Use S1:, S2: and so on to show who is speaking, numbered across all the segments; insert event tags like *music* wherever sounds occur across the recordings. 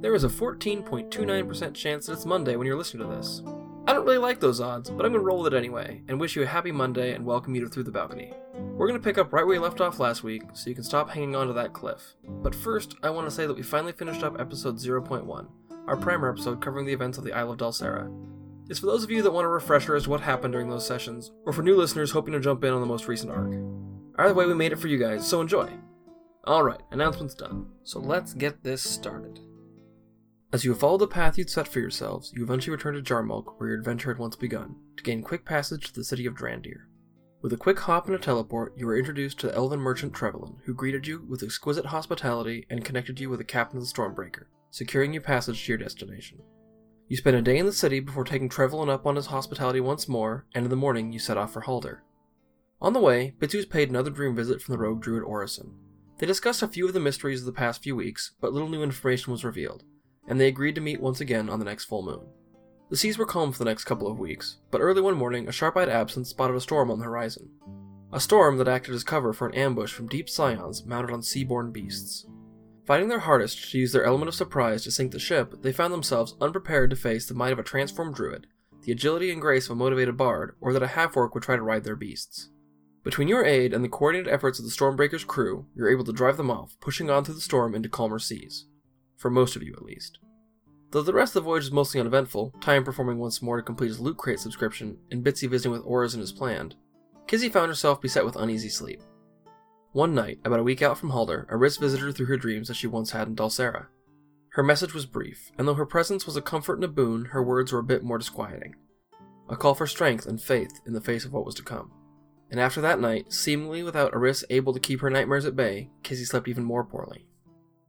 S1: there is a 14.29% chance that it's Monday when you're listening to this. I don't really like those odds, but I'm gonna roll with it anyway, and wish you a happy Monday and welcome you to Through the Balcony. We're gonna pick up right where you left off last week, so you can stop hanging on to that cliff. But first, I wanna say that we finally finished up episode 0.1, our primer episode covering the events of the Isle of Dulcera. It's for those of you that want a refresher as to what happened during those sessions, or for new listeners hoping to jump in on the most recent arc. Either way, we made it for you guys, so enjoy! Alright, announcement's done, so let's get this started. As you have followed the path you'd set for yourselves, you eventually return to Jarmulk, where your adventure had once begun, to gain quick passage to the city of Drandir. With a quick hop and a teleport, you were introduced to the elven merchant Trevelin, who greeted you with exquisite hospitality and connected you with the captain of the Stormbreaker, securing you passage to your destination. You spent a day in the city before taking Trevelin up on his hospitality once more, and in the morning you set off for Halder. On the way, Bitsu's paid another dream visit from the rogue druid Orison. They discussed a few of the mysteries of the past few weeks, but little new information was revealed and they agreed to meet once again on the next full moon. The seas were calm for the next couple of weeks, but early one morning, a sharp eyed absinthe spotted a storm on the horizon. A storm that acted as cover for an ambush from deep scions mounted on seaborne beasts. Fighting their hardest to use their element of surprise to sink the ship, they found themselves unprepared to face the might of a transformed druid, the agility and grace of a motivated bard, or that a half orc would try to ride their beasts. Between your aid and the coordinated efforts of the Stormbreaker's crew, you're able to drive them off, pushing on through the storm into calmer seas for most of you at least. Though the rest of the voyage is mostly uneventful, Time performing once more to complete his loot crate subscription and Bitsy visiting with Orison as planned, Kizzy found herself beset with uneasy sleep. One night, about a week out from Halder, a Riz visited her through her dreams that she once had in Dulcera. Her message was brief, and though her presence was a comfort and a boon, her words were a bit more disquieting. A call for strength and faith in the face of what was to come. And after that night, seemingly without Aris able to keep her nightmares at bay, Kizzy slept even more poorly.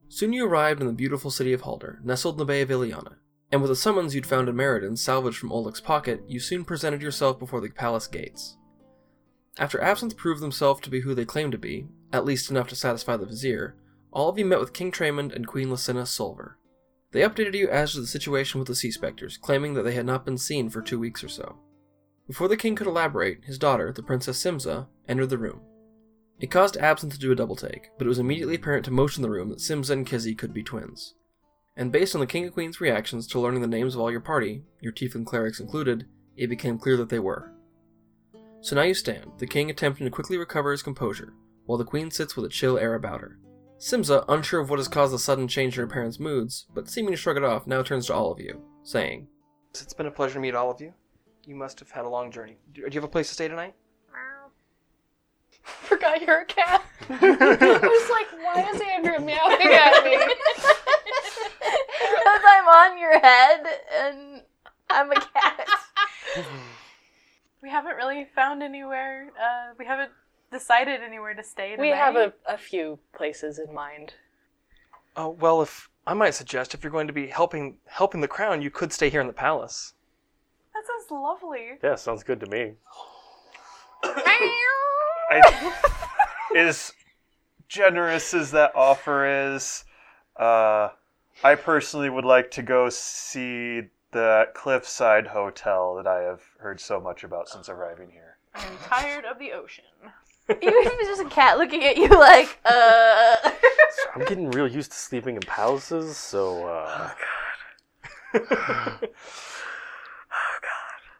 S1: Soon you arrived in the beautiful city of Halder, nestled in the Bay of Iliana, and with a summons you'd found in Meriden salvaged from Oleg's pocket, you soon presented yourself before the palace gates. After Absinthe proved themselves to be who they claimed to be, at least enough to satisfy the vizier, all of you met with King Traymond and Queen Lysina Solver. They updated you as to the situation with the Sea Spectres, claiming that they had not been seen for two weeks or so. Before the king could elaborate, his daughter, the Princess Simza, entered the room. It caused Absinthe to do a double take, but it was immediately apparent to most in the room that Sims and Kizzy could be twins. And based on the King and Queen's reactions to learning the names of all your party, your Tiefling clerics included, it became clear that they were. So now you stand, the King attempting to quickly recover his composure, while the Queen sits with a chill air about her. Simza, unsure of what has caused the sudden change in her parents' moods, but seeming to shrug it off, now turns to all of you, saying, It's been a pleasure to meet all of you. You must have had a long journey. Do you have a place to stay tonight? *laughs*
S2: Forgot you're a cat.
S3: *laughs*
S2: I was like, why is Andrew meowing at me?
S4: Because I'm on your head and I'm a cat.
S5: *laughs* We haven't really found anywhere. Uh, we haven't decided anywhere to stay.
S2: *laughs*
S5: Tonight.
S2: we have a, a few places in mind.
S1: Oh well, if I might suggest, if you're going to be helping helping the crown, you could stay here in the palace.
S5: That sounds lovely.
S6: Yeah, sounds good to me. I, as generous as that offer is, uh, I personally would like to go see the Cliffside Hotel that I have heard so much about since arriving here.
S5: I'm tired of the ocean.
S4: Even if it's just a cat looking at you like, uh.
S3: So I'm getting real used to sleeping in palaces, so uh,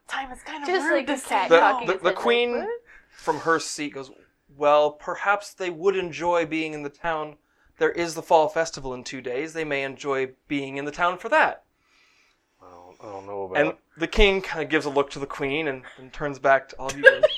S5: Time is kind of
S4: Just
S5: rude
S4: like
S5: to
S4: a cat
S5: say.
S4: talking.
S5: No.
S1: The, the queen from her seat goes, "Well, perhaps they would enjoy being in the town. There is the fall festival in two days. They may enjoy being in the town for that."
S3: I, don't, I don't know about.
S1: And the king kind of gives a look to the queen and, and turns back to all of you. and goes,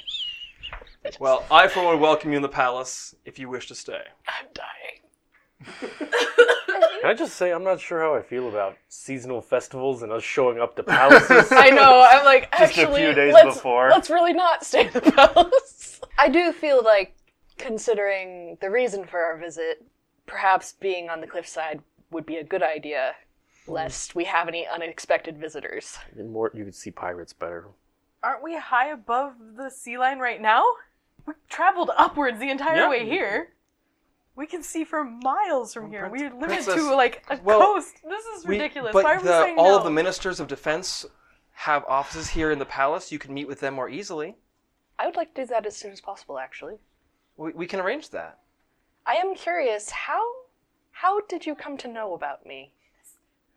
S1: well, I for one welcome you in the palace if you wish to stay.
S2: I'm dying.
S3: Can I just say I'm not sure how I feel about seasonal festivals and us showing up to palaces?
S2: I know. I'm like,
S3: *laughs* Just a
S2: actually,
S3: few days
S2: let's,
S3: before.
S2: let's really not stay in the palace. *laughs* I do feel like, considering the reason for our visit, perhaps being on the cliffside would be a good idea,
S3: Hmm.
S2: lest we have any unexpected visitors.
S3: And more, you could see pirates better.
S5: Aren't we high above the sea line right now? We traveled upwards the entire
S1: Yeah.
S5: way here. We can see for miles from here.
S1: Prince-
S5: We're limited
S1: Princess-
S5: to like a
S1: well,
S5: coast. This is
S1: We-
S5: ridiculous.
S1: but
S5: Why are we
S1: the-
S5: saying
S1: all
S5: no?
S1: of the ministers of defense have offices here in the palace. You can meet with them more easily.
S2: I would like to do that as soon as possible, actually.
S1: We, we can arrange that.
S2: I am curious how how did you come to know about me?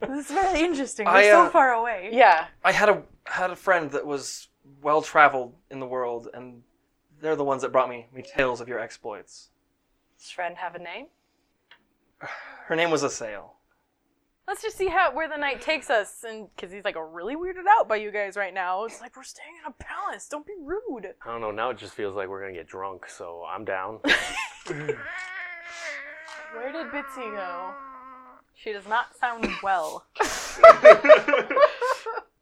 S5: This is really interesting. We're
S7: I,
S5: so
S7: uh,
S5: far away.
S2: Yeah.
S7: I had a had a friend that was well traveled in the world, and they're the ones that brought me me tales of your exploits.
S2: Does friend have a name?
S7: Her name was Asael.
S5: Let's just see how where the night takes us, and because he's like really weirded out by you guys right now. It's like we're staying in a palace. Don't be rude.
S3: I don't know. Now it just feels like we're gonna get drunk, so I'm down.
S5: Where did Bitsy go? She does not sound well.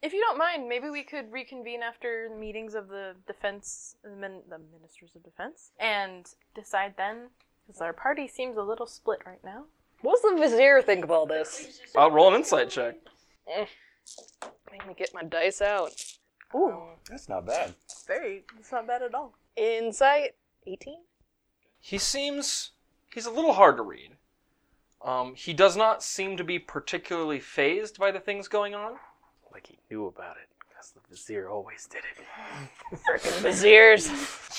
S5: if you don't mind, maybe we could reconvene after the meetings of the defense, the, min, the ministers of defense, and decide then, because our party seems a little split right now.
S2: What does the vizier think of all this?
S7: I'll roll an insight check.
S2: Let me get my dice out.
S5: Ooh,
S6: That's not bad.
S5: very. It's not bad at all.
S2: Insight. 18?
S7: He seems he's a little hard to read. Um, he does not seem to be particularly phased by the things going on.
S3: like he knew about it, because the vizier always did it.
S2: Frickin' viziers.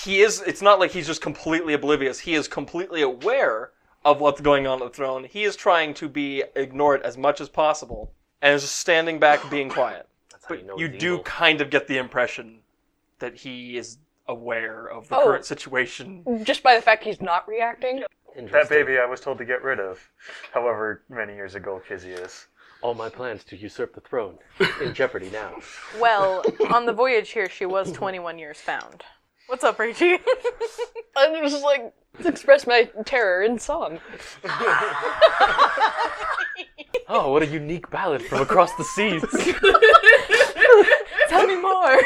S7: He is. It's not like he's just completely oblivious. He is completely aware of what's going on at the throne. He is trying to be ignored as much as possible, and is just standing back, *coughs* being quiet.
S3: That's how
S7: But
S3: you know
S7: you
S3: he's
S7: do
S3: evil.
S7: kind of get the impression that he is aware of the
S2: Oh. Mm.
S7: current situation.
S2: Just by the fact he's not reacting?
S6: That
S3: Interesting.
S6: baby I was told to get rid of, however many years ago Kizzy is.
S3: All my plans to usurp the throne in jeopardy now. *laughs*
S7: *laughs*
S5: Well, on the voyage here, she was 21 years found. What's up, Rachie?
S2: I just like express my terror in song. *laughs*
S3: Oh, what a unique ballad from across the seas.
S5: Tell me more.
S2: *laughs*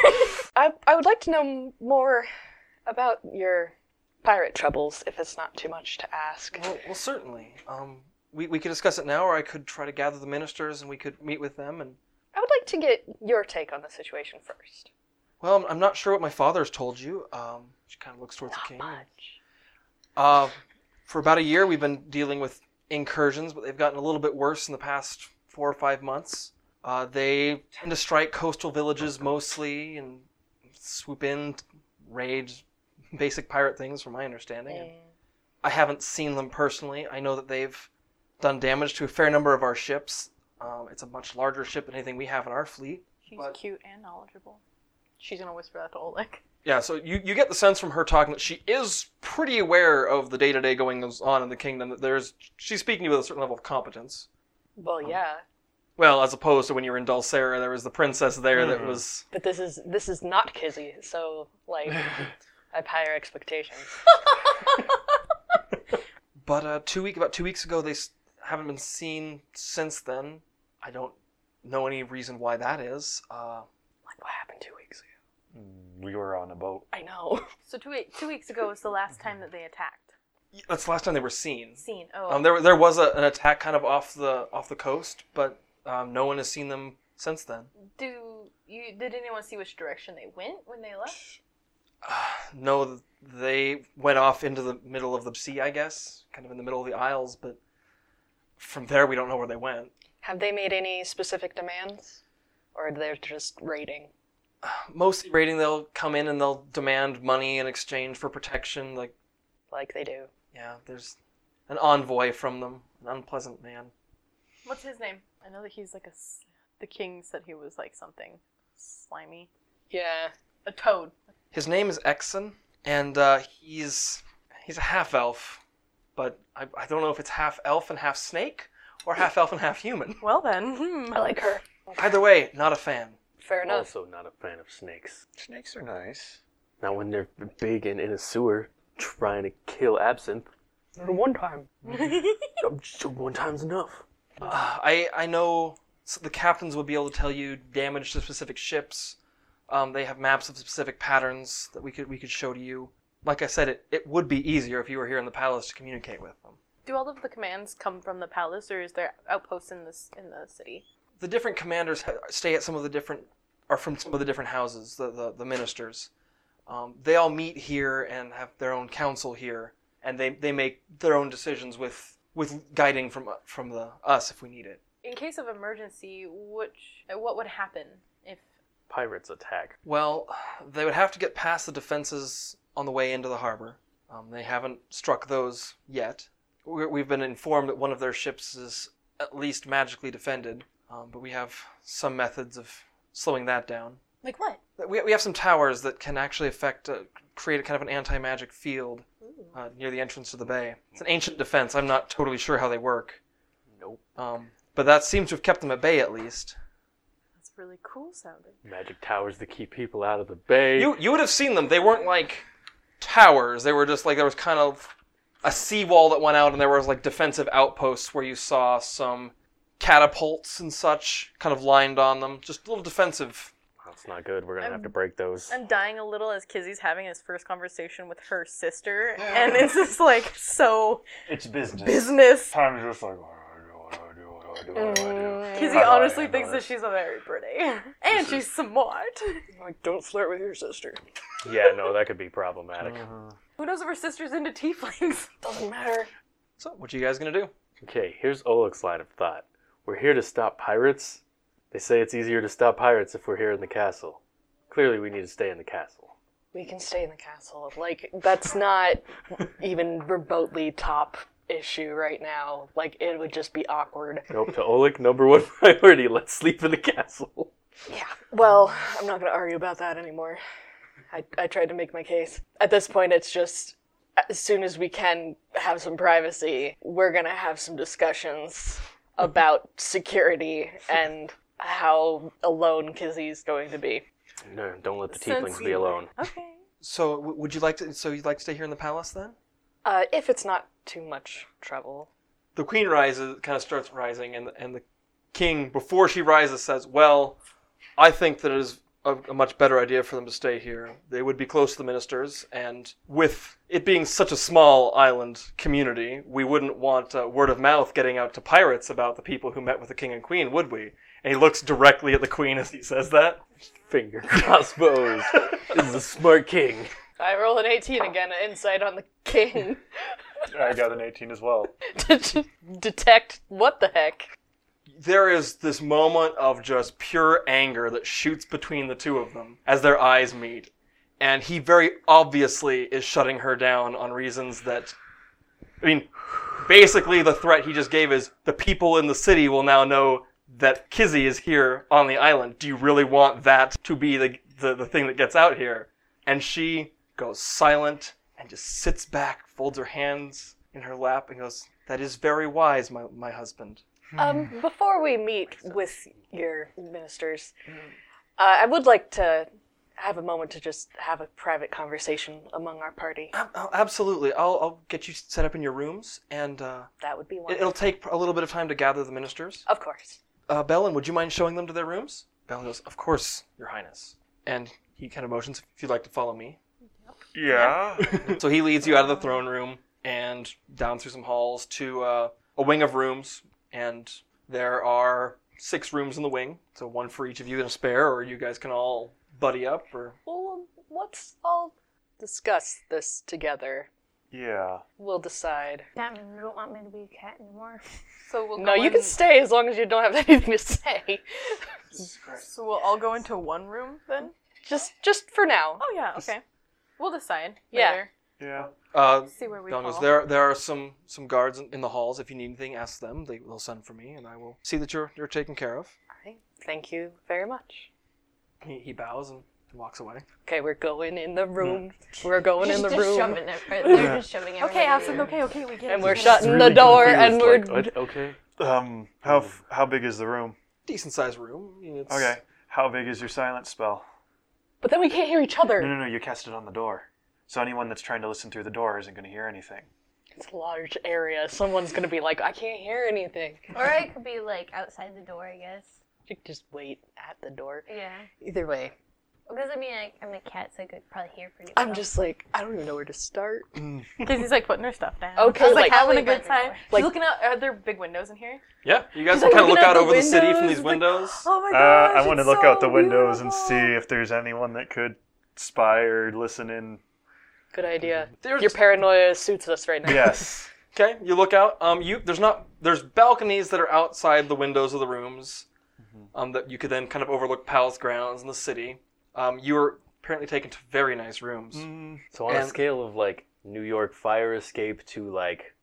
S2: I, I would like to know m- more about your pirate troubles if it's not too much to ask.
S7: Well, well certainly. Um, we we could discuss it now, or I could try to gather the ministers and we could meet with them and
S2: I would like to get your take on the situation first.
S7: Well, I'm- I'm not sure what my father's told you. Um, she kind of looks towards the king. Uh, for about a year, we've been dealing with incursions, but they've gotten a little bit worse in the past four or five months. Uh, they tend to strike coastal villages mostly and swoop in, raid basic pirate things, from my understanding. And I haven't seen them personally. I know that they've done damage to a fair number of our ships. Um, it's a much larger ship than anything we have in our fleet.
S5: She's
S7: What?
S5: cute and knowledgeable. She's gonna whisper that to Oleg.
S7: Yeah, so you, you get the sense from her talking that she is pretty aware of the day to day goings on in the kingdom. That there's she's speaking with a certain level of competence.
S2: Well, yeah,
S7: Well, as opposed to when you were in Dulcera, there was the princess there that was.
S2: but this is this is not Kizzy, so like I have higher expectations.
S7: But uh, two week about two weeks ago, they s- haven't been seen since then. I don't know any reason why that is. Uh,
S2: Like what happened two weeks ago?
S6: We were on a boat.
S2: I know. *laughs*
S5: So two we- two weeks ago was the last time that they attacked.
S7: y- that's the last time they were seen.
S5: Seen. Oh,
S7: Um, there there was a, an attack kind of off the off the coast, but um, no one has seen them since then.
S5: do you did anyone see which direction they went when they left?
S7: No, they went off into the middle of the sea, I guess, kind of in the middle of the Isles, but from there we don't know where they went.
S2: Have they made any specific demands, or they're just raiding?
S7: Mostly raiding, they'll come in and they'll demand money in exchange for protection. Like,
S2: like they do.
S7: yeah, there's an envoy from them, an unpleasant man.
S5: What's his name? I know that he's like a. s- The king said he was like something slimy.
S2: Yeah.
S5: A toad.
S7: His name is Exon, and uh, he's he's a half elf, but I, I don't know if it's half elf and half snake or half elf and half human.
S5: Well then, hmm.
S2: I like her.
S7: Either way, not a fan.
S2: Fair enough.
S3: also not a fan of snakes.
S6: Snakes are nice.
S3: Not when they're big and in a sewer trying to kill absinthe.
S2: One
S3: *laughs*
S2: time.
S3: Um, just One time's enough.
S7: Uh, I I know s the captains would be able to tell you damage to specific ships. Um, they have maps of specific patterns that we could we could show to you. Like I said, it, it would be easier if you were here in the palace to communicate with them.
S5: do all of the commands come from the palace, or is there outposts in this in the city?
S7: The different commanders ha- stay at some of the different are from some of the different houses. The the, the ministers, um, they all meet here and have their own council here, and they, they make their own decisions with with guiding from from the us if we need it.
S5: In case of emergency, which uh, what would happen if
S3: Pirates attack.
S7: Well, they would have to get past the defenses on the way into the harbor. Um, they haven't struck those yet. We're, we've been informed that one of their ships is at least magically defended. Um, but we have some methods of slowing that down.
S5: Like what?
S7: We, we have some towers that can actually affect, uh, create a kind of an anti magic field uh, near the entrance to the bay. It's an ancient defense. I'm not totally sure how they work.
S3: Nope.
S7: Um, but that seems to have kept them at bay at least.
S5: That's really cool sounding.
S3: Magic towers to keep people out of the bay.
S7: You you would have seen them. They weren't like towers. They were just like there was kind of a seawall that went out, and there was like defensive outposts where you saw some catapults and such kind of lined on them. Just a little defensive.
S3: That's not good. We're gonna have
S5: I'm-
S3: to break those.
S5: I'm dying a little as Kizzy's having his first conversation with her sister, and it's just like so
S6: It's business.
S5: business.
S6: Time's just like. "What do I do? What do I do? What do I do? What do
S2: *laughs*
S6: I do?"
S5: Kizzy
S6: How do I
S5: honestly
S6: handle
S5: thinks that
S6: this?
S5: she's a very pretty, and she's smart.
S2: Like, don't flirt with your sister.
S3: yeah, no, that could be problematic.
S2: *laughs* Uh.
S5: Who knows if her sister's into tieflings?
S2: Doesn't matter.
S7: So what you guys gonna do?
S3: Okay, here's Oleg's line of thought. We're here to stop pirates. They say it's easier to stop pirates if we're here in the castle. Clearly, we need to stay in the castle.
S2: We can stay in the castle. Like, that's not even remotely top issue right now. Like, it would just be awkward.
S3: Nope, to Oleg, number one *laughs* priority. Let's sleep in the castle.
S2: Yeah. Well, I'm not going to argue about that anymore. I, I tried to make my case. At this point, it's just as soon as we can have some privacy, we're going to have some discussions
S7: Mm-hmm.
S2: about security and how alone Kizzy's going to be.
S3: No, don't let the
S5: Since
S3: tieflings be
S5: you-
S3: alone.
S5: Okay.
S7: So w- would you like to? So you'd like to stay here in the palace then?
S2: Uh, if it's not too much trouble.
S7: The queen rises, kind of starts rising, and and the king before she rises says, "Well, I think that it is." A, a much better idea for them to stay here. They would be close to the ministers, and with it being such a small island community, we wouldn't want uh, word of mouth getting out to pirates about the people who met with the king and queen, would we? And he looks directly at the queen as he says that.
S2: *laughs*
S3: Finger crossbows. this is a smart king.
S2: I roll an 18 again, an insight on the
S5: *laughs*
S2: king
S6: I got an 18 as well.
S2: to d- detect what the heck.
S7: there is this moment of just pure anger that shoots between the two of them as their eyes meet. And he very obviously is shutting her down on reasons that. I mean, basically, the threat he just gave is the people in the city will now know that Kizzy is here on the island. Do you really want that to be the, the, the thing that gets out here? And she goes silent and just sits back, folds her hands in her lap, and goes, That is very wise, my, my husband.
S2: Um, before we meet with your ministers,
S7: Mm-hmm.
S2: uh, I would like to have a moment to just have a private conversation among our party.
S7: Ab- oh, Absolutely. I'll, I'll get you set up in your rooms, and uh,
S2: That would be
S7: it- it'll
S2: wonderful.
S7: take a little bit of time to gather the ministers.
S2: Of course.
S7: Uh, Bellin, would you mind showing them to their rooms? Bellin goes, Of course, Your Highness. And he kind of motions if you'd like to follow me.
S5: *laughs*
S6: Yeah.
S7: so he leads you out of the throne room and down through some halls to uh, a wing of rooms, and there are six rooms in the wing, so one for each of you and a spare, or you guys can all buddy up, or
S2: Well, let's all discuss this together.
S6: yeah.
S2: We'll decide.
S4: Damn, you don't want me to be a cat anymore.
S5: So we'll
S2: No,
S5: go
S2: you can
S5: in-
S2: stay as long as you don't have *laughs* anything to say.
S5: So we'll all go into one room then.
S2: Just, just for now.
S5: Oh yeah. Okay. We'll decide.
S2: Yeah.
S5: Later.
S6: Yeah.
S7: uh,
S5: See where we
S7: Don goes,
S5: fall.
S7: there, there are some, some guards in- in the halls. If you need anything, ask them. They will send for me, and I will see that you're, you're taken care of.
S2: Thank you very much.
S7: He, he bows and, and walks away.
S2: Okay, we're going in the room. We're going in the
S4: *laughs* just
S2: room.
S4: shoving it. Right? They're just shoving everything.
S5: Okay, Allison. Okay, okay, we get it.
S2: And we're
S5: we get it.
S2: shutting the door and we're.
S3: okay.
S6: Um. How f- how big is the room?
S7: Decent sized room. I mean, it's-
S6: Okay. How big is your silence spell?
S2: But then we can't hear each
S6: No,
S2: other.
S6: no, no. You cast it on the door. So anyone that's trying to listen through the door isn't going to hear anything.
S2: It's a large area. Someone's gonna be like, I can't hear anything.
S4: Or *laughs* I could be like outside the door, I guess.
S2: You could just wait at the door.
S4: Yeah.
S2: Either way,
S4: Because I mean, I, I'm a cat, so I could probably hear pretty well.
S2: I'm just like, I don't even know where to start.
S5: Kizzy's like putting her stuff down.
S2: Okay,
S5: I was
S2: like-
S5: like, having a
S4: Probably
S5: good time.
S4: went
S2: Like-
S5: She's looking out. Are there big windows in here?
S7: Yeah, you guys can kind of
S5: looking
S7: look
S5: out the
S7: out over the city from
S5: windows,
S7: these
S5: it's like,
S7: windows.
S5: *gasps* Oh my
S6: Uh,
S5: gosh.
S6: I want to
S5: it's
S6: look
S5: so
S6: out the windows and
S5: beautiful.
S6: see if there's anyone that could spy or listen in.
S2: Good idea.
S7: There's-
S2: Your paranoia suits us right now.
S6: *laughs* Yes.
S7: Okay, you look out. Um, you there's not there's balconies that are outside the windows of the rooms,
S6: Mm-hmm.
S7: um, that you could then kind of overlook palace grounds and the city. Um, you were apparently taken to very nice rooms.
S6: Mm,
S3: So on a
S7: And-
S3: scale of like New York fire escape to like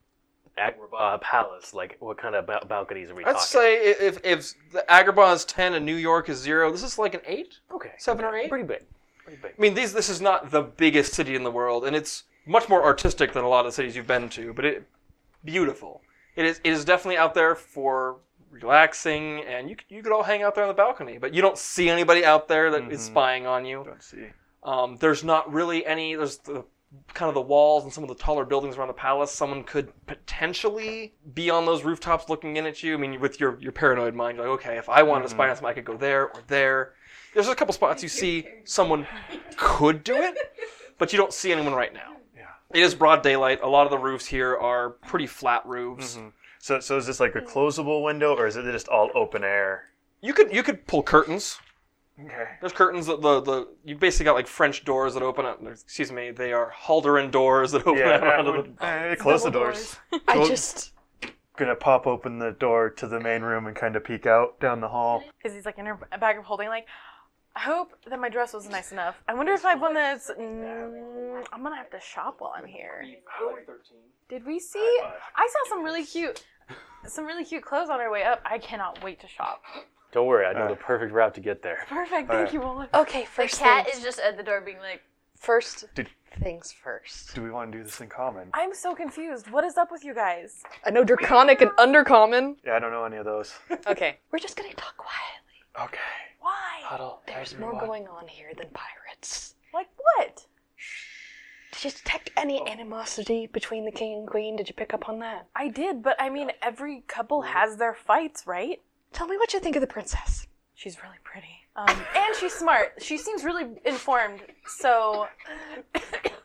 S3: ac- uh, palace? Like, what kind of ba- balconies are we
S7: I'd
S3: talking?
S7: say i- if if the Agrabah is ten and New York is zero, this is like an eight,
S3: okay,
S7: seven or eight. Mm.
S3: pretty big, pretty big.
S7: I mean, these this is not the biggest city in the world, and it's much more artistic than a lot of the cities you've been to. But it beautiful. It is it is definitely out there for relaxing, and you c- you could all hang out there on the balcony, but you don't see anybody out there that is
S6: Mhm.
S7: spying on you.
S6: Don't see.
S7: Um, there's not really any. There's the kind of the walls and some of the taller buildings around the palace. Someone could potentially be on those rooftops looking in at you. I mean, with your your paranoid mind, you're like, okay, if I wanted to
S6: Mm-hmm.
S7: spy on someone, I could go there or there. There's a couple spots you see someone could do it, but you don't see anyone right now.
S6: Yeah.
S7: It is broad daylight. A lot of the roofs here are pretty flat roofs.
S6: Mhm. So, so is this like a closable window, or is it just all open air?
S7: You could you could pull curtains.
S6: *laughs* Okay.
S7: There's curtains that the, the you basically got like French doors that open up. Excuse me, they are Halderan doors that open
S6: Yeah.
S7: out
S6: that
S7: onto the
S6: would- eh, close the
S5: Double
S6: doors.
S2: *laughs* I
S6: Well-
S2: just
S6: Gonna pop open the door to the main room and kind of peek out down the hall.
S5: Because he's like in her b- bag of holding, like, I hope that my dress was nice enough. I wonder if I have one that's. Mm, I'm gonna have to shop while I'm here. Did we see? I saw some really cute, some really cute clothes on our way up. I cannot wait to shop.
S3: Don't worry, I know
S6: Uh.
S3: the perfect route to get there.
S5: Perfect.
S6: All
S5: Thank
S6: right.
S5: you, Ola.
S2: okay.
S4: The
S2: First
S4: cat
S2: thing-
S4: is just at the door being like,
S2: first
S6: Did-
S2: things first.
S6: Do we want to do this in common?
S5: I'm so confused. What is up with you guys?
S2: I know draconic and undercommon.
S6: Yeah, I don't know any of
S3: *laughs*
S6: those.
S2: Okay, we're just gonna talk quietly.
S6: Okay.
S5: Why?
S2: There's more going on here than pirates.
S5: Like what?
S2: Did you detect any animosity between the king and queen? Did you pick up on that?
S5: I did, but I mean, every couple has their fights, right?
S2: Tell me what you think of the princess.
S5: She's really pretty. Um, and she's smart. She seems really informed. So, *coughs*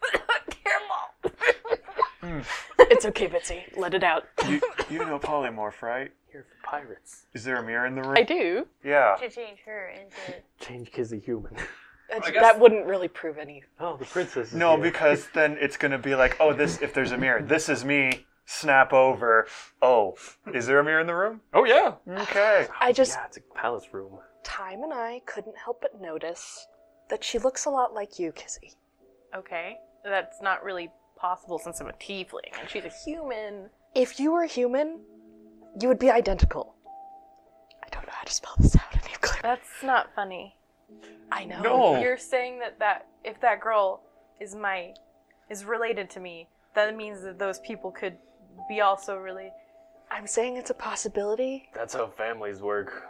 S5: careful.
S2: it's okay, Bitsy. Let it out.
S6: You, you know polymorph, right?
S3: Here for pirates.
S6: Is there a mirror in the room?
S2: I do.
S6: Yeah.
S4: to change her into.
S3: Change Kizzy human. *laughs*
S2: That's-
S7: guess-
S2: That wouldn't really prove anything.
S3: Oh, the princess. Is
S6: No,
S3: here. *laughs*
S6: because then it's gonna be like, oh, this. If there's a mirror, this is me. Snap over. Oh, is there a mirror in the room?
S7: Oh yeah.
S6: Okay.
S2: I just
S3: yeah, it's a palace room.
S2: Time and I couldn't help but notice that she looks a lot like you, Kizzy.
S5: Okay, that's not really possible since I'm a tiefling and she's a human.
S2: If you were human, you would be identical. I don't know how to spell this out any clear.
S5: That's not funny.
S2: I know.
S6: No.
S5: You're saying that that if that girl is my is related to me, that means that those people could be also really.
S2: I'm saying it's a possibility.
S3: That's how families work.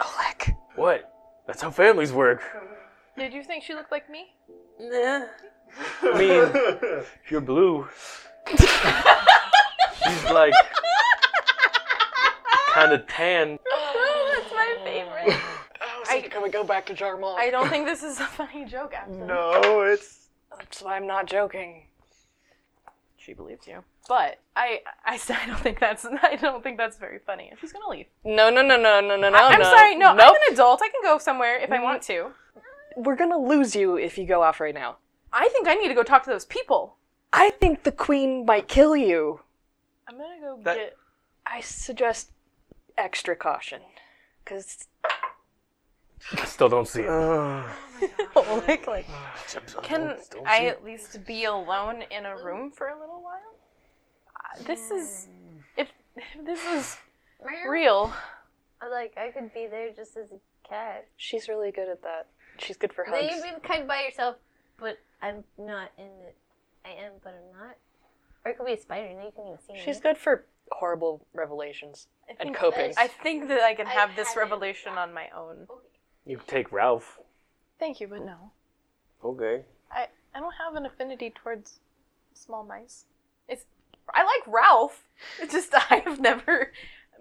S2: Oleg.
S3: What? That's how families work.
S5: Did you think she looked like me?
S3: I
S6: *laughs*
S3: mean, *laughs*
S2: *laughs*
S3: you're blue. She's like kind of tan.
S5: Oh, that's my *laughs* favorite.
S2: I think I'm gonna go back to Jarmal.
S5: I don't think this is a funny joke, Ashton.
S6: no, it's.
S2: That's why I'm not joking.
S5: She believes you, but I, I, said I don't think that's *laughs* I don't think that's very funny. She's gonna leave.
S2: No, no, no, no, no, no, no.
S5: I, am
S2: no.
S5: sorry. No,
S2: nope. Mm-hmm.
S5: I'm an adult. I can go somewhere if I want to.
S2: We're gonna lose you if you go off right now.
S5: I think I need to go talk to those people.
S2: I think the queen might kill you.
S5: I'm gonna go
S7: That-
S5: get.
S2: I suggest extra caution, because
S3: I still don't see it.
S5: *laughs* like, like, can I at least be alone in a room for a little while? Uh, This is if, if this is real.
S4: I'm Like I could be there just as a cat.
S2: she's really good at that. She's good for
S4: No,
S2: hugs.
S4: you'd be kind of by yourself, but I'm not in it. I am, but I'm not. Or it could be a spider. Now you can even see me.
S2: She's good for horrible revelations
S5: I
S2: and
S5: think-
S2: coping.
S5: I think that I can
S4: I
S5: have this
S4: haven't-
S5: revelation on my own.
S3: You can take Ralph.
S5: Thank you, but no.
S3: Okay.
S5: I I don't have an affinity towards small mice. It's I like Ralph. It's just *laughs* I have never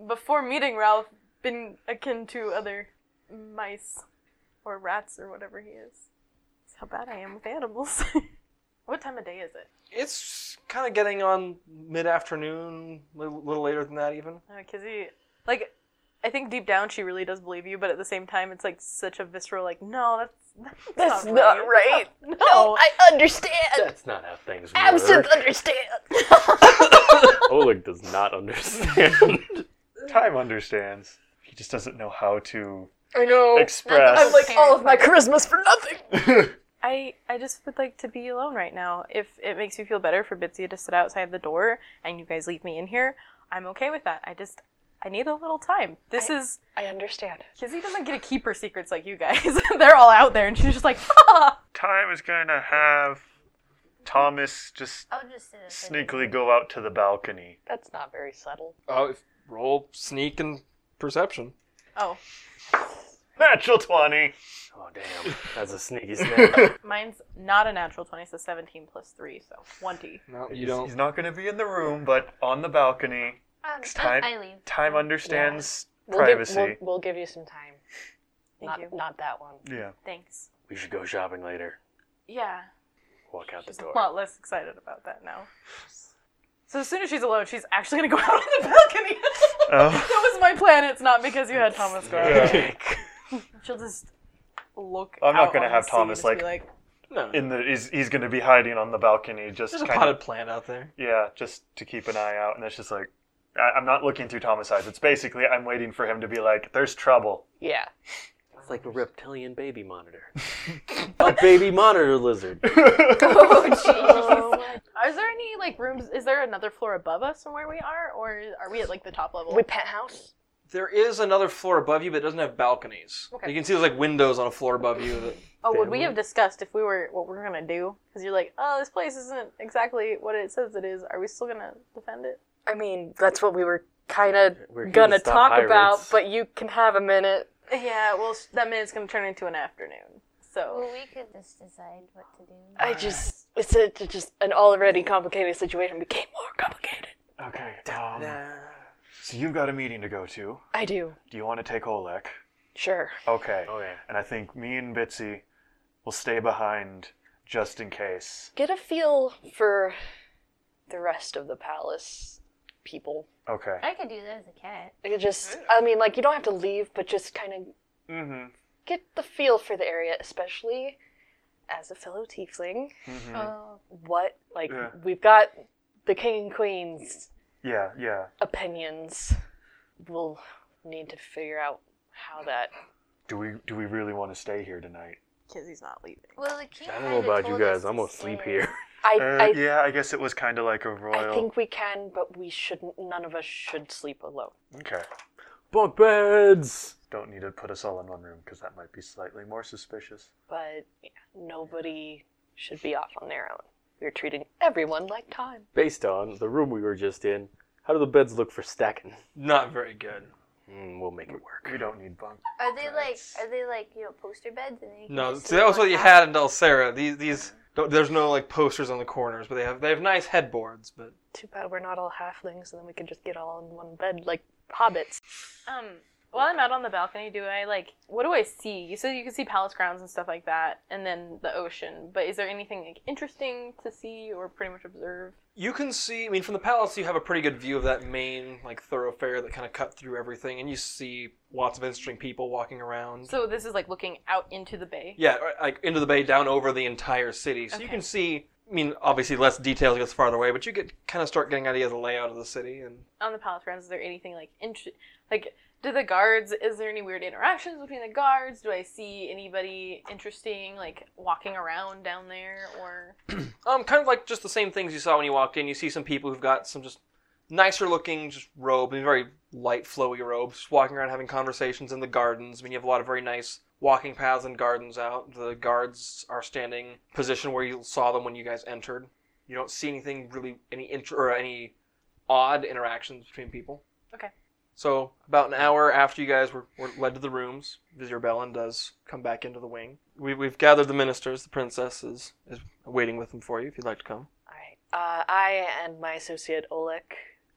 S5: before meeting Ralph been akin to other mice or rats or whatever he is. That's how bad I am with animals. *laughs* what time of day is it?
S7: It's kind of getting on mid afternoon, a little, little later than that even.
S5: Uh, Kizzy, like, I think deep down she really does believe you, but at the same time, it's like such a visceral, like, no, that's that's, not right.
S2: *laughs*
S5: *laughs* No,
S2: I understand.
S3: That's not how things work.
S2: Absinthe understand.
S3: Oleg does not understand.
S6: Time understands. He just doesn't know how to
S2: I know.
S6: express.
S2: I'm like all of my charisma's for nothing.
S5: I I just would like to be alone right now. If it makes you feel better for Bitsy to sit outside the door and you guys leave me in here, I'm okay with that. I just I need a little time. This is
S2: I understand.
S5: Kizzy doesn't get to keep her secrets like you guys. *laughs* They're all out there, and she's just like, ha!
S6: Time is gonna have Thomas just
S4: I'll just sit outside the
S6: sneakily
S4: door.
S6: go out to the balcony.
S2: That's not very subtle.
S7: Oh, if, roll sneak and perception.
S5: Oh,
S6: Natural twenty.
S3: Oh damn, that's a
S5: *laughs*
S3: sneaky snap.
S5: mine's not a natural twenty, so seventeen plus three, so twenty.
S7: No, you
S6: He's-
S7: don't.
S6: He's not gonna be in the room, but on the balcony.
S4: Um,
S6: It's
S4: I-
S6: time.
S4: I leave.
S6: Time understands
S2: We'll give-
S6: privacy.
S2: we'll, we'll give you some time.
S5: Thank
S2: not,
S5: you.
S2: not that one.
S6: Yeah.
S5: Thanks.
S3: we should go shopping later.
S5: Yeah,
S3: Walk out the
S5: she's a
S3: door.
S5: lot less excited about that now. So as soon as she's alone, she's actually gonna go *laughs* out on the balcony.
S6: Oh.
S5: that was my plan. It's not because you had Thomas go out.
S6: *laughs* Yeah.
S5: She'll just look.
S6: I'm not
S5: out
S6: gonna
S5: on
S6: have
S5: the sea
S6: Thomas,
S5: and just be
S7: No,
S6: In the he's, he's gonna be hiding on the balcony, just
S7: there's a
S6: kind
S7: potted
S6: of
S7: plant out there.
S6: yeah, just to keep an eye out. And it's just like I, I'm not looking through Thomas' eyes. It's basically I'm waiting for him to be like, "There's trouble." *laughs*
S5: *laughs*
S2: Yeah.
S3: It's like a reptilian baby monitor. a baby monitor lizard.
S6: Oh,
S5: "Oh
S2: *laughs*
S5: Are there any like rooms? Is there another floor above us from where we are, or are we at like the top level?
S2: With penthouse?
S7: There is another floor above you, but it doesn't have balconies.
S5: Okay.
S7: You can see there's like windows on a floor above you. That,
S5: oh, would we have discussed if we were what we're gonna do? Because you're like, oh, this place isn't exactly what it says it is. Are we still gonna defend it?
S2: I mean, that's what we were kind of
S3: We're here
S2: gonna
S3: to stop
S2: talk about,
S3: pirates.
S2: but you can have a minute.
S5: Yeah. Well, sh- that minute's gonna turn into an afternoon. So
S4: Well, we could just decide what to do.
S2: I just, it's a, it's just an already complicated situation became more complicated.
S6: okay. Um, so you've got a meeting to go to.
S2: I do.
S6: Do you want to take Oleg?
S2: Sure.
S6: Okay.
S3: Okay.
S6: And I think me and Bitsy will stay behind just in case.
S2: Get a feel for the rest of the palace people.
S6: Okay.
S4: I could do that as a cat.
S2: Like, it just, I mean, like, you don't have to leave, but just kind of
S6: Mm-hmm.
S2: get the feel for the area, especially as a fellow tiefling.
S3: Hmm.
S6: mm-hmm.
S4: Oh,
S2: What, like,
S6: Yeah.
S2: we've got the king and queen's
S6: yeah. Yeah.
S2: opinions. We'll need to figure out how that.
S6: Do we do we really want to stay here tonight?
S5: Kizzy's not leaving.
S4: well, the king.
S3: I don't know
S4: kinda
S3: about you
S4: told
S3: guys.
S4: us
S3: I'm
S4: to
S3: gonna sleep
S4: stay.
S3: here. *laughs*
S2: I,
S6: Uh,
S2: I,
S6: yeah, I guess it was kind of like a royal.
S2: I think we can, but we shouldn't. None of us should sleep alone.
S6: Okay.
S3: Bunk beds.
S6: Don't need to put us all in one room because that might be slightly more suspicious.
S2: But yeah, nobody should be off on their own. We're treating everyone like time.
S3: Based on the room we were just in, how do the beds look for stacking?
S7: Not very good.
S3: Mm, we'll make it work.
S6: We don't need bunk.
S4: Are they like?
S6: beds.
S4: Are they like you know poster beds? And then you can
S7: No,
S4: just
S7: see, that was
S4: sleep
S7: what you
S4: on
S7: had
S4: top?
S7: in Dulcera. These these don't, there's no like posters on the corners, but they have they have nice headboards. But
S2: Too bad we're not all halflings, and then we could just get all in one bed like hobbits.
S5: Um, while I'm out on the balcony, do I like what do I see? You said you could see palace grounds and stuff like that, and then the ocean. But is there anything like interesting to see or pretty much observe?
S7: you can see. I mean, from the palace, you have a pretty good view of that main like thoroughfare that kind of cut through everything, and you see lots of interesting people walking around.
S5: So this is like looking out into the bay.
S7: Yeah, or- like into the bay, down over the entire city. So you
S5: Okay.
S7: can see. I mean, obviously, less details gets farther away, but you get kind of start getting an idea of the layout of the city. And
S5: On the palace grounds, is there anything like int- like do the guards? Is there any weird interactions between the guards? Do I see anybody interesting like walking around down there or?
S7: um, kind of like just the same things you saw when you walked in. You see some people who've got some just nicer looking just robe, and very light, flowy robes, just walking around having conversations in the gardens. I mean, you have a lot of very nice walking paths and gardens out. The guards are standing position where you saw them when you guys entered. You don't see anything really any int- or any odd interactions between people.
S5: Okay.
S7: So about an hour after you guys were, were led to the rooms, Vizier Belen does come back into the wing. We, we've gathered the ministers. The princess is, is waiting with them for you if you'd like to come.
S2: All right. Uh, I and my associate Oleg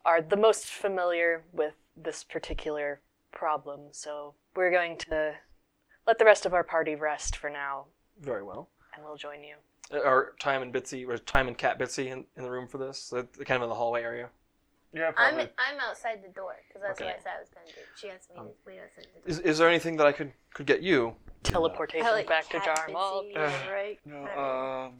S2: are the most familiar with this particular problem, so we're going to let the rest of our party rest for now,
S7: Very well.
S2: and we'll join you.
S7: Uh, Are Time and Bitsy, or Time and Cat Bitsy in, in the room for this? They're they're kind of in the hallway area.
S6: Yeah,
S4: I'm
S6: probably.
S4: I'm outside the door because that's what I
S7: Okay. Um,
S4: said I was gonna do. She asked me to wait outside the door.
S7: Is, is there anything that I could could get you?
S2: Teleportation
S4: I like
S2: back to
S4: cat
S2: Jarmal.
S7: *sighs*
S4: bitsy, right?
S6: no,
S4: I mean,
S6: um,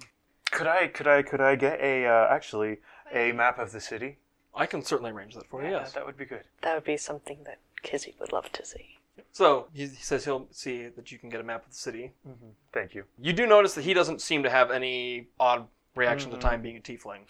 S6: could I could I could I get a uh, actually a map of the city?
S7: I can certainly arrange that for you, Oh, yes.
S6: that would be good.
S2: That would be something that Kizzy would love to see.
S7: So he, he says he'll see that you can get a map of the city.
S6: Mm-hmm. Thank you.
S7: You do notice that he doesn't seem to have any odd reaction to time being a tiefling.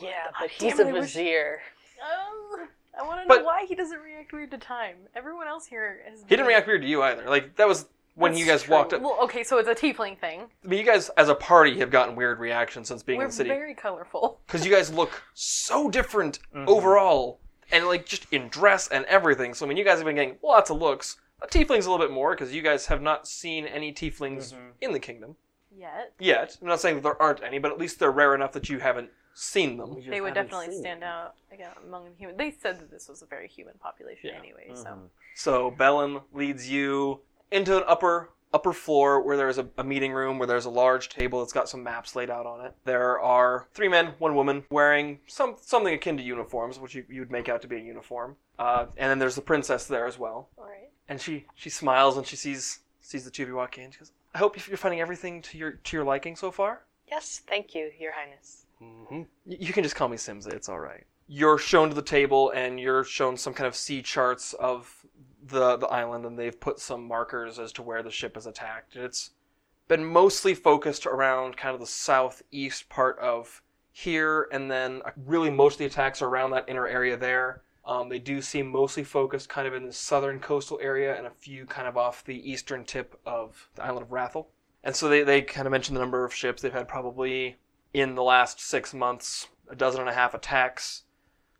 S2: Yeah, but
S5: damn
S2: he's a
S5: it, I wish-
S2: vizier.
S5: Um, I want to know
S7: But-
S5: why he doesn't react weird to time. Everyone else here has.
S7: He didn't react weird to you either. Like that was when you guys walked up.
S5: Well, okay, so it's a tiefling thing.
S7: I mean, you guys as a party have gotten weird reactions since being
S5: We're
S7: in the city
S5: very colorful.
S7: because you guys look so different
S6: Mm-hmm.
S7: overall, and like just in dress and everything. So I mean, you guys have been getting lots of looks. Uh, Tieflings a little bit more because you guys have not seen any tieflings in the kingdom
S5: *laughs* Yet
S7: yet. I'm not saying that there aren't any, but at least they're rare enough that you haven't seen them.
S5: they would definitely stand out again among the human. They said that this was a very human population
S7: Yeah. Mm-hmm.
S5: anyway. So
S7: So Bellin leads you into an upper upper floor where there is a, a meeting room where there's a large table that's got some maps laid out on it. There are three men, one woman, wearing some something akin to uniforms, which you, you'd make out to be a uniform. Uh, and then there's the princess there as well.
S5: all right,
S7: And she she smiles and she sees sees the two of you walk in. She goes, "I hope you're finding everything to your to your liking so far."
S2: Yes, thank you, Your Highness.
S3: Mm-hmm.
S7: Y- You can just call me Simza. It's all right. You're shown to the table, and you're shown some kind of sea charts of the the island, and they've put some markers as to where the ship is attacked. And It's been mostly focused around kind of the southeast part of here, and then uh, really most of the attacks are around that inner area there. Um, they do seem mostly focused kind of in the southern coastal area and a few kind of off the eastern tip of the island of Rathel. And so they, they kind of mentioned the number of ships. They've had probably in the last six months a dozen and a half attacks.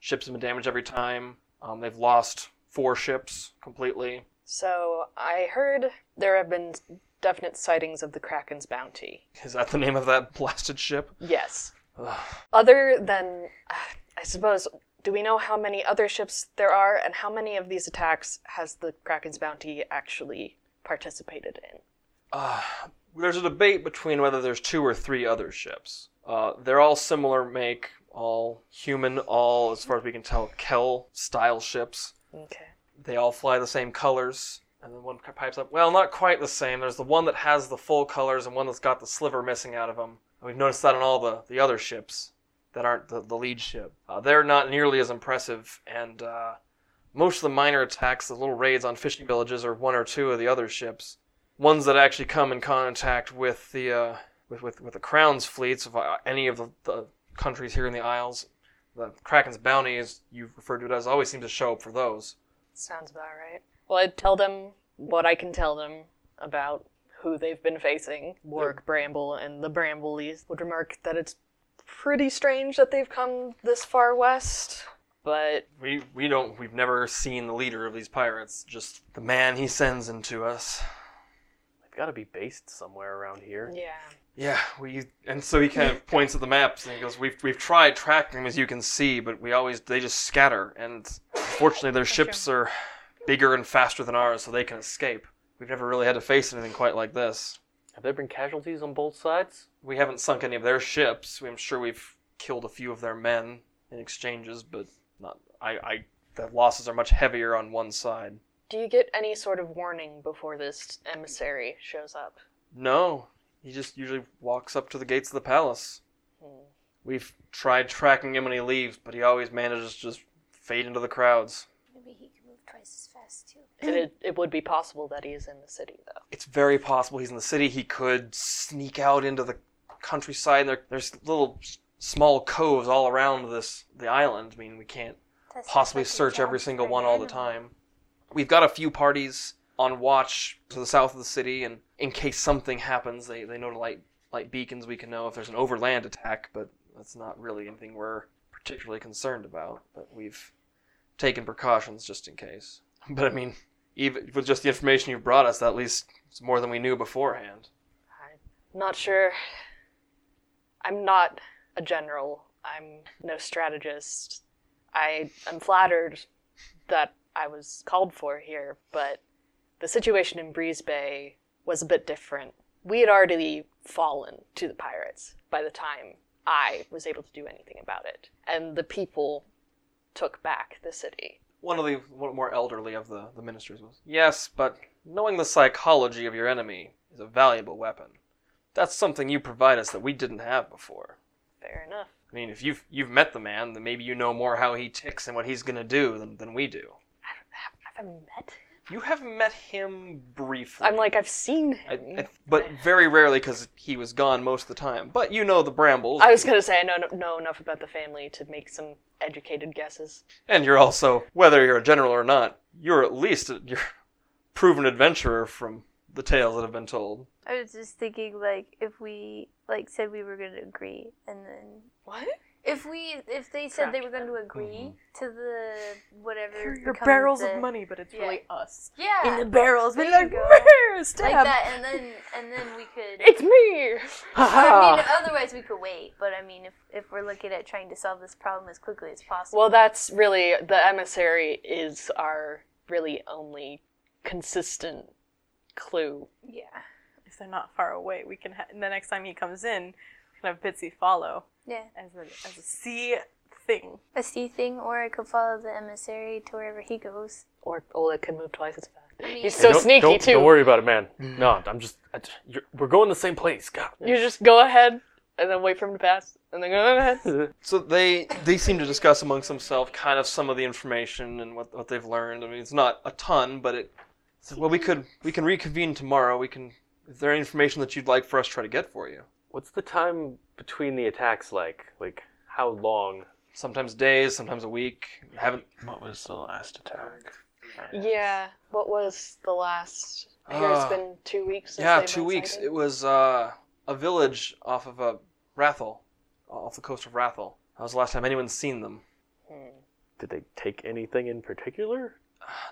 S7: Ships have been damaged every time. Um, they've lost four ships completely.
S2: So I heard there have been definite sightings of the Kraken's bounty.
S7: Is that the name of that *laughs* blasted ship?
S2: Yes.
S7: Ugh.
S2: Other than, uh, I suppose, do we know how many other ships there are, and how many of these attacks has the Kraken's bounty actually participated in?
S7: Uh, there's a debate between whether there's two or three other ships. Uh, they're all similar make, all human, all, as far as we can tell, Kel style ships.
S2: Okay.
S7: They all fly the same colors. And then one pipes up, well, not quite the same. There's the one that has the full colors and one that's got the sliver missing out of them. And we've noticed that on all the, the other ships that aren't the, the lead ship. Uh, they're not nearly as impressive, and uh, most of the minor attacks, the little raids on fishing villages, are one or two of the other ships. Ones that actually come in contact with the uh, with, with with the crown's fleets of uh, any of the, the countries here in the Isles. The Kraken's bounty, as you've referred to it as, always seems to show up for those.
S2: Sounds about right. Well, I'd tell them what I can tell them about who they've been facing. Warwick Bramble and the Brambleys would remark that it's pretty strange that they've come this far west, but
S7: We we don't we've never seen the leader of these pirates, just the man he sends into us.
S3: They've got to be based somewhere around here.
S2: yeah.
S7: Yeah, we and so he kind of points at the maps and he goes, "We've we've tried tracking them as you can see, but we always they just scatter. And unfortunately, their ships are bigger and faster than ours, so they can escape. We've never really had to face anything quite like this.
S3: Have there been casualties on both sides?
S7: We haven't sunk any of their ships. I'm sure we've killed a few of their men in exchanges, but not I I the losses are much heavier on one side.
S2: Do you get any sort of warning before this emissary shows up?
S7: No, he just usually walks up to the gates of the palace.
S2: Hmm. *clears throat*
S7: We've tried tracking him when he leaves, but he always manages to just fade into the crowds.
S4: Maybe he
S7: uh,
S4: can move twice as fast too.
S2: it, it would be possible that he is in the city, though.
S7: It's very possible he's in the city. He could sneak out into the countryside. and There, there's little s- small coves all around this the island. I mean, we can't
S4: That's
S7: possibly
S4: fucking
S7: search every
S4: jobs
S7: single
S4: for
S7: one all the
S4: animals.
S7: time. We've got a few parties on watch to the south of the city, and in case something happens, they, they know to light light beacons. We can know if there's an overland attack, but that's not really anything we're particularly concerned about. But we've taken precautions just in case. *laughs* But I mean, even with just the information you brought us, at least it's more than we knew beforehand.
S2: I'm not sure. I'm not a general. I'm no strategist. I am flattered that I was called for here, but the situation in Breeze Bay was a bit different. We had already fallen to the pirates by the time I was able to do anything about it, and the people took back the city.
S7: one of the one more elderly of the, the ministers was yes but knowing the psychology of your enemy is a valuable weapon that's something you provide us that we didn't have before
S2: Fair enough.
S7: i mean if you've you've met the man then maybe you know more how he ticks and what he's going to do than, than we do
S2: Have I met?
S7: You have met him briefly.
S2: I'm like, I've seen
S7: I,
S2: him.
S7: I- but very rarely because he was gone most of the time. But you know the brambles,
S2: I was gonna say I know know enough about the family to make some educated guesses.
S7: and you're also whether you're a general or not, you're at least a, you're a proven adventurer from the tales that have been told.
S4: I was just thinking, like, if we like said we were going to agree, and then
S5: What?
S4: if we if they said they were going to agree
S7: Mm-hmm.
S4: to the whatever
S5: They're your
S4: becomes
S5: barrels
S4: the-
S5: of money, but it's
S4: Yeah.
S5: really us.
S4: yeah,
S5: In the barrels, we're
S4: There
S5: like,
S4: you
S5: "Rrrr,
S4: go. like
S5: stab.
S4: that, and then and then we *laughs* could.
S2: It's me.
S4: I *laughs* mean, otherwise we could wait. But I mean, if if we're looking at trying to solve this problem as quickly as possible,
S2: Well, that's really the emissary is our really only consistent clue.
S4: yeah,
S5: If they're not far away, we can. Ha- the next time he comes in, we can have Bitsy follow
S4: yeah,
S5: as a as a C thing.
S4: a C thing, or I could follow the emissary to wherever he goes.
S2: Or Ola can move twice as fast.
S4: I mean,
S2: He's
S3: Hey,
S2: so
S3: don't-
S2: sneaky
S3: don't,
S2: too.
S3: Don't worry about it, man. No, I'm just. I, you're, we're going the same place. God.
S2: You just go ahead and then wait for him to pass, and then go
S3: *laughs*
S2: ahead.
S7: So they they seem to discuss amongst themselves kind of some of the information and what what they've learned. I mean, it's not a ton, but it. it's like, well, we could we can reconvene tomorrow. We can. Is there any information that you'd like for us to try to get for you?
S3: What's the time between the attacks like? Like how long?
S7: Sometimes days, sometimes a week. haven't.
S6: What was the last attack?
S2: Yeah. What was the last? I hear
S3: Ah.
S7: Uh,
S2: it's been two weeks. Since
S7: yeah,
S2: they've
S7: two
S2: been
S7: weeks.
S2: sighted.
S7: It was uh, a village off of uh, Rathel, off the coast of Rathel. That was the last time anyone's seen them.
S3: Did they take anything in particular?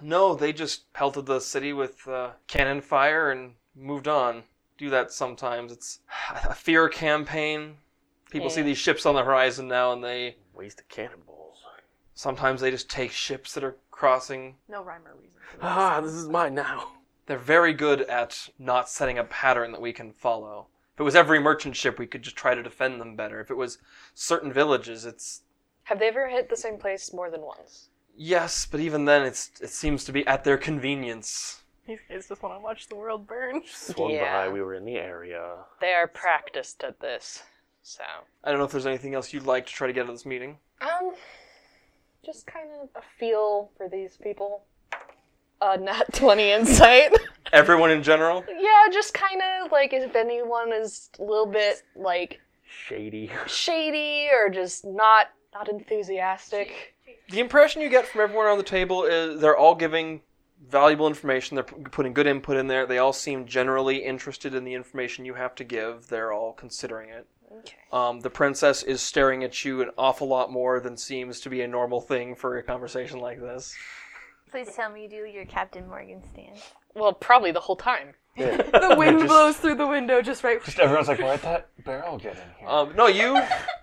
S7: No, they just pelted the city with uh, cannon fire and moved on. Do that sometimes. It's a fear campaign. People see
S2: Yeah.
S7: these ships on the horizon now, and they
S3: Waste of cannonballs.
S7: sometimes they just take ships that are crossing.
S5: No rhyme or reason.
S7: *sighs*
S5: for this.
S3: Ah, this is mine now.
S7: They're very good at not setting a pattern that we can follow. If it was every merchant ship, we could just try to defend them better. If it was certain villages, it's
S2: Have they ever hit the same place more than once?
S7: Yes, but even then, it's it seems to be at their convenience.
S5: These guys just want to watch the world burn.
S3: Swung
S2: Yeah.
S3: by. We were in the area.
S2: They are practiced at this, so.
S7: I don't know if there's anything else you'd like to try to get out of this meeting.
S2: Um, just kind of a feel for these people. Uh, not *laughs* 20 insight.
S7: Everyone in general.
S2: *laughs* yeah, just kind of like if anyone is a little bit like
S3: Shady. *laughs*
S2: shady or just not not enthusiastic.
S7: The impression you get from everyone around the table is they're all giving valuable information. They're p- putting good input in there. They all seem generally interested in the information you have to give. They're all considering it.
S2: Okay.
S7: Um, the princess is staring at you an awful lot more than seems to be a normal thing for a conversation like this.
S4: Please tell me you do your Captain Morgan stand.
S2: Well, probably the whole time. *laughs*
S5: the wind
S6: just-
S5: blows through the window just right.
S6: Just everyone's like, where'd that barrel get in here?
S7: Um,
S2: *laughs*
S7: no, you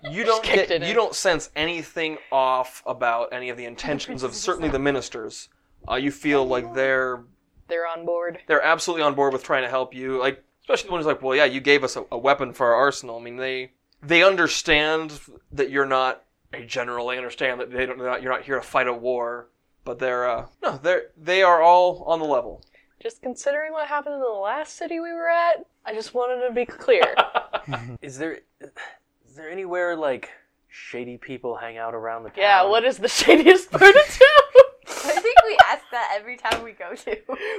S7: you don't
S2: kicked
S7: get,
S2: it
S7: you
S2: in.
S7: don't sense anything off about any of the intentions of certainly the ministers. Uh, you feel like they're
S2: They're on board.
S7: they're absolutely on board with trying to help you. Like especially the one who's like, well, yeah, you gave us a, a weapon for our arsenal. I mean, they they understand that you're not a general. They understand that they don't they're not, you're not here to fight a war. But they're uh, no, they're they are all on the level.
S2: Just considering what happened in the last city we were at, I just wanted to be
S5: *laughs*
S2: clear.
S3: Hmm. Is there? Is there anywhere like shady people hang out around the town?
S2: yeah,
S5: Um,
S2: what is the *laughs* shadiest part of town?
S4: *laughs* I think we ask that every time we go *laughs* to.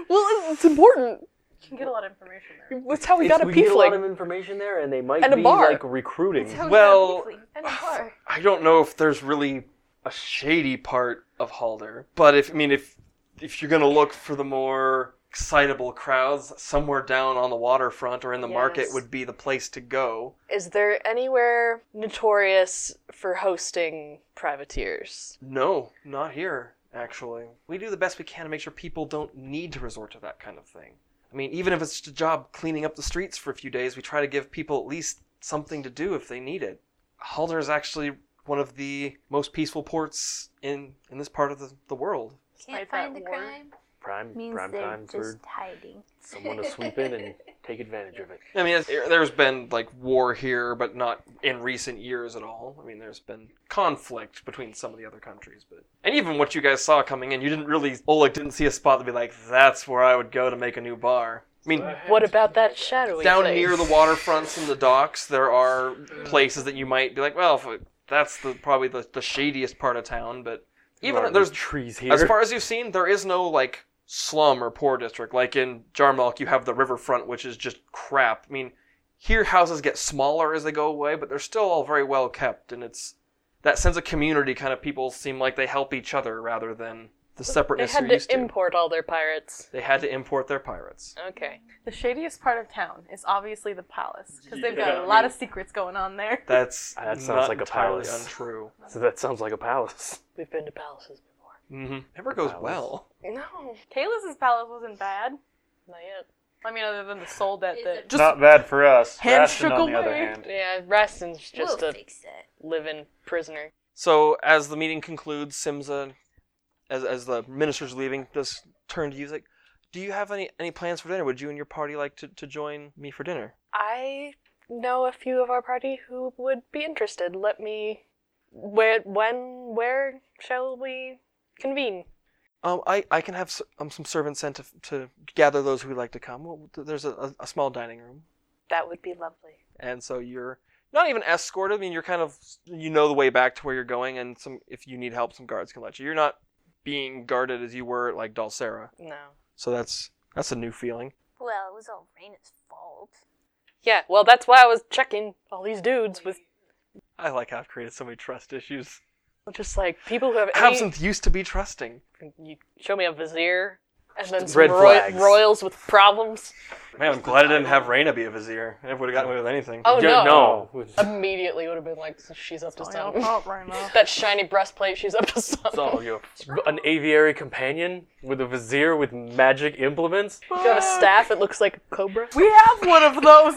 S2: well, it's- it's important.
S5: You can get a lot of information there.
S2: That's how we
S3: It's-
S2: got a
S3: we get a lot
S2: peefling.
S3: of information there, and they might
S2: And a
S3: be
S2: bar.
S3: like recruiting.
S4: It's how we
S7: Well-
S4: got people *laughs* in the bar.
S7: I don't know if there's really a shady part of Halder, but if I mean if if you're gonna look for the more excitable crowds, somewhere down on the waterfront or in the market
S2: Yes.
S7: would be the place to go.
S2: Is there anywhere notorious for hosting privateers?
S7: No, not here. Actually, we do the best we can to make sure people don't need to resort to that kind of thing. I mean, even if it's just a job cleaning up the streets for a few days, we try to give people at least something to do if they need it. Halder is actually one of the most peaceful ports in in this part of the, the world.
S4: Can't
S5: Despite that
S4: find the
S5: war.
S4: crime
S3: Prime
S4: means
S3: prime
S4: they're
S3: time
S4: just
S3: for
S4: hiding.
S3: someone to swoop in and take advantage of it.
S7: I mean, it's- there's been like war here, but not in recent years at all. I mean, there's been conflict between some of the other countries, but and even what you guys saw coming in, you didn't really Oleg didn't see a spot to be like, that's where I would go to make a new bar. I mean,
S2: What about that shadowy
S7: down
S2: place?
S7: near the waterfronts and the docks, there are places that you might be like, well, if it- that's the probably the, the shadiest part of town, but even
S3: There are
S7: there's
S3: trees here.
S7: as far as you've seen, there is no like slum or poor district. Like in Jarmalk, you have the riverfront, which is just crap. I mean, here houses get smaller as they go away, but they're still all very well kept, and it's that sense of community. Kind of people seem like they help each other rather than the
S2: They
S7: separateness
S2: had
S7: you're used
S2: to
S7: to.
S2: import all their pirates.
S7: they had to import their pirates.
S2: Okay.
S5: The shadiest part of town is obviously the palace because they've
S6: Yeah,
S5: got
S6: I
S5: a lot of secrets going on there.
S7: That's
S3: That sounds
S7: not
S3: like a
S7: entirely
S3: palace.
S7: Untrue.
S3: *laughs* So that sounds like a palace.
S2: We've been to palaces before.
S7: Mm-hmm. Never goes
S3: Palace.
S7: well.
S2: No.
S5: Kalis's palace wasn't bad.
S2: Not yet.
S5: I mean, other than the soul debt
S4: Is
S5: that *laughs*
S4: it-
S7: Just
S6: Not bad for us.
S5: Hand
S6: Rastin,
S5: shook
S6: on the
S5: away.
S6: other hand.
S2: Yeah, Rastin's just
S3: uh,
S4: *laughs* we'll
S2: a
S4: fix that.
S2: living prisoner.
S7: So as the meeting concludes, Simza, as as the minister's leaving, does turn to you like, "Do you have any any plans for dinner? Would you and your party like to, to join me for dinner?"
S2: I know a few of our party who would be interested. Let me. Where, when, where shall we convene?
S7: Um, I, I can have s- um, some servants sent to, to gather those who would like to come. Well, th- there's a, a, a small dining room,
S2: That would be lovely.
S7: and so you're not even escorted. I mean, you're kind of you know the way back to where you're going, and some if you need help, some guards can let you. You're not being guarded as you were at like Dulcera,
S2: No.
S7: so that's that's a new feeling.
S4: Well, it was all Raina's fault.
S2: Yeah, well, that's why I was checking all these dudes with
S7: I like how I've created so many trust issues.
S2: just like people who have any.
S7: Absinthe used to be trusting.
S2: You show me a vizier, and then some
S3: Red
S2: roy-
S3: flags.
S2: royals with problems.
S7: Man, I'm glad I didn't have Raina be a vizier. I would have gotten away with anything.
S2: Oh
S3: Yeah,
S2: no!
S3: no. It's
S2: Immediately would have been like, she's up to
S5: Oh,
S2: something.
S5: oh, right *laughs* now.
S2: *laughs* that shiny breastplate, she's up to something.
S3: all you. An aviary companion with a vizier with magic implements.
S2: You have a staff, it looks like a cobra.
S5: We have one of those.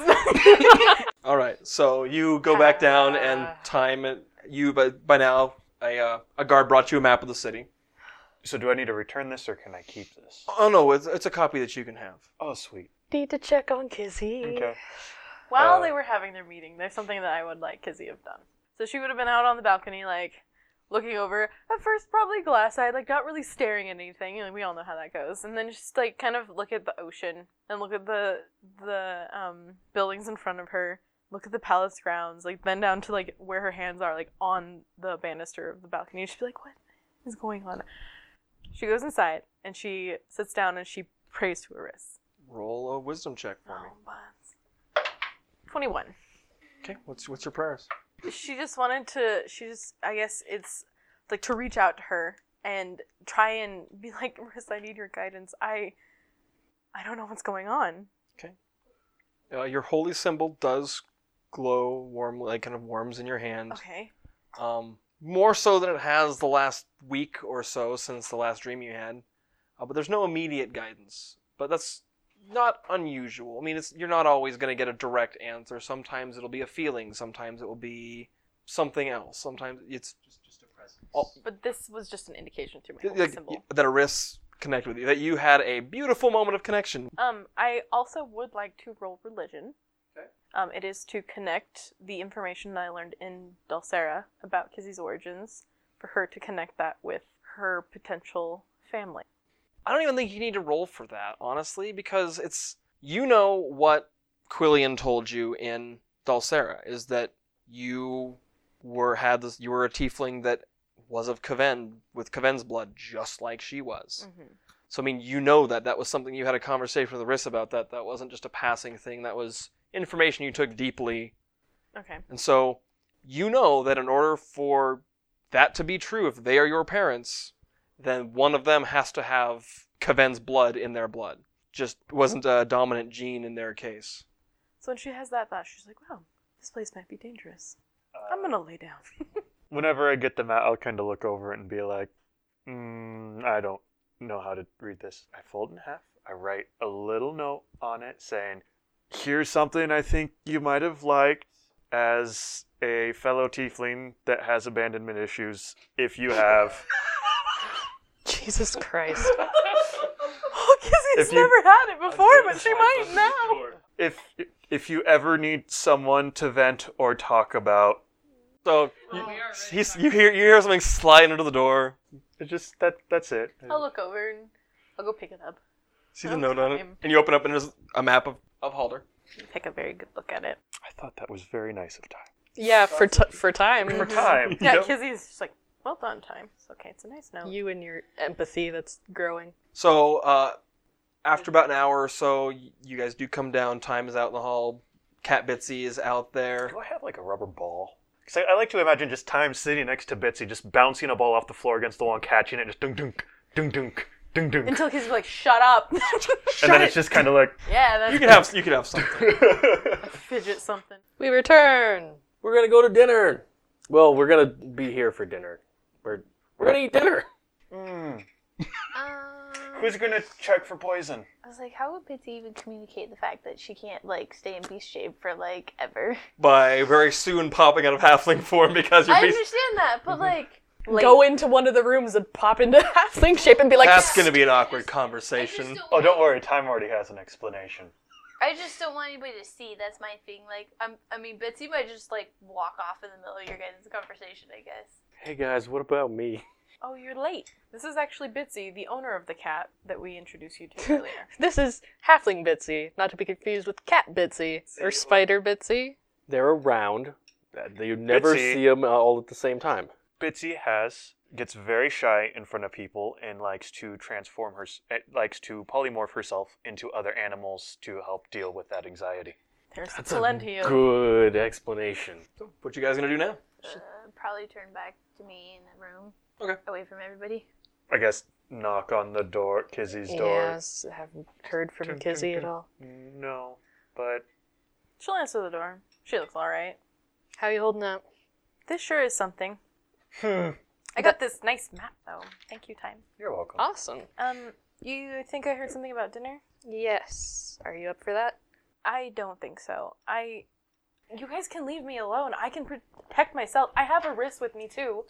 S7: All right, so you go back down and time it. You by by now a uh, a guard brought you a map of the city.
S6: So do I need to return this or can I keep this?
S7: Oh no, it's, it's a copy that you can have.
S6: Oh, sweet.
S2: Need to check on Kizzy.
S6: Okay.
S5: While
S6: Uh,
S5: they were having their meeting, there's something that I would like Kizzy have done. So she would have been out on the balcony, like looking over. At first, probably glass-eyed, like not really staring at anything. Like we all know how that goes. And then just like kind of look at the ocean and look at the the um, buildings in front of her. Look at the palace grounds. Like bend down to like where her hands are, like on the banister of the balcony. She'd be like, "What is going on?" She goes inside and she sits down and she prays to her wrists.
S7: Roll a wisdom check for me.
S5: Twenty-one.
S7: Okay, what's what's your prayers?
S5: she just wanted to she just i guess it's like to reach out to her and try and be *laughs* like marissa i need your guidance i i don't know what's going on
S7: Uh, your holy symbol does glow warmly, like kind of warms in your hand.
S5: okay
S7: um, more so than it has the last week or so since the last dream you had. Uh, but there's no immediate guidance. But that's not unusual. I mean, it's, you're not always going to get a direct answer. Sometimes it'll be a feeling. Sometimes it will be something else. Sometimes it's just, just a presence.
S5: but this was just an indication through my
S7: Th-
S5: whole
S7: like,
S5: symbol
S7: that Aris connected with you. That you had a beautiful moment of connection.
S5: um i also would like to roll religion um, it is to connect the information that I learned in Dulcera about Kizzy's origins for her to connect that with her potential family.
S7: I don't even think you need to roll for that, honestly, because it's you know what Quillian told you in Dulcera is that you were had this you were a tiefling that was of Kaven with Kaven's blood, just like she
S5: Mm.
S7: was. So I mean, you know that that was something you had a conversation with Riss about. That that wasn't just a passing thing. That was information you took deeply
S5: Okay.
S7: and so you know that in order for that to be true, if they are your parents, then one of them has to have Kaven's blood in their blood. Just wasn't a dominant gene in their case.
S5: So when she has that thought, she's like, wow, this place might be dangerous. I'm gonna lay down.
S6: Whenever I get them out, I'll kind of look over it and be like, mm, I don't know how to read this. I fold in half. I write a little note on it saying, Here's something I think you might have liked as a fellow tiefling that has abandonment issues, if you have.
S2: *laughs* Jesus Christ.
S5: *laughs* oh, Kizzy's
S6: If you-
S5: never had it before, but she might now.
S6: if if you ever need someone to vent or talk about.
S7: So you, he's, you hear you hear something slide under the door.
S6: It's just that that's it.
S5: I'll look over and I'll go pick it up.
S7: See the
S5: Okay.
S7: note on it, and you open up and there's a map of of Halder.
S5: Take a very good look at it.
S6: I thought that was very nice of time.
S2: yeah, for, t- for time.
S6: For time.
S5: *laughs* Yeah,
S6: Yep.
S5: Kizzy's just like, Well done, time. It's okay. It's a nice note.
S2: You and your empathy that's growing.
S7: So uh, after about an hour or so, y- you guys do come down. Time is out in the hall. Cat Bitsy is out there.
S6: Do I have like a rubber ball?
S8: Because I, I like to imagine just Time sitting next to Bitsy, just bouncing a ball off the floor against the wall and catching it, just dunk dunk, dunk dunk, dunk dunk.
S5: Until he's like, shut
S6: *laughs*
S5: up.
S8: and
S5: *laughs*
S8: then it's just kind of like,
S5: yeah, that's
S7: You could have you could have something.
S5: fidget something.
S2: We return.
S3: We're gonna go to dinner. Well, we're gonna be here for dinner. We're we're gonna eat dinner.
S6: Hmm.
S4: Um,
S6: *laughs* Who's gonna check for poison?
S4: I was like, how would Bitsy even communicate the fact that she can't like stay in beast shape for like ever?
S7: By very soon popping out of halfling form because *laughs* you're Mm-hmm.
S4: I
S7: beast-
S4: understand that, but like,
S2: Go into one of the rooms and pop
S5: *laughs*
S2: into halfling shape and be like,
S7: that's going to be an awkward
S4: I just,
S7: conversation.
S4: don't
S6: Oh,
S4: want,
S6: don't worry. Time already has an explanation.
S4: I just don't want anybody to see. That's my thing. Like, I'm, I mean, Bitsy might just like walk off in the middle of your guys' conversation. I guess.
S3: Hey guys, what about me?
S5: Oh, you're late. This is actually Bitsy, the owner of the cat that we introduced you
S2: *laughs*
S5: to earlier.
S2: This is halfling Bitsy, not to be confused with cat Bitsy or spider Bitsy.
S3: They're around. Uh, You never
S6: Bitsy.
S3: see them all at the same time.
S6: Bitsy has gets very shy in front of people and likes to transform her eh, likes to polymorph herself into other animals to help deal with that anxiety.
S5: There's plenty of.
S3: Good explanation.
S7: So, what you guys going to do now?
S4: Uh, probably turn back to me in the room.
S7: Okay.
S4: Away from everybody.
S6: I guess knock on the door, Kizzy's door.
S2: Yes, I haven't heard
S6: Dun,
S2: from
S6: dun,
S2: Kizzy at
S6: dun.
S2: all.
S6: No, but
S5: She'll answer the door. She looks all right.
S2: How you holding up?
S5: This sure is something.
S2: Hmm.
S5: I got this nice map though. Thank you, time.
S6: you're welcome.
S2: Awesome.
S5: Um, you think I heard something about dinner?
S2: Yes. Are you up for that?
S5: I don't think so. I. You guys can leave me alone. I can protect myself. I have a wrist with me too.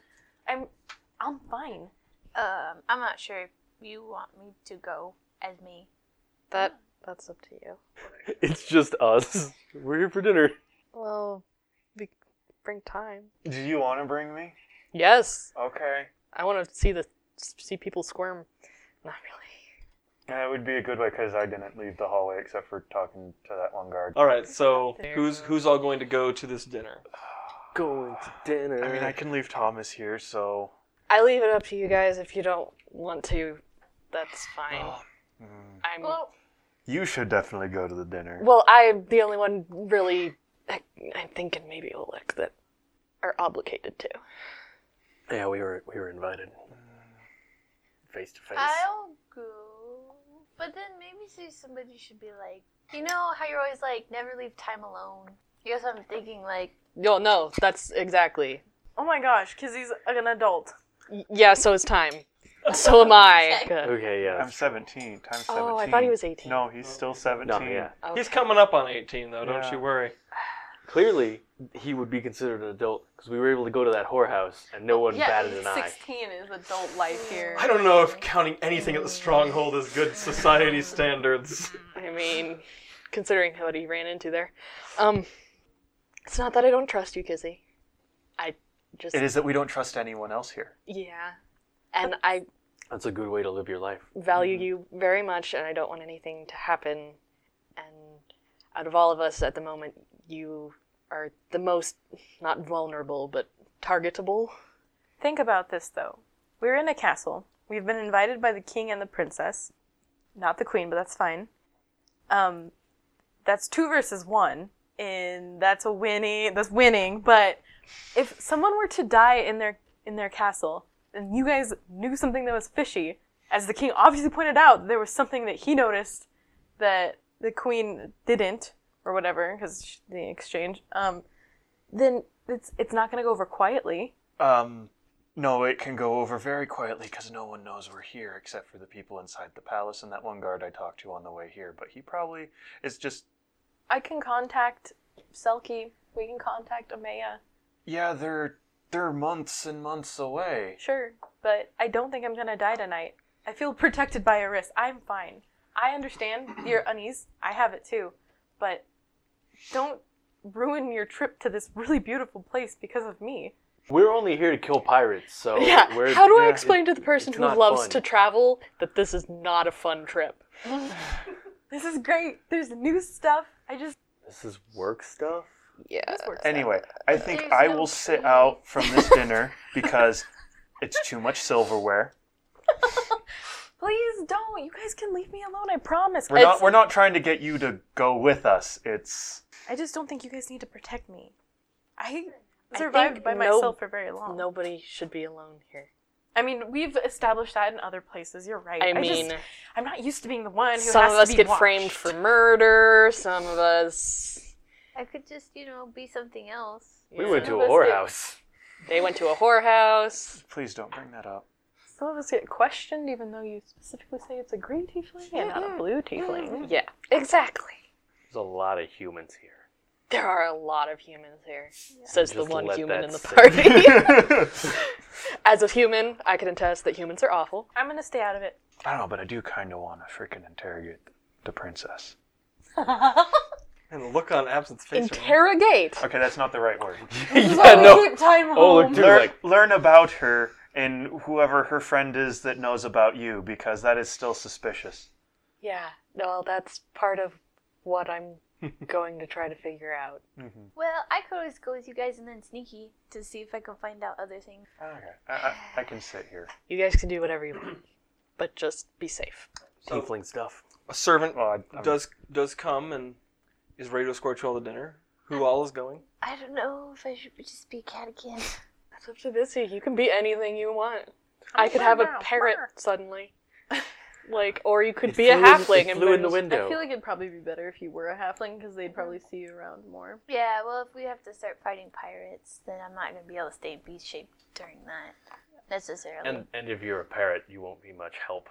S5: I'm. I'm fine.
S4: Um, I'm not sure if you want me to go as me.
S2: That that's up to you.
S3: *laughs* It's just us. We're here for dinner.
S2: Well, we bring time.
S6: Do you want to bring me?
S2: Yes,
S6: Okay.
S2: I want to see the see people squirm. Not really.
S6: That would be a good way because I didn't leave the hallway except for talking to that one guard.
S7: All right, so who's who's all going to go to this dinner?
S3: Going to dinner.
S6: I mean, I can leave Thomas here, so
S2: I leave it up to you guys if you don't want to. That's fine.
S6: Oh, mm.
S2: I'm well,
S6: you should definitely go to the dinner.
S2: I'm the only one really. I, I'm thinking maybe Oleg that are obligated to.
S3: yeah, we were we were invited. Face to face.
S4: I'll go. But then maybe say somebody should be like, you know how you're always like, never leave time alone. I guess I'm thinking like,
S2: Yo, no, that's exactly.
S5: Oh my gosh, Kizzy's an adult.
S2: Y- yeah, so is time. So am *laughs* I.
S3: Okay, yeah.
S6: I'm 17. Times 17.
S2: Oh, I thought he was 18.
S6: No, he's still 17.
S3: no, yeah.
S7: He's coming up on 18 though, don't
S6: Yeah.
S7: you worry.
S3: Clearly, he would be considered an adult because we were able to go to that whorehouse and no one batted an eye.
S5: sixteen is adult life here.
S7: I don't know if counting anything at the stronghold is good society standards.
S2: I mean, considering what he ran into there. Um, it's not that I don't trust you, Kizzy. I just.
S6: It is that we don't trust anyone else here.
S2: Yeah. And I
S3: That's a good way to live your life.
S2: value you very much, and I don't want anything to happen. And out of all of us at the moment, you are the most, not vulnerable, but targetable.
S5: Think about this though. We're in a castle. We've been invited by the king and the princess. Not the queen, but that's fine. Um that's two versus one, and that's a winning that's winning, but if someone were to die in their in their castle, and you guys knew something that was fishy, as the king obviously pointed out, there was something that he noticed that the queen didn't, or whatever, because the exchange, um, then it's it's not gonna go over quietly.
S6: Um, no, it can go over very quietly because no one knows we're here except for the people inside the palace and that one guard I talked to on the way here. But he probably is just,
S5: I can contact Selkie. We can contact Amaya.
S6: yeah, they're they're months and months away.
S5: Sure, but I don't think I'm gonna die tonight. I feel protected by a wrist. I'm fine. I understand your unease. I have it too, but don't ruin your trip to this really beautiful place because of me.
S3: We're only here to kill pirates, so
S2: Yeah.
S3: we're,
S2: How do I
S3: yeah,
S2: explain to the person
S3: it's
S2: who
S3: not
S2: loves
S3: fun.
S2: to travel that this is not a fun trip?
S5: This is great. There's new stuff. I just
S3: This is work stuff.
S2: Yeah.
S5: this works.
S6: Anyway, I think
S4: There's
S6: I
S4: no
S6: will sit
S4: tree.
S6: out from this dinner because It's too much silverware.
S5: Please don't. You guys can leave me alone. I promise.
S6: We're
S5: It's-
S6: not we're not trying to get you to go with us. It's
S5: I just don't think you guys need to protect me. I
S2: I
S5: survived
S2: think
S5: by
S2: no-
S5: myself for very long.
S2: Nobody should be alone here.
S5: I mean, we've established that in other places. You're right.
S2: I
S5: just-
S2: mean,
S5: I'm not used to being the one who
S2: some
S5: has
S2: of
S5: to
S2: us
S5: be
S2: get
S5: watched.
S2: framed for murder. Some of us.
S4: I could just, you know, be something else.
S3: We
S2: Yeah.
S3: went to a
S5: Let's do-
S3: whorehouse.
S2: They went to a whorehouse.
S6: please don't bring that up.
S5: Some of us get questioned, even though you specifically say it's a green tiefling and not a blue tiefling.
S2: Yeah, exactly.
S3: There's a lot of humans here.
S2: There are a lot of humans here. Says the
S3: Just
S2: one
S3: let
S2: human
S3: that
S2: in the
S3: sit.
S2: party.
S3: *laughs*
S2: *laughs* As a human, I can attest that humans are awful.
S5: I'm gonna stay out of it.
S6: I don't know, but I do kind of want to freaking interrogate the princess.
S7: And the look on Absinthe's face. right now.
S2: Interrogate.
S6: Okay, that's not the right word.
S3: *laughs* yeah, no.
S5: time
S3: Oh, look, dude,
S6: learn,
S3: like
S6: learn about her and whoever her friend is that knows about you, because that is still suspicious.
S2: Yeah. Well, that's part of what
S3: *laughs*
S2: I'm going to try to figure out.
S4: Well, I could always go with you guys and then sneaky to see if I can find out other things.
S6: Okay, I, I, I can sit here.
S2: You guys can do whatever you want, but just be safe.
S3: tiefling stuff.
S7: A servant
S6: Well, I, I'm-
S7: does does come and is ready to escort you all to dinner. Who all is going?
S4: I don't know if I should be- just be a *laughs* catechin.
S2: That's up to Busy. You can be anything you want. I could have a parrot *laughs* suddenly. Like, or you could
S3: It
S2: be a
S3: flew in-
S2: halfling
S3: it
S2: and
S3: flew
S2: been-
S3: in the
S5: I feel
S3: window.
S5: like it'd probably be better if you were a halfling because they'd probably see you around more.
S4: Yeah, well, if we have to start fighting pirates, then I'm not going to be able to stay in beast shape during that necessarily.
S3: And and if you're a parrot, you won't be much help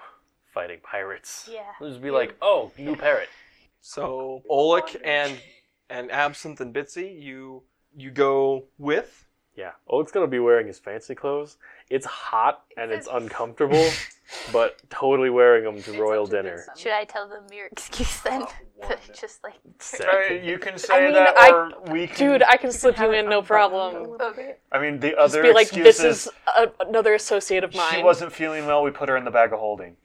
S3: fighting pirates.
S4: yeah.
S3: They'll just be like, oh, you parrot.
S7: So Oleg and and Absinthe and Bitsy, you you go with.
S3: Yeah. Oleg's gonna be wearing his fancy clothes. It's hot and it's
S4: *laughs*
S3: uncomfortable, but totally wearing them to royal dinner.
S4: Should I tell them your *laughs* excuse then?
S7: Oh,
S4: just like.
S6: Uh,
S3: Sick.
S6: you can say
S2: mean,
S6: that,
S2: I-
S6: or we can.
S2: Dude, I can slip you in, no problem.
S4: *laughs* Okay.
S6: I mean, the other
S2: Just be like,
S6: excuses.
S2: this is a, another associate of mine.
S6: She wasn't feeling well. We put her in the bag of holding.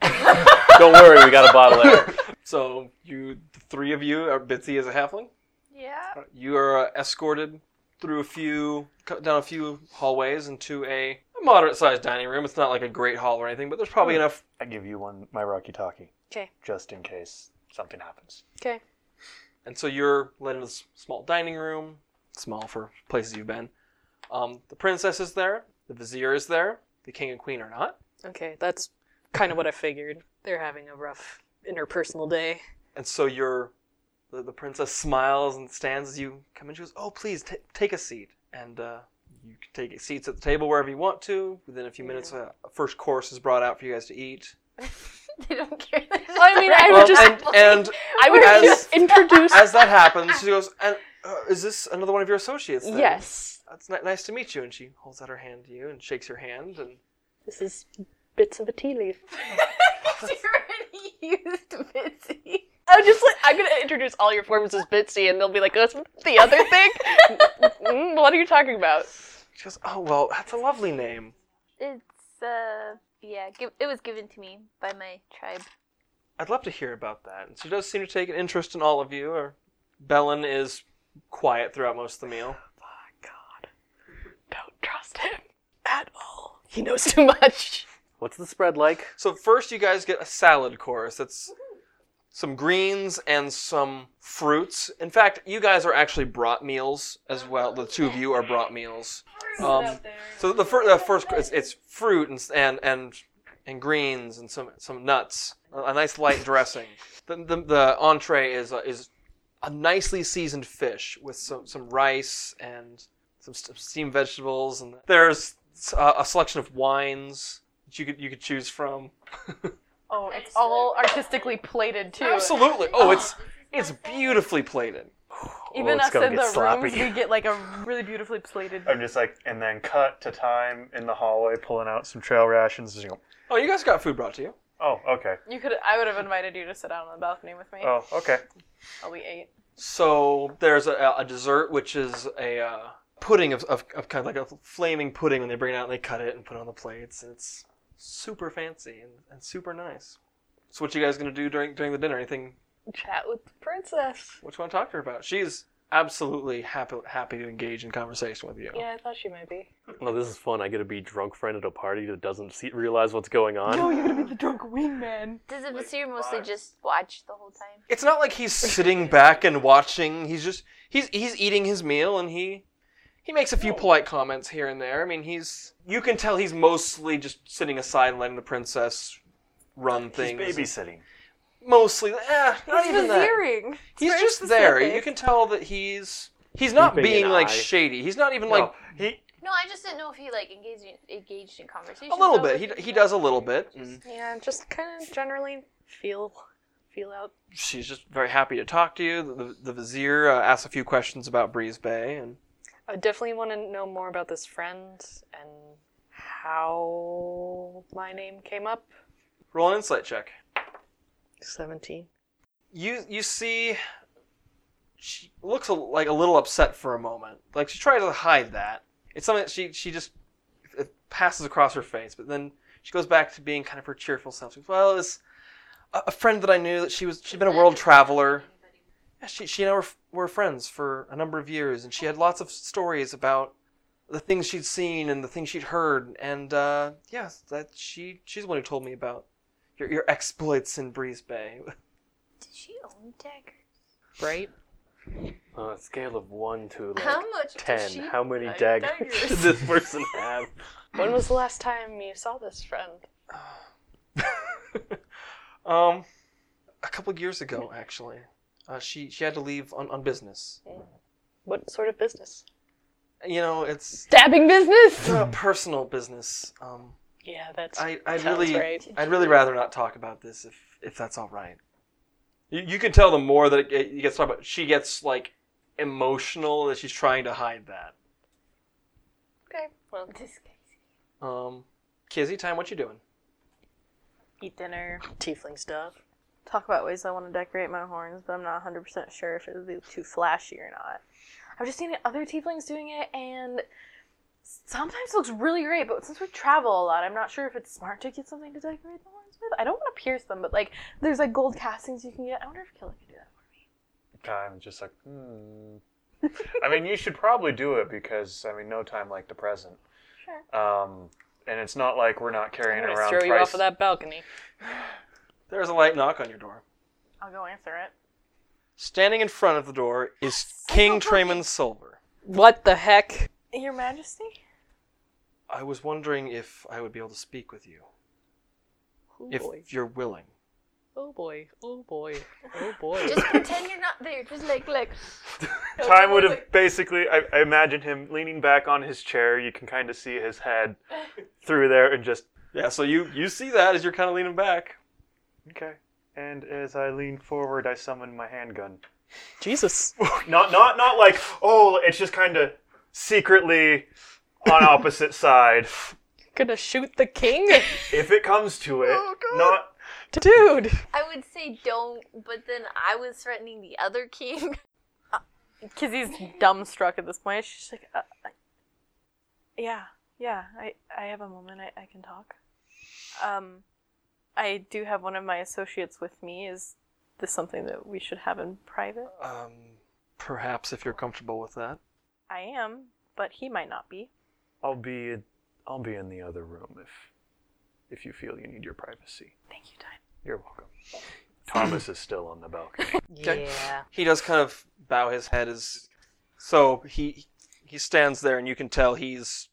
S3: Don't worry, we got a bottle of it.
S7: So you, the three of you, are Bitsy is a halfling.
S4: Yeah.
S7: You are uh, escorted through a few co- down a few hallways into a moderate-sized dining room. It's not like a great hall or anything, but there's probably enough.
S6: I give you one, my Rocky Talkie,
S2: Okay.
S6: just in case something happens.
S2: Okay.
S7: And so you're led into this small dining room, small for places you've been. Um, the princess is there. The vizier is there. The king and queen are not.
S2: Okay, that's kind of what I figured. They're having a rough interpersonal day.
S7: And so you're, the, the princess smiles and stands as you come in. She goes, "Oh, please t- take a seat." And uh, you can take seats at the table wherever you want to. Within a few minutes, a, a first course is brought out for you guys to eat.
S4: They don't care.
S2: *laughs* I mean, I would
S7: Well,
S2: just,
S7: and, and
S2: I would
S7: as-
S2: just introduce.
S5: *laughs*
S7: as that happens, she goes, "And uh, is this another one of your associates?" Then?
S2: yes,
S7: It's ni- nice to meet you. And she holds out her hand to you and shakes your hand. And
S2: this is bits of a tea
S5: *laughs*
S2: leaf.
S4: already used Bitsy.
S2: I'm just like I'm gonna introduce all your forms as Bitsy, and they'll be like, "That's the other *laughs*
S3: *laughs*
S2: thing." Mm, what are you talking about?
S7: she goes, "Oh well, that's a lovely name."
S4: It's, uh, yeah, give, it was given to me by my tribe.
S7: I'd love to hear about that. And she does seem to take an interest in all of you. Or Belen is quiet throughout most of the meal.
S2: Don't trust him at all. He knows too much.
S3: What's the spread like?
S7: So first, you guys get a salad course. That's some greens and some fruits. In fact, you guys are actually brought meals as well. The two of you are brought meals. Um, so the, fir- the first, it's, it's fruit and, s- and and and greens and some some nuts. A, a nice light dressing. The, the, the entree is a, is a nicely seasoned fish with some some rice and some s- steamed vegetables. And there's uh, a selection of wines that you could you could choose from.
S5: Oh, it's all artistically plated too.
S7: Absolutely. Oh,
S4: *gasps*
S7: it's it's beautifully plated.
S5: Even
S3: Oh, it's
S5: us
S3: gonna
S5: in
S3: get
S5: the
S3: sloppy.
S5: rooms, we get like a really beautifully
S3: *laughs*
S5: plated.
S6: I'm just like, and then cut to time in the hallway, pulling out some trail rations. Just go,
S7: Oh, you guys got food brought to you.
S6: oh, okay.
S5: You could. I would have invited you to sit down on the balcony with me
S6: Oh, okay.
S5: while we ate.
S7: So there's a, a dessert which is a uh, pudding of, of, of kind of like a flaming pudding. When they bring it out, and they cut it and put it on the plates, and it's super fancy and, and super nice. So what you guys gonna do during during the dinner? Anything?
S2: Chat with the princess.
S7: What you want to talk to her about? She's absolutely happy happy to engage in conversation with you.
S2: Yeah, I thought she might be.
S3: Oh, this is fun. I get to be drunk friend at a party that doesn't see, realize what's going on.
S5: No, you're gonna be the drunk wingman.
S4: Does the Vasir mostly just watch the whole time?
S7: It's not like he's sitting back and watching. He's just he's he's eating his meal and he he makes a few polite comments here and there. I mean, he's you can tell he's mostly just sitting aside and letting the princess run things.
S6: babysitting.
S7: Mostly, eh, not
S5: He's
S7: even that.
S5: Vaziring.
S7: He's
S5: very
S7: just there.
S5: specific.
S7: You can tell that he's he's not
S3: Keeping
S7: being
S3: an
S7: like
S3: eye.
S7: shady. He's not even
S6: No,
S7: like
S6: Oh, he
S4: No, I just didn't know if he like engaged in, engaged in conversation.
S7: a little bit. He he does a little bit. Mm. and
S2: Yeah, just kind of generally feel feel out.
S7: she's just very happy to talk to you. The, the, the vizier uh, asks a few questions about Breeze Bay and
S2: I definitely want to know more about this friend and how my name came up.
S7: roll an insight check.
S2: Seventeen.
S7: you you see she looks a, like a little upset for a moment like she tries to hide that it's something that she she just it passes across her face but then she goes back to being kind of her cheerful self She goes, well it was a, a friend that i knew that she was she'd been a world traveler yeah, she, she and i were, were friends for a number of years and she had lots of stories about the things she'd seen and the things she'd heard and uh, yes that she she's the one who told me about your, your exploits in breeze bay *laughs*
S4: Did she own daggers?
S2: Right?
S3: Uh, On a scale of one to like
S4: How much does
S3: ten,
S4: she
S3: how many
S4: like
S3: daggers, *laughs* does this person
S4: *laughs*
S3: have?
S2: When was the last time you saw this friend?
S7: Um, a couple years ago, actually, uh, she she had to leave on, on business.
S2: What sort of business?
S7: You know, it's
S2: Stabbing business.
S7: uh, personal business. Um,
S2: Yeah, that's.
S7: I I
S2: sounds
S7: really
S2: right.
S7: I'd really rather not talk about this if if that's all right. You, you can tell the more that it, get- it gets talked about, she gets like emotional that she's trying to hide that.
S2: Okay. Well,
S4: This guy.
S7: Um, Kizzy, time. What you doing?
S5: Eat dinner.
S2: tiefling stuff.
S5: Talk about ways I want to decorate my horns, but I'm not 100% sure if it would be too flashy or not. I've just seen other tieflings doing it, and sometimes it looks really great, but since we travel a lot, I'm not sure if it's smart to get something to decorate the horns with. I don't want to pierce them, but like, there's like gold castings you can get. I wonder if Killa could do that for me.
S6: I'm just like, hmm. I mean, you should probably do it because I mean, no time like the present. Sure. Um, and it's not like we're not carrying
S2: I'm gonna
S6: around
S2: throw you
S6: price.
S2: off of that balcony.
S7: There's a light knock on your door.
S5: I'll go answer it.
S7: Standing in front of the door is King Trayman Silver.
S2: What the heck?
S5: Your Majesty?
S7: I was wondering if I would be able to speak with you,
S2: Oh
S7: if
S2: boy.
S7: you're willing.
S2: Oh boy. Oh boy. Oh boy. *laughs*
S4: Just pretend you're not there. Just like like.
S6: Time would have basically. I, I imagine him leaning back on his chair. You can kind of see
S5: *laughs*
S6: his head through there, and just
S7: Yeah, so you you see that as you're kind of leaning back.
S6: okay. And as I lean forward, I summon my handgun.
S2: Jesus.
S6: *laughs* Not not not like oh, it's just kind of secretly on opposite side.
S2: Gonna shoot the king? *laughs*
S6: If it comes to it, not
S2: Dude.
S4: I would say don't, but then I was threatening the other king. *laughs*
S5: Kizzy's dumbstruck at this point. She's like, uh, I- yeah, yeah, I, I have a moment. I, I can talk. Um, I do have one of my associates with me. Is this something that we should have in private?
S7: Um, perhaps if you're comfortable with that.
S5: I am, but he might not be.
S6: I'll be I'll be in the other room if if you feel you need your privacy.
S5: Thank you, Dime.
S6: You're welcome. Thomas is still on the balcony.
S7: Okay.
S2: Yeah.
S7: He does kind of bow his head as, so he he stands there and you can tell he's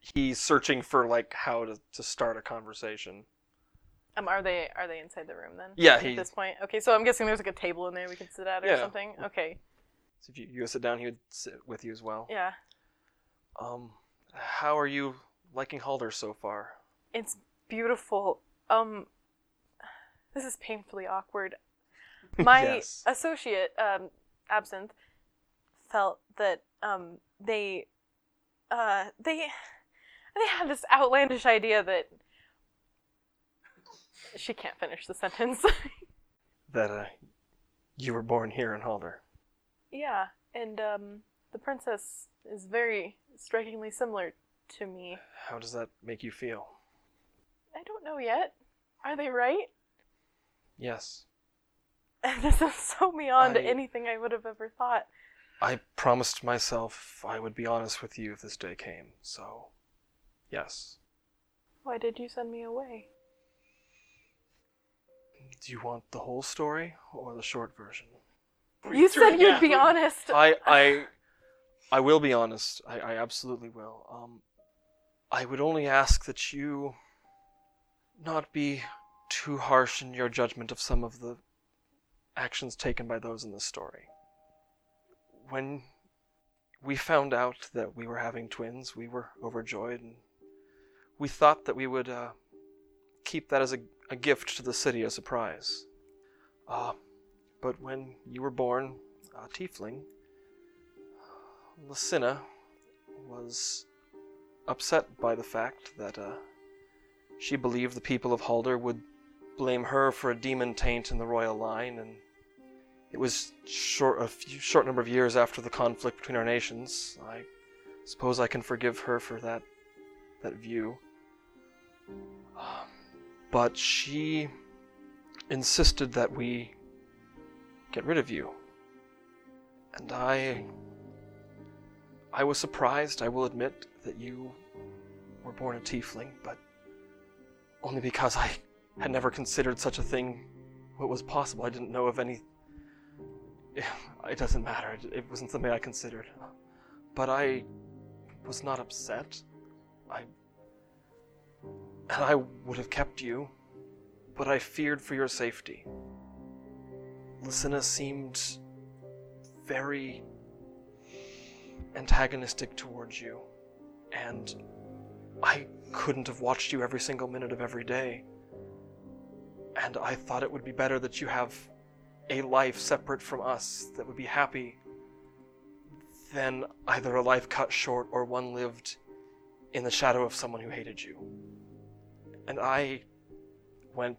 S7: he's searching for like how to to start a conversation.
S5: Um, are they are they inside the room then?
S7: Yeah,
S5: At
S7: he-
S5: this point, okay. So I'm guessing there's like a table in there we could sit at or
S7: Yeah.
S5: something. Okay.
S7: So if you, you go sit down, he would sit with you as well.
S5: Yeah.
S7: Um, how are you liking Halder so far?
S5: It's beautiful. Um, this is painfully awkward. My
S7: Yes.
S5: associate, um, Absinthe, felt that um, they, uh, they, they had this outlandish idea that she can't finish the sentence. *laughs*
S7: That uh, you were born here in Halder.
S5: yeah, and um, the princess is very strikingly similar to me.
S7: How does that make you feel?
S5: I don't know yet. Are they right? *laughs*
S7: Yes.
S5: this is so beyond
S7: I-
S5: anything I would have ever thought.
S7: I promised myself I would be honest with you if this day came, so yes.
S5: Why did you send me away?
S7: Do you want the whole story or the short version?
S5: You said you'd be honest.
S7: I I I will be honest. I, I absolutely will. Um I would only ask that you not be too harsh in your judgment of some of the actions taken by those in this story. When we found out that we were having twins, we were overjoyed and we thought that we would uh, keep that as a, a gift to the city, a surprise. Uh, but when you were born, uh, Tiefling, Lucina was upset by the fact that uh, she believed the people of Halder would blame her for a demon taint in the royal line, and it was short a few, short number of years after the conflict between our nations. I suppose I can forgive her for that that view. Um, but she insisted that we get rid of you. And I. I was surprised, I will admit, that you were born a tiefling, but only because I had never considered such a thing what was possible. I didn't know of any. *sighs* It doesn't matter, it- it wasn't something I considered. But I was not upset. I. And I would have kept you, but I feared for your safety. Lucina seemed very antagonistic towards you, and I couldn't have watched you every single minute of every day. And I thought it would be better that you have a life separate from us that would be happy than either a life cut short or one lived in the shadow of someone who hated you. And I went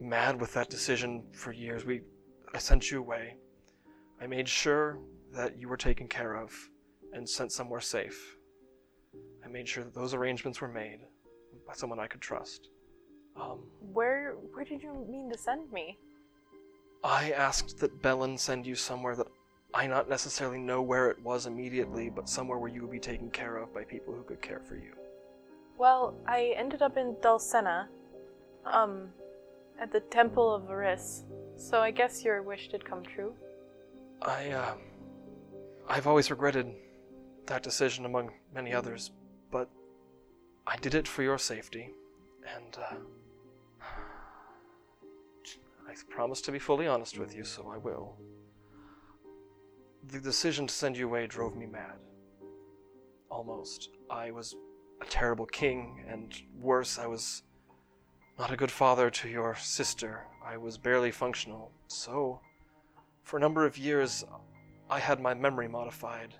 S7: mad with that decision for years. We I sent you away. I made sure that you were taken care of and sent somewhere safe. I made sure that those arrangements were made by someone I could trust. Um,
S5: *laughs* Where where did you mean to send me?
S7: I asked that Belen send you somewhere that I not necessarily know where it was immediately, but somewhere where you would be taken care of by people who could care for you.
S5: Well, I ended up in Dulcena, um, at the Temple of Varys. So I guess your wish did come true.
S7: I, uh, I've always regretted that decision among many others, but I did it for your safety, and uh, I promise to be fully honest with you, so I will. The decision to send you away drove me mad. Almost. I was a terrible king, and worse, I was not a good father to your sister. I was barely functional, so. For a number of years, I had my memory modified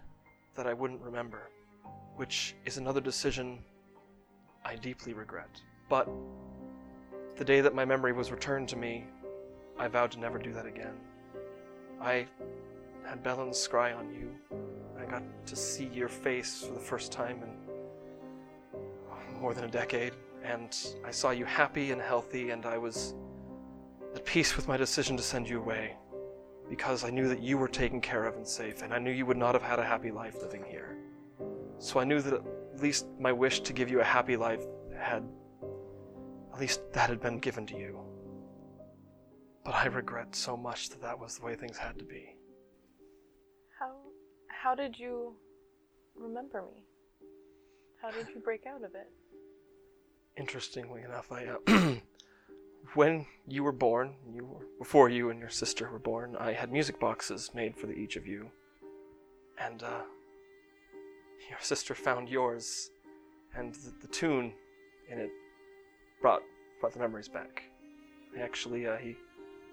S7: that I wouldn't remember, which is another decision I deeply regret. But the day that my memory was returned to me, I vowed to never do that again. I had Belen's scry on you. and I got to see your face for the first time in more than a decade, and I saw you happy and healthy, and I was at peace with my decision to send you away because I knew that you were taken care of and safe, and I knew you would not have had a happy life living here. So I knew that at least my wish to give you a happy life had. at least that had been given to you. But I regret so much that that was the way things had to be.
S5: How how did you remember me? How did you break out of it?
S7: Interestingly enough, I. Uh, *clears throat* when you were born, you were, before you and your sister were born, I had music boxes made for the, each of you. And, uh. Your sister found yours, and the, the tune in it brought, brought the memories back. He actually, uh, he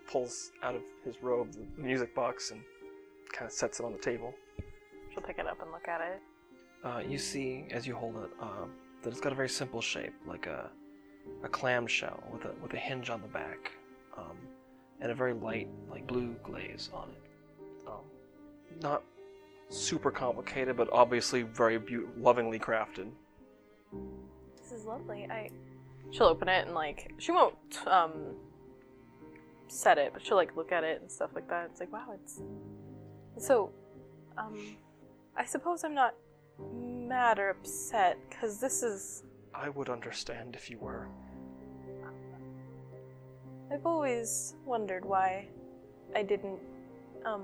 S7: pulls out of his robe the, the music box and kind of sets it on the table.
S5: She'll pick it up and look at it.
S7: Uh, you see, as you hold it, um, that it's got a very simple shape, like a, a clam shell with a, with a hinge on the back, um, and a very light, like blue glaze on it. Um, not super complicated, but obviously very beau- lovingly crafted.
S5: This is lovely. I she'll open it and like she won't um set it, but she'll like look at it and stuff like that. It's like wow, it's so Um, I suppose I'm not mad or upset because this is.
S7: I would understand if you were.
S5: I've always wondered why I didn't um,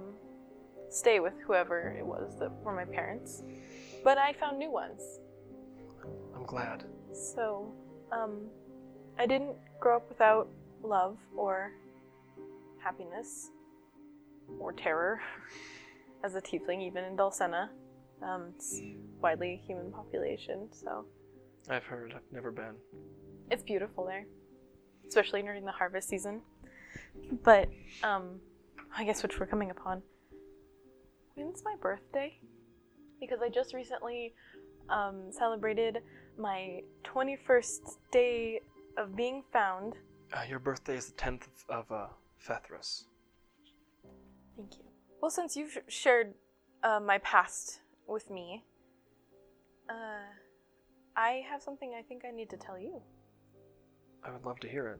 S5: stay with whoever it was that were my parents, but I found new ones.
S7: I'm glad.
S5: So, um, I didn't grow up without love or happiness or terror *laughs* as a tiefling, even in Dulcena. Um, it's widely human population, so
S7: I've heard. I've never been.
S5: it's beautiful there, especially during the harvest season. But, um, I guess which we're coming upon. When's my birthday? Because I just recently um, celebrated my 21st day of being found.
S7: Uh, your birthday is the 10th of, of uh, Fethros.
S5: Thank you. Well, since you've sh- shared uh, my past with me, uh, I have something I think I need to tell you.
S7: I would love to hear it.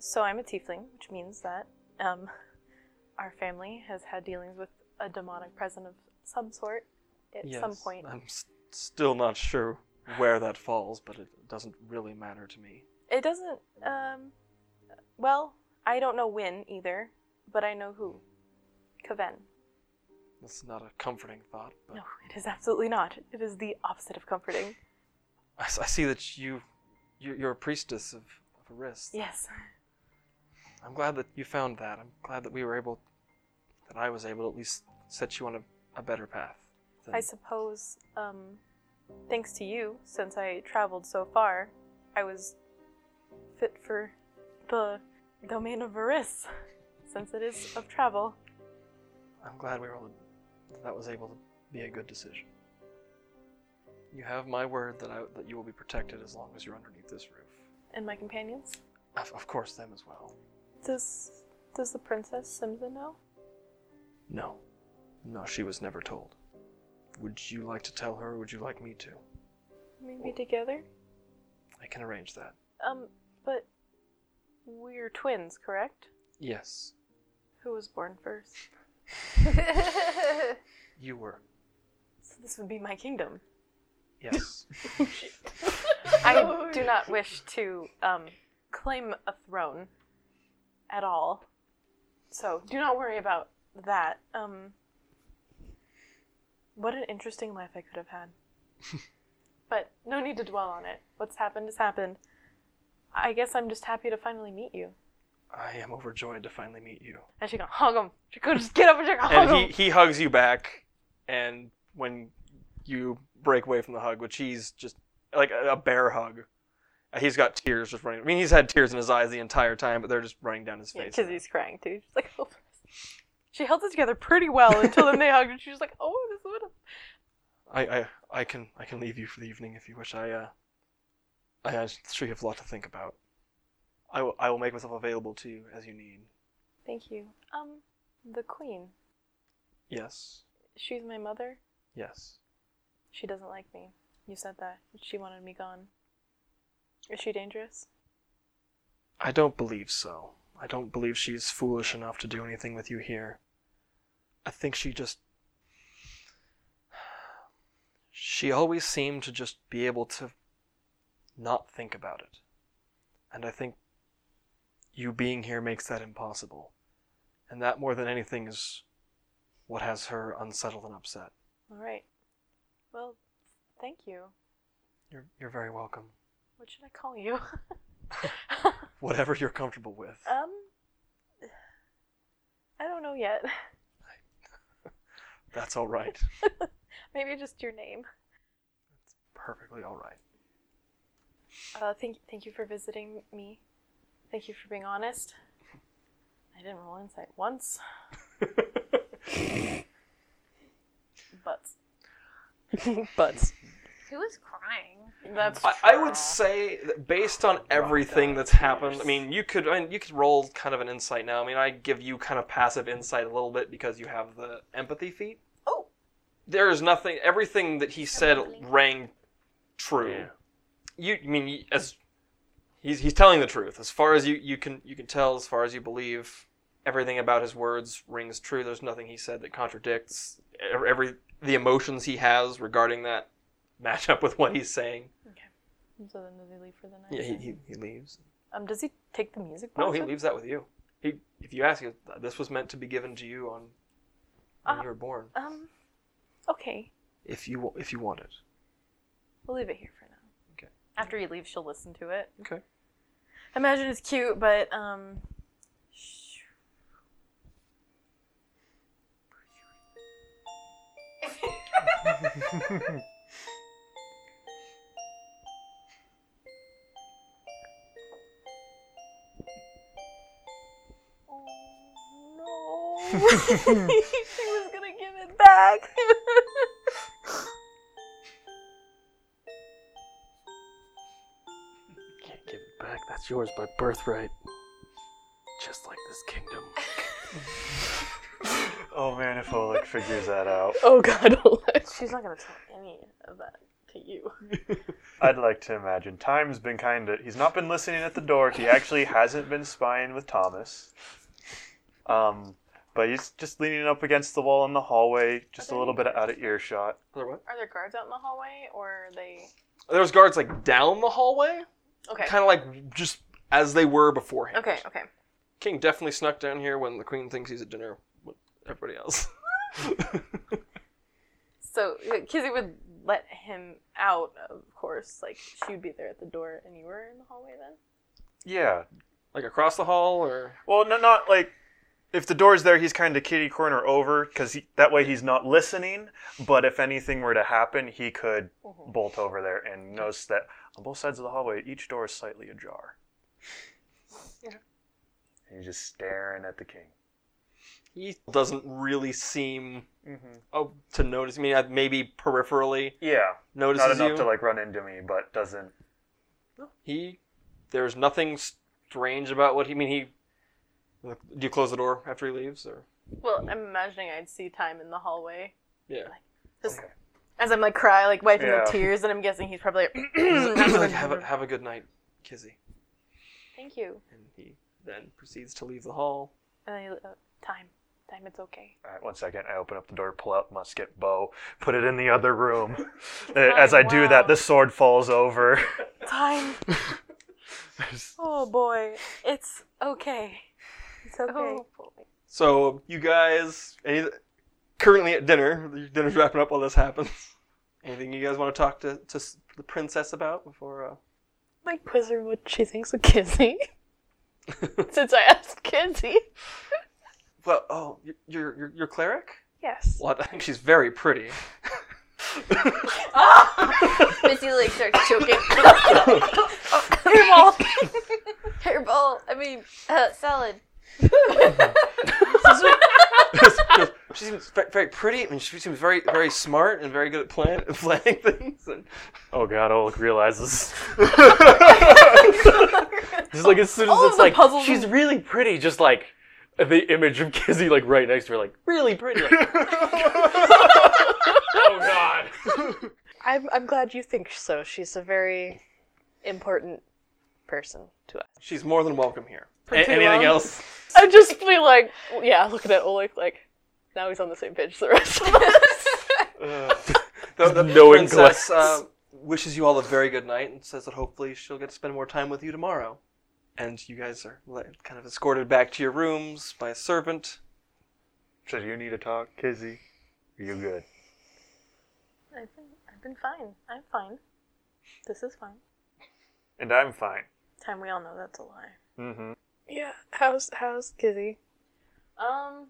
S5: So I'm a tiefling, which means that um, *laughs* our family has had dealings with a demonic presence of some sort at some
S7: Yes, um,
S5: point.
S7: I'm s- still not sure where that falls, but it doesn't really matter to me.
S5: It doesn't. Um, well, I don't know when either, but I know who. Kaven.
S7: That's not a comforting thought, but
S5: No, it is absolutely not. It is the opposite of comforting.
S7: I, s- I see that you, you you're a priestess of, of Aris.
S5: Yes.
S7: I'm glad that you found that. I'm glad that we were able, that I was able to at least set you on a, a better path. than-
S5: I suppose, um, thanks to you, since I traveled so far, I was fit for the domain of Varys, *laughs* since it is of travel.
S7: I'm glad we were able to, that was able to be a good decision. You have my word that I, that you will be protected as long as you're underneath this roof.
S5: And my companions.
S7: Of, of course, them as well.
S5: Does does the princess Simza know?
S7: No, no, she was never told. Would you like to tell her? Or would you like me to?
S5: Maybe together.
S7: I can arrange that.
S5: Um, but we're twins, correct?
S7: Yes,
S5: Who was born first?
S7: you were.
S5: So this would be my kingdom.
S7: Yes. *laughs*
S5: I do not wish to um, claim a throne at all. So do not worry about that. Um, what an interesting life I could have *laughs* had. but no need to dwell on it. What's happened has happened. I guess I'm just happy to finally meet you.
S7: I am overjoyed to finally meet you.
S5: And she gonna hug him. She could just get up and she gonna hug
S7: And he,
S5: him.
S7: he hugs you back, and when you break away from the hug, which he's just like a, a bear hug, he's got tears just running. I mean, he's had tears in his eyes the entire time, but they're just running down his face.
S5: Because he's crying too. She's like, oh. She held it together pretty well until then they *laughs* hugged and she was like, oh, this would have.
S7: I, I, I can, I can leave you for the evening if you wish. I, uh, I am sure you have a lot to think about. I will, I will make myself available to you as you need.
S5: Thank you. Um, the queen.
S7: Yes,
S5: She's my mother.
S7: yes.
S5: She doesn't like me. You said that. She wanted me gone. Is she dangerous?
S7: I don't believe so. I don't believe she's foolish enough to do anything with you here. I think she just. She always seemed to just be able to not think about it. And I think you being here makes that impossible. And that, more than anything, is what has her unsettled and upset.
S5: All right. Well, thank you.
S7: You're, you're very welcome.
S5: What should I call you? *laughs*
S7: Whatever you're comfortable with.
S5: um, I don't know yet. *laughs*
S7: That's all right.
S5: Maybe just your name.
S7: Perfectly all right.
S5: Uh, thank thank you for visiting me. Thank you for being honest. I didn't roll insight
S7: *laughs*
S5: once. Butts. Butts.
S4: Who was crying?
S5: That's
S7: I, I would say that based on everything that's happened, I mean, you could I mean, you could roll kind of an insight now. I mean, I give you kind of passive insight a little bit because you have the empathy feat.
S5: Oh.
S7: There is nothing. Everything that he said rang true.
S3: Yeah.
S7: You, I mean, you- as he's he's telling the truth as far as you you can you can tell as far as you believe. Everything about his words rings true. There's nothing he said that contradicts ev- every the emotions he has regarding that *laughs* match up with what he's saying.
S5: So then does he leave for the night?
S7: Yeah, he, he, he leaves.
S5: Um, does he take the music box?
S7: No, he
S5: with him?
S7: leaves that with you. He, if you ask, him, this was meant to be given to you on when
S5: Ah.
S7: you were born,
S5: Um, okay,
S7: if you wa- if you want it.
S5: we'll leave it here for now.
S7: Okay.
S5: After he leaves, she'll listen to it.
S7: Okay.
S5: I imagine it's cute, but
S7: *laughs*
S5: um. *laughs* sh- Oh, No. *laughs* she was gonna give it back. *laughs*
S3: Can't give it back. That's yours by birthright. Just like this kingdom.
S6: Oh man, if Oleg figures that out,
S2: Oh god, *laughs* Alex.
S5: She's not gonna tell any of that to you.
S6: I'd like to imagine. Time's been kind of. He's not been listening at the door. He actually hasn't been spying with Thomas. Um, but he's just leaning up against the wall in the hallway, just a little bit out of earshot.
S7: Other what?
S5: Are there guards out in the hallway, or are they?
S7: There's guards like down the hallway,
S5: Okay.
S7: kind of like just as they were beforehand.
S5: Okay. Okay.
S7: King definitely snuck down here when the queen thinks he's at dinner with everybody else. *laughs*
S5: So uh, Kizzy would let him out, of course. Like she'd be there at the door, and you were in the hallway then.
S6: Yeah.
S7: like across the hall, or
S6: Well, no, not like. If the door's there, he's kind of kitty corner over, because that way he's not listening. But if anything were to happen, he could bolt over there and notice that on both sides of the hallway, each door is slightly ajar. And he's just staring at the king.
S7: he doesn't really seem
S6: Mm-hmm.
S7: oh, to notice me. I- Maybe peripherally
S6: Yeah.
S7: notices
S6: not enough
S7: you.
S6: to like run into me, but doesn't.
S7: he, there's nothing strange about what he. I mean, he. Do you close the door after he leaves, or
S5: Well, I'm imagining I'd see time in the hallway.
S7: yeah?
S5: Just as I'm like cry, like wiping
S6: Yeah.
S5: the tears, and I'm guessing he's probably like, *clears throat*
S7: *clears throat* like, have a have a good night, Kizzy,
S5: *clears throat* "Thank you."
S7: and he then proceeds to leave the hall.
S5: And then he, uh, time, time, it's okay.
S6: All right, uh, one second. I open up the door, pull out musket bow, put it in the other room. *laughs* Uh, As I do that, the sword falls over. *laughs*
S5: Time. oh boy, it's okay. It's okay.
S7: So you guys, any, currently at dinner, your dinner's wrapping up while this happens. *laughs* Anything you guys want to talk to, to s- the princess about before? Uh...
S2: I quiz her what she thinks of
S3: *laughs*
S2: Kizzy. Since I asked Kizzy.
S7: Well, oh, y- your your your cleric.
S2: Yes.
S7: Well, I think *laughs* she's very pretty.
S4: Missy like starts choking.
S2: Hairball.
S4: Hairball. I mean, uh, salad.
S7: Just- just- she seems ve- very pretty. I mean, she seems very very smart and very good at plan- *laughs* planning things.
S3: *laughs*
S7: And
S3: Oh god, Oleg realizes. just like as soon as
S5: the
S3: it's like
S5: puzzles
S3: she's really pretty, just like the image of Kizzy like right next to her,
S4: *laughs*
S3: like really pretty. like- oh god.
S2: I'm, I'm glad you think so. She's a very important person to us.
S7: she's more than welcome here.
S3: A- anything else?
S2: I just be like, yeah, looking at Oleg like, now he's on the same page as the rest of us. *laughs*
S7: The, the
S3: No
S7: princess
S3: inglets.
S7: uh, wishes you all a very good night and says that hopefully she'll get to spend more time with you tomorrow. And you guys are let, kind of escorted back to your rooms by a servant.
S6: So do you need to talk, Kizzy? Are you good?
S5: *laughs* I've been, I've been fine. I'm fine. This is fine.
S6: And I'm fine.
S5: Time we all know that's a lie.
S3: *sighs*
S6: Mm-hmm.
S2: yeah, how's how's Kizzy?
S5: Um,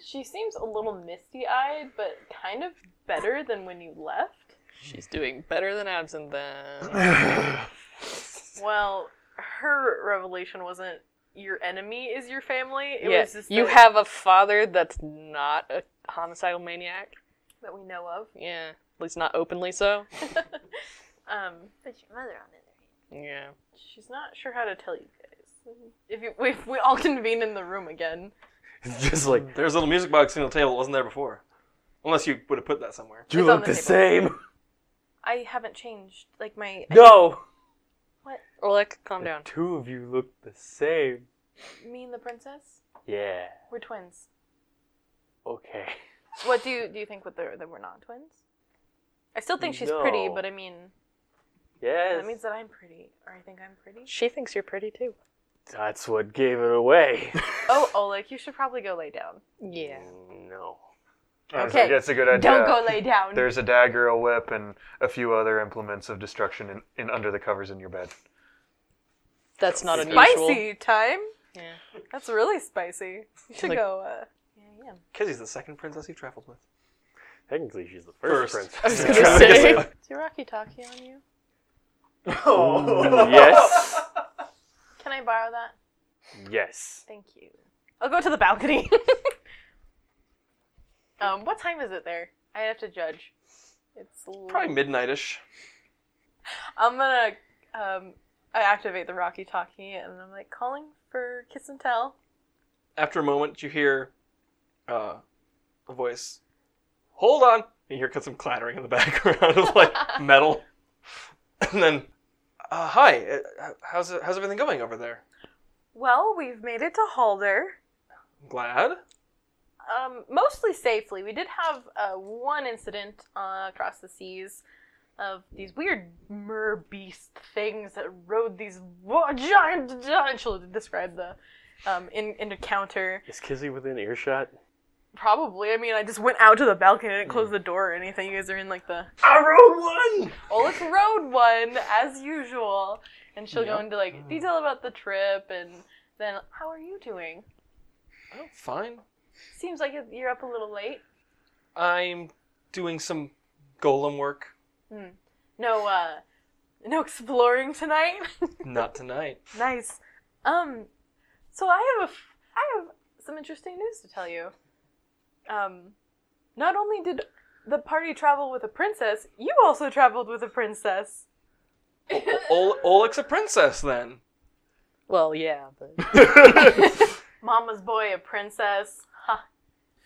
S5: she seems a little misty-eyed, but kind of better than when you left.
S2: She's doing better than absent then.
S5: Well, her revelation wasn't your enemy is your family. It was
S2: Yes,
S5: just
S2: you
S5: that-
S2: have a father that's not a homicidal maniac.
S5: that we know of.
S2: Yeah, at least not openly so.
S5: Um,
S4: Put your mother on the other hand.
S2: Yeah.
S5: she's not sure how to tell you guys. If, you, if we all *laughs* convene in the room again,
S3: It's *laughs* just like
S7: There's a little music box on the table that wasn't there before. Unless you would have put that somewhere.
S3: you
S5: It's on
S3: look
S5: the
S3: the,
S5: table.
S3: same.
S5: I haven't changed. Like my I-
S3: No.
S2: Or like, calm
S3: The
S2: down.
S3: Oh. Two of you look the same.
S5: me and the princess,
S3: Yeah.
S5: we're twins.
S3: Okay. *laughs*
S5: What do you do? You think with the, that we're not twins? I still think she's pretty,
S3: No.
S5: but I mean,
S3: Yes.
S5: that means that I'm pretty, or I think I'm pretty.
S2: She thinks you're pretty too.
S3: That's what gave it
S5: *laughs*
S3: away.
S5: *laughs* Oh, Oleg, you should probably go lay down.
S2: Yeah.
S3: no.
S6: Honestly,
S5: Okay.
S6: That's a good idea.
S5: Don't go lay down.
S6: There's a dagger, a whip, and a few other implements of destruction in, in under the covers in your bed.
S2: That's not unusual.
S5: spicy time.
S2: Yeah.
S5: That's really spicy. You should
S7: Like-
S5: go. Uh,
S7: Kizzy's the second princess you've traveled with.
S3: Technically, she's the first,
S7: First. *laughs*
S3: princess.
S2: I was gonna *laughs* say.
S5: is your Rocky Talkie on you?
S3: yes.
S5: Can I borrow that?
S3: Yes.
S5: Thank you. I'll go to the *laughs* balcony. um, what time is it there? I have to judge. It's
S7: Probably midnightish.
S5: I'm gonna um, I activate the Rocky Talkie and I'm like calling for kiss and tell.
S7: After a moment, you hear uh, a voice. Hold on. And you hear some clattering in the *laughs* background
S5: *laughs*
S7: of like metal. And then, uh, hi. uh, h- How's it, how's everything going over there?
S5: Well, we've made it to Halder.
S7: I'm glad.
S5: Um, mostly safely. We did have uh, one incident uh, across the seas of these weird mer beast things that rode these wa- giant. giant she'll describe the um, in, in encounter.
S3: Is Kizzy within earshot?
S5: Probably. I mean, I just went out to the balcony. I didn't close the door or anything. You guys are in like the
S7: Mm. I rode one.
S5: Oleg Road one as usual, and she'll go
S7: Yep.
S5: into like detail about the trip and then how are you doing?
S7: Oh, fine.
S5: Seems like you're up a little late.
S7: I'm doing some golem work.
S5: No, uh, no exploring tonight. *laughs*
S7: Not tonight.
S5: nice. Um, so I have a, f- I have some interesting news to tell you. Um, not only did the party travel with a princess, you also traveled with a princess.
S7: O- O- Ol- Oleg's a princess then.
S2: Well, yeah, but
S5: Mama's boy, a princess. Huh.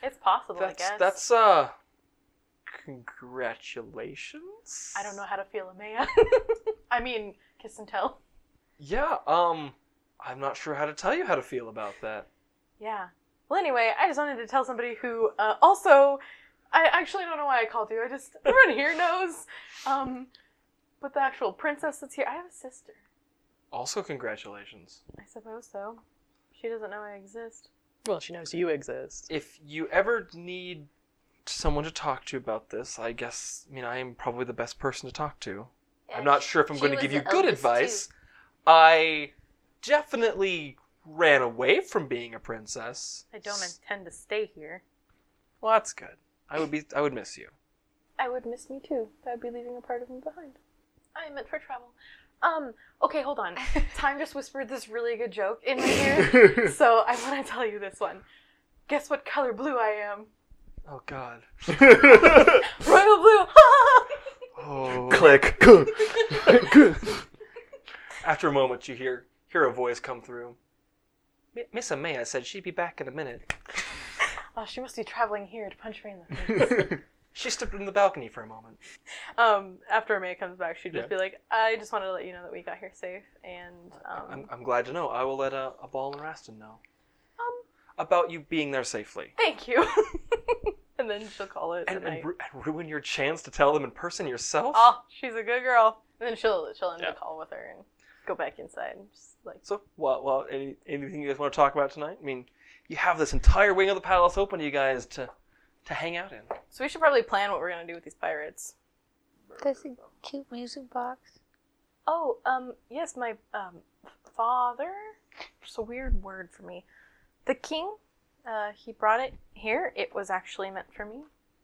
S5: It's possible, I
S7: That's
S5: guess.
S7: that's uh congratulations.
S5: I don't know how to feel a
S7: *laughs*
S5: man. I mean, kiss and tell.
S7: Yeah, um I'm not sure how to tell you how to feel about that.
S5: Yeah. Well, anyway, I just wanted to tell somebody who uh, also, I actually don't know why I called you. I just everyone here knows. Um, but the actual princess that's here, I have a sister.
S7: Also congratulations.
S5: I suppose so. She doesn't know I exist.
S2: well, she knows you exist.
S7: If you ever need someone to talk to about this, I guess I mean I am probably the best person to talk to. I'm not sure if I'm
S4: she
S7: going to
S4: was
S7: give you
S4: the
S7: good
S4: eldest,
S7: advice. I definitely ran away from being a princess.
S5: I don't intend to stay here.
S7: Well, that's good. I would be. I would miss you.
S5: I would miss me too. I'd be leaving a part of me behind. I'm meant for travel. Um, okay, hold *laughs* on. Time just whispered this really good joke in my ear,
S2: *laughs*
S5: so I want to tell you this one. Guess what color blue I am?
S7: Oh God.
S5: Royal blue! *laughs*
S7: Oh.
S6: Click.
S7: After a moment, you hear hear a voice come through. "M- Miss Amaya said she'd be back in a minute.
S5: oh, she must be traveling here to punch me in the face.
S7: She stepped in the balcony for a moment.
S5: Um, after May comes back, she'd just be
S7: Yeah.
S5: like, I just wanted to let you know that we got here safe, and, um,
S7: I'm, I'm glad to know. I will let uh, a ball and Raston know
S5: um,
S7: about you being there safely.
S5: thank you. *laughs* and then she'll call it
S7: And,
S5: a night.
S7: and, ru- and ruin your chance to tell them in person yourself.
S5: Oh, she's a good girl. And then she'll she'll end
S3: Yeah.
S5: the call with her and go back inside and just like
S7: So, well, well, any, anything you guys want to talk about tonight? I mean, you have this entire wing of the palace open to you guys to to hang out in.
S5: So we should probably plan what we're gonna do with these pirates.
S4: There's a cute music box.
S5: Oh, um, yes, my um father. It's a weird word for me. The king, uh, he brought it here. It was actually meant for me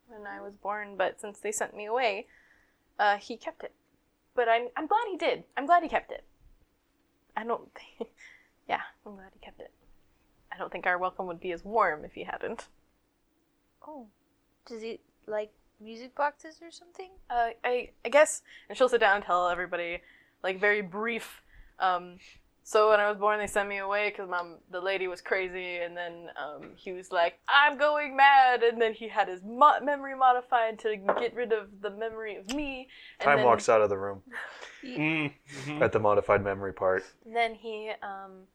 S5: when I was born, but since they sent me away, uh, he kept it. But I'm I'm glad he did. I'm glad he kept it. I don't. *laughs* think... yeah, I'm glad he kept it. I don't think our welcome would be as warm if he hadn't.
S4: Oh, does he like music boxes or something?
S5: uh, I, I guess, and she'll sit down and tell everybody, like, very brief. Um, so when I was born, they sent me away because mom, the lady was crazy, and then um, he was like, "I'm going mad," and then he had his mo- memory modified to get rid of the memory of me. And
S6: Time
S5: then,
S6: walks out of the room
S7: Mm. Mm-hmm. *laughs*
S5: Mm-hmm.
S6: at the modified memory part.
S5: Then he, um,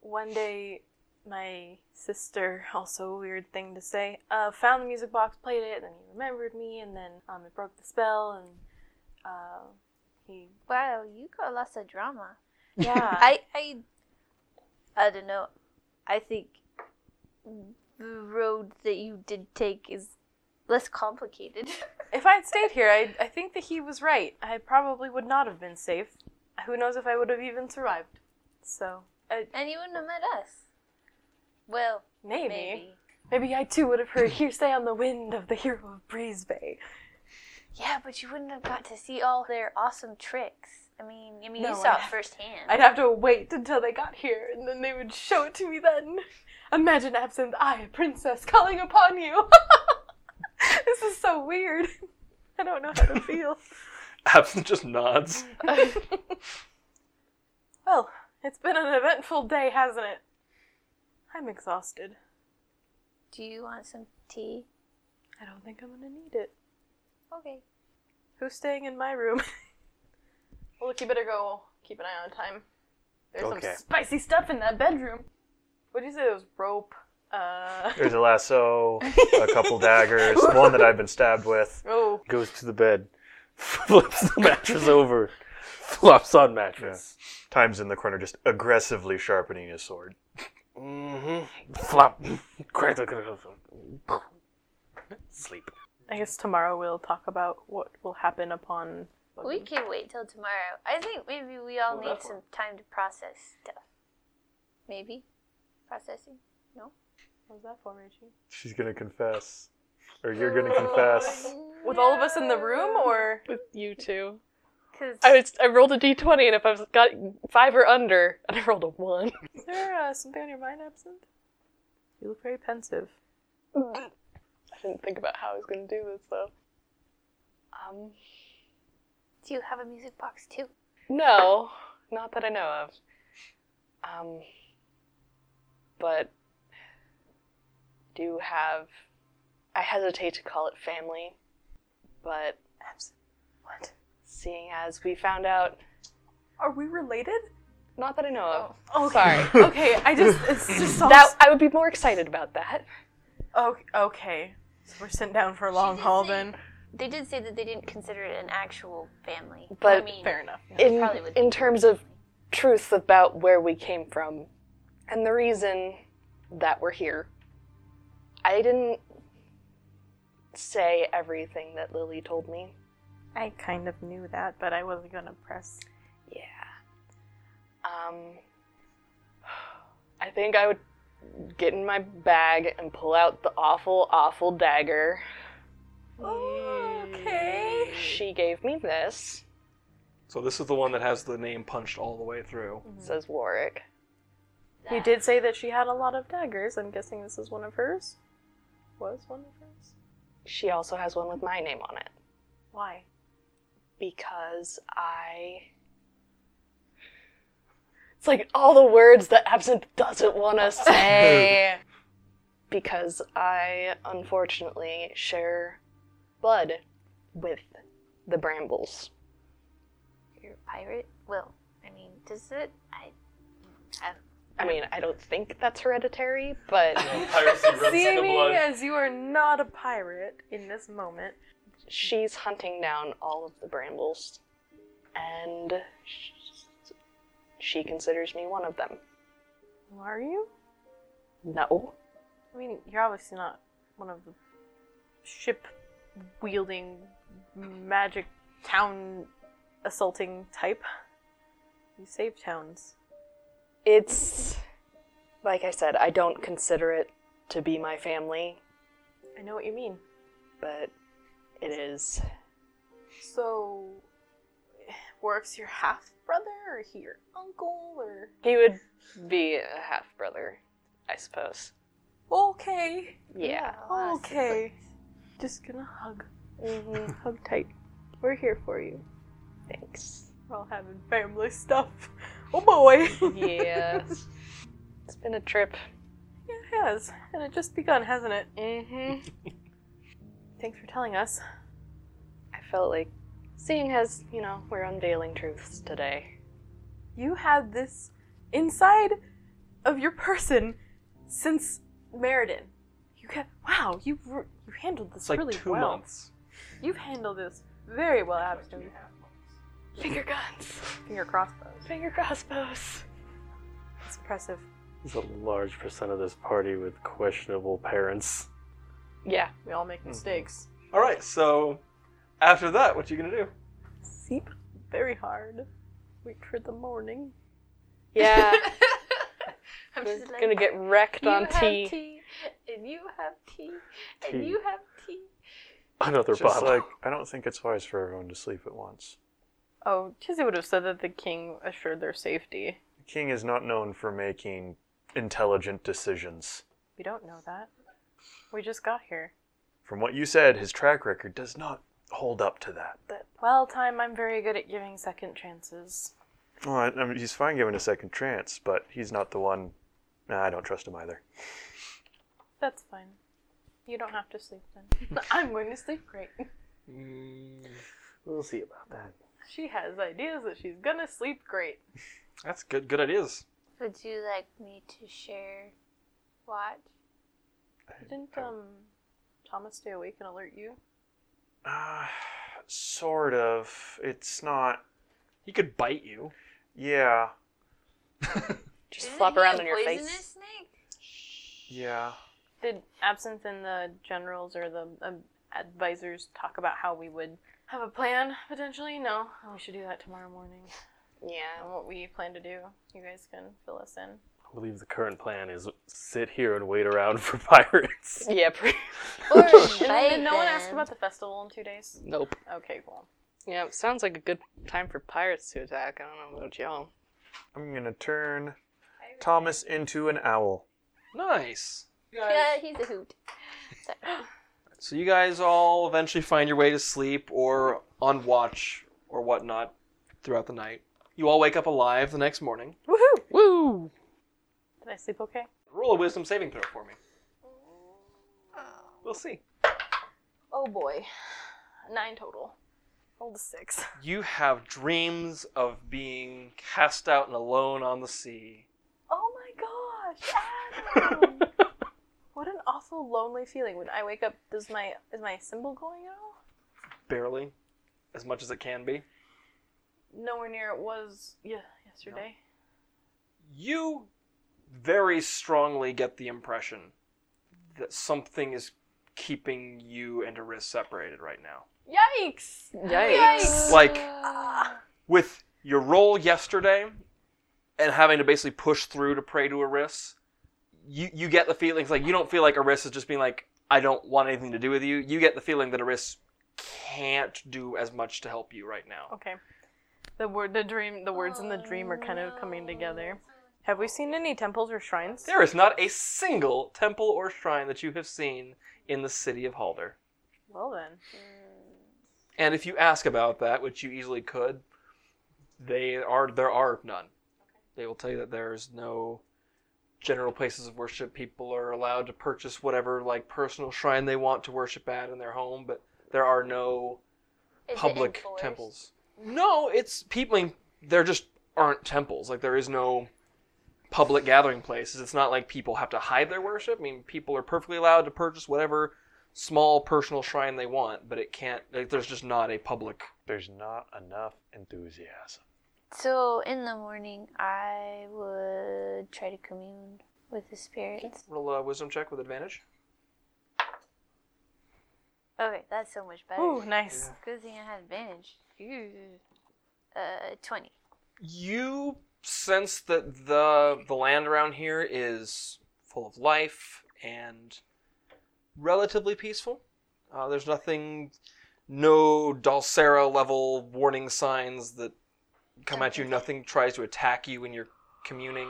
S5: one day, my sister, also a weird thing to say, uh, found the music box, played it, and then he remembered me, and then um, it broke the spell, and uh, he,
S4: Wow, you got lots of drama.
S5: yeah.
S4: *laughs* I, I, I don't know. I think the road that you did take is less complicated. *laughs*
S5: if I had stayed here, I, I think that he was right. I probably would not have been safe. Who knows if I would have even survived. So, uh,
S4: and you wouldn't have met us. Well,
S5: maybe.
S4: maybe.
S5: maybe. I too would have heard *laughs* hearsay on the wind of the hero of Breeze Bay.
S4: Yeah, but you wouldn't have got to see all their awesome tricks. I mean, I mean,
S5: No,
S4: you saw
S5: I'd
S4: it
S5: have-
S4: firsthand.
S5: I'd have to wait until they got here, and then they would show it to me then. Imagine absinthe, I, a princess, calling upon you. *laughs* this is so weird. *laughs* I don't know how to feel.
S7: Absinthe just nods.
S5: well, it's been an eventful day, hasn't it? I'm exhausted.
S4: Do you want some tea?
S5: I don't think I'm gonna need it.
S4: Okay.
S5: Who's staying in my room? *laughs* well, look, you better go keep an eye on time. There's
S7: Okay.
S5: some spicy stuff in that bedroom. What'd you say? It was rope. Uh. *laughs*
S6: There's a lasso, a couple daggers, one that I've been stabbed with.
S5: Oh.
S7: Goes to the bed, *laughs* flips the mattress over, flops on mattress.
S6: Time's in the corner, just aggressively sharpening his sword.
S7: Mm-hmm. Flop. *laughs* Crack the Sleep.
S5: I guess tomorrow we'll talk about what will happen upon.
S4: We can wait till tomorrow. I think maybe we all need some time to process stuff. Maybe? Processing?
S5: What was that for, Rachie?
S6: She's gonna confess. Or you're gonna confess.
S5: With all of us in the room, or
S2: with you two.
S4: Because
S2: I was I rolled a d20 and if I was got five or under, *laughs* and I rolled a one.
S5: is there uh, something on your mind, absent? You look very pensive.
S2: I didn't think about how I was going to do this though. Um,
S4: do you have a music box too?
S2: no, not that I know of. Um, but do have. I hesitate to call it family, but
S5: What?
S2: seeing as we found out,
S5: Are we related?
S2: not that I know of.
S5: Oh,
S2: Sorry.
S5: *laughs* okay. I just it's *laughs* just all
S2: That I would be more excited about that.
S5: Okay, okay. So we're sitting down for a long
S4: did
S5: haul
S4: say-
S5: then.
S4: They did say that they didn't consider it an actual family.
S2: But
S4: I mean,
S5: Fair enough.
S2: in
S4: Probably would
S2: in terms of truth about where we came from and the reason that we're here. I didn't say everything that Lily told me.
S5: I kind of knew that, but I wasn't gonna press.
S2: Yeah. Um I think I would get in my bag and pull out the awful awful
S4: *laughs*
S2: dagger.
S5: Okay.
S2: She gave me this,
S9: So this is the one that has the name punched all the way through.
S5: Mm,
S2: says Warwick.
S5: You did say that she had a lot of daggers. I'm guessing this is one of hers. Was one of hers?
S2: She also has one with my name on it.
S5: Why?
S2: because I. It's like all the words that Absinthe doesn't want to say. because I, unfortunately, share blood with the brambles.
S4: You're a pirate? Well, I mean, does it? I.
S2: I mean, I don't think that's hereditary, but
S7: Piracy
S5: Seeing as you are not a pirate in this moment,
S2: she's hunting down all of the brambles, and sh- she considers me one of them.
S5: who are you?
S2: No,
S5: I mean, you're obviously not one of the ship wielding, magic town assaulting type. You save towns.
S2: It's like I said, I don't consider it to be my family,
S5: I know what you mean.
S2: but it is.
S5: So, works your half brother or he your uncle or?
S2: He would be a half brother, I suppose.
S5: Okay.
S2: Yeah.
S5: Okay. Just gonna hug.
S2: hmm
S5: *laughs* Hug tight. We're here for you.
S2: Thanks.
S5: We're all having family stuff. Oh boy.
S2: Yes. it's been a trip.
S5: Yeah, it has. And it *laughs* just begun, hasn't it?
S2: hmm *laughs*
S5: Thanks for telling us.
S2: I felt like, seeing as, you know, we're unveiling truths today.
S5: You had this inside of your person since Meriden. You have, wow, you were- you handled this
S7: It's like
S5: really
S7: two
S5: well.
S7: months.
S5: You've handled this very well, Abstone.
S10: Finger guns.
S5: Finger crossbows.
S10: Finger crossbows.
S5: It's impressive.
S3: There's a large percent of this party with questionable parents.
S5: Yeah, we all
S3: Mm-hmm.
S5: make mistakes.
S7: All right, so after that, what you gonna do?
S5: Sleep very hard. Wait for the morning. *laughs*
S10: Yeah,
S4: I'm just like,
S10: gonna get wrecked
S4: you
S10: on
S4: have
S10: tea.
S4: and you have tea, and
S3: Tea.
S4: you have tea.
S3: Another
S6: Just
S3: bottle.
S6: like I don't think it's wise for everyone to sleep at once.
S5: Oh, Tizzy would have said that the king assured their safety.
S6: The king is not known for making intelligent decisions.
S5: We don't know that. We just got here.
S6: From what you said, his track record does not hold up to that.
S5: But well, time I'm very good at giving second chances.
S6: Well, I, I mean, he's fine given a second chance, but he's not the one. Nah, I don't trust him either.
S5: That's fine. You don't have to sleep then. *laughs* I'm going to sleep great. *laughs*
S3: Mm, We'll see about that.
S5: She has ideas that she's gonna sleep great.
S7: That's good. Good ideas.
S4: Would you like me to share watch?
S5: Didn't um Thomas stay awake and alert you?
S6: Uh, sort of. It's not.
S7: He could bite you.
S6: Yeah.
S10: Just
S4: Isn't
S10: flop
S4: he
S10: around
S4: a
S10: in your
S4: poisonous
S10: face.
S4: snake?
S6: Yeah.
S5: Did Absinthe and the generals or the um, advisors talk about how we would have a plan potentially? No, Oh, we should do that tomorrow morning.
S10: Yeah.
S5: And what we plan to do, you guys can fill us in.
S3: I believe the current plan is sit here and wait around *laughs* for pirates.
S10: *laughs* Yeah. Pre-
S4: Or
S5: And
S4: invite
S5: did no one ask
S4: them.
S5: about the festival in two days?
S10: nope.
S5: Okay, cool.
S10: Yeah, it sounds like a good time for pirates to attack. I don't know about y'all.
S6: I'm gonna turn Thomas into an owl.
S7: Nice.
S4: Yeah, he's a hoot.
S7: So you guys all eventually find your way to sleep or on watch or whatnot throughout the night. You all wake up alive the next morning.
S5: Woohoo!
S10: Woo!
S5: Did I sleep okay?
S7: Roll a wisdom saving throw for me. We'll see.
S5: Oh boy. Nine total. Rolled a six.
S7: You have dreams of being cast out and alone on the sea.
S5: *laughs* Oh my gosh, *laughs* Adam! what an awful lonely feeling. When I wake up, does my is my symbol going at all?
S7: Barely. As much as it can be.
S5: Nowhere near it was yeah yesterday.
S7: you very strongly get the impression that something is keeping you and Aris separated right now.
S5: Yikes!
S10: Yikes.
S7: Like with your role yesterday and having to basically push through to pray to Aris, you you get the feelings like you don't feel like Aris is just being like I don't want anything to do with you. You get the feeling that Aris can't do as much to help you right now.
S5: Okay. The word the dream the words in the dream are kind of coming together. Have we seen any temples or shrines?
S7: There is not a single temple or shrine that you have seen in the city of Halder.
S5: Well then.
S7: And if you ask about that, which you easily could, they are there are none. They will tell you that there's no general places of worship. People are allowed to purchase whatever like personal shrine they want to worship at in their home, but there are no
S4: Is it
S7: public
S4: enforced?
S7: temples. No, it's people. I mean, there just aren't temples. Like there is no public gathering places. It's not like people have to hide their worship. I mean, people are perfectly allowed to purchase whatever small personal shrine they want, but it can't. Like there's just not a public.
S6: There's not enough enthusiasm.
S4: So in the morning, I would try to commune with the spirits.
S7: Roll a wisdom check with advantage.
S4: Okay, that's so much better.
S5: Ooh, nice.
S4: Good thing I had advantage. Ew. Uh, twenty.
S7: You sense that the the land around here is full of life and relatively peaceful. Uh, there's nothing, no Dalsera level warning signs that come at you. Nothing tries to attack you when you're communing.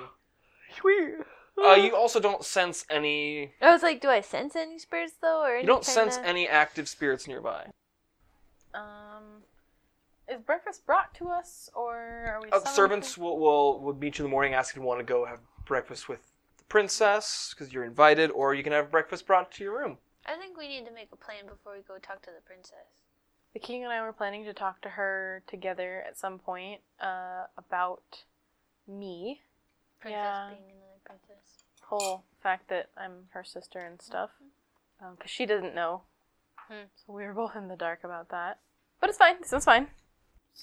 S7: Uh, you also don't sense any.
S4: I was like, do I sense any spirits though, or
S7: You
S4: any
S7: don't sense
S4: kinda-
S7: any active spirits nearby.
S5: Um is breakfast brought to us or are we
S7: Uh,
S5: summoned
S7: servants will, will will meet you in the morning, asking want to go have breakfast with the princess because you're invited, or you can have breakfast brought to your room.
S4: I think we need to make a plan before we go talk to the princess.
S5: The king and I were planning to talk to her together at some point uh, about me.
S4: Princess
S5: Yeah.
S4: being another princess.
S5: whole fact that I'm her sister and stuff, because she didn't know.
S4: Hmm.
S5: So we were both in the dark about that. But it's fine. It's fine.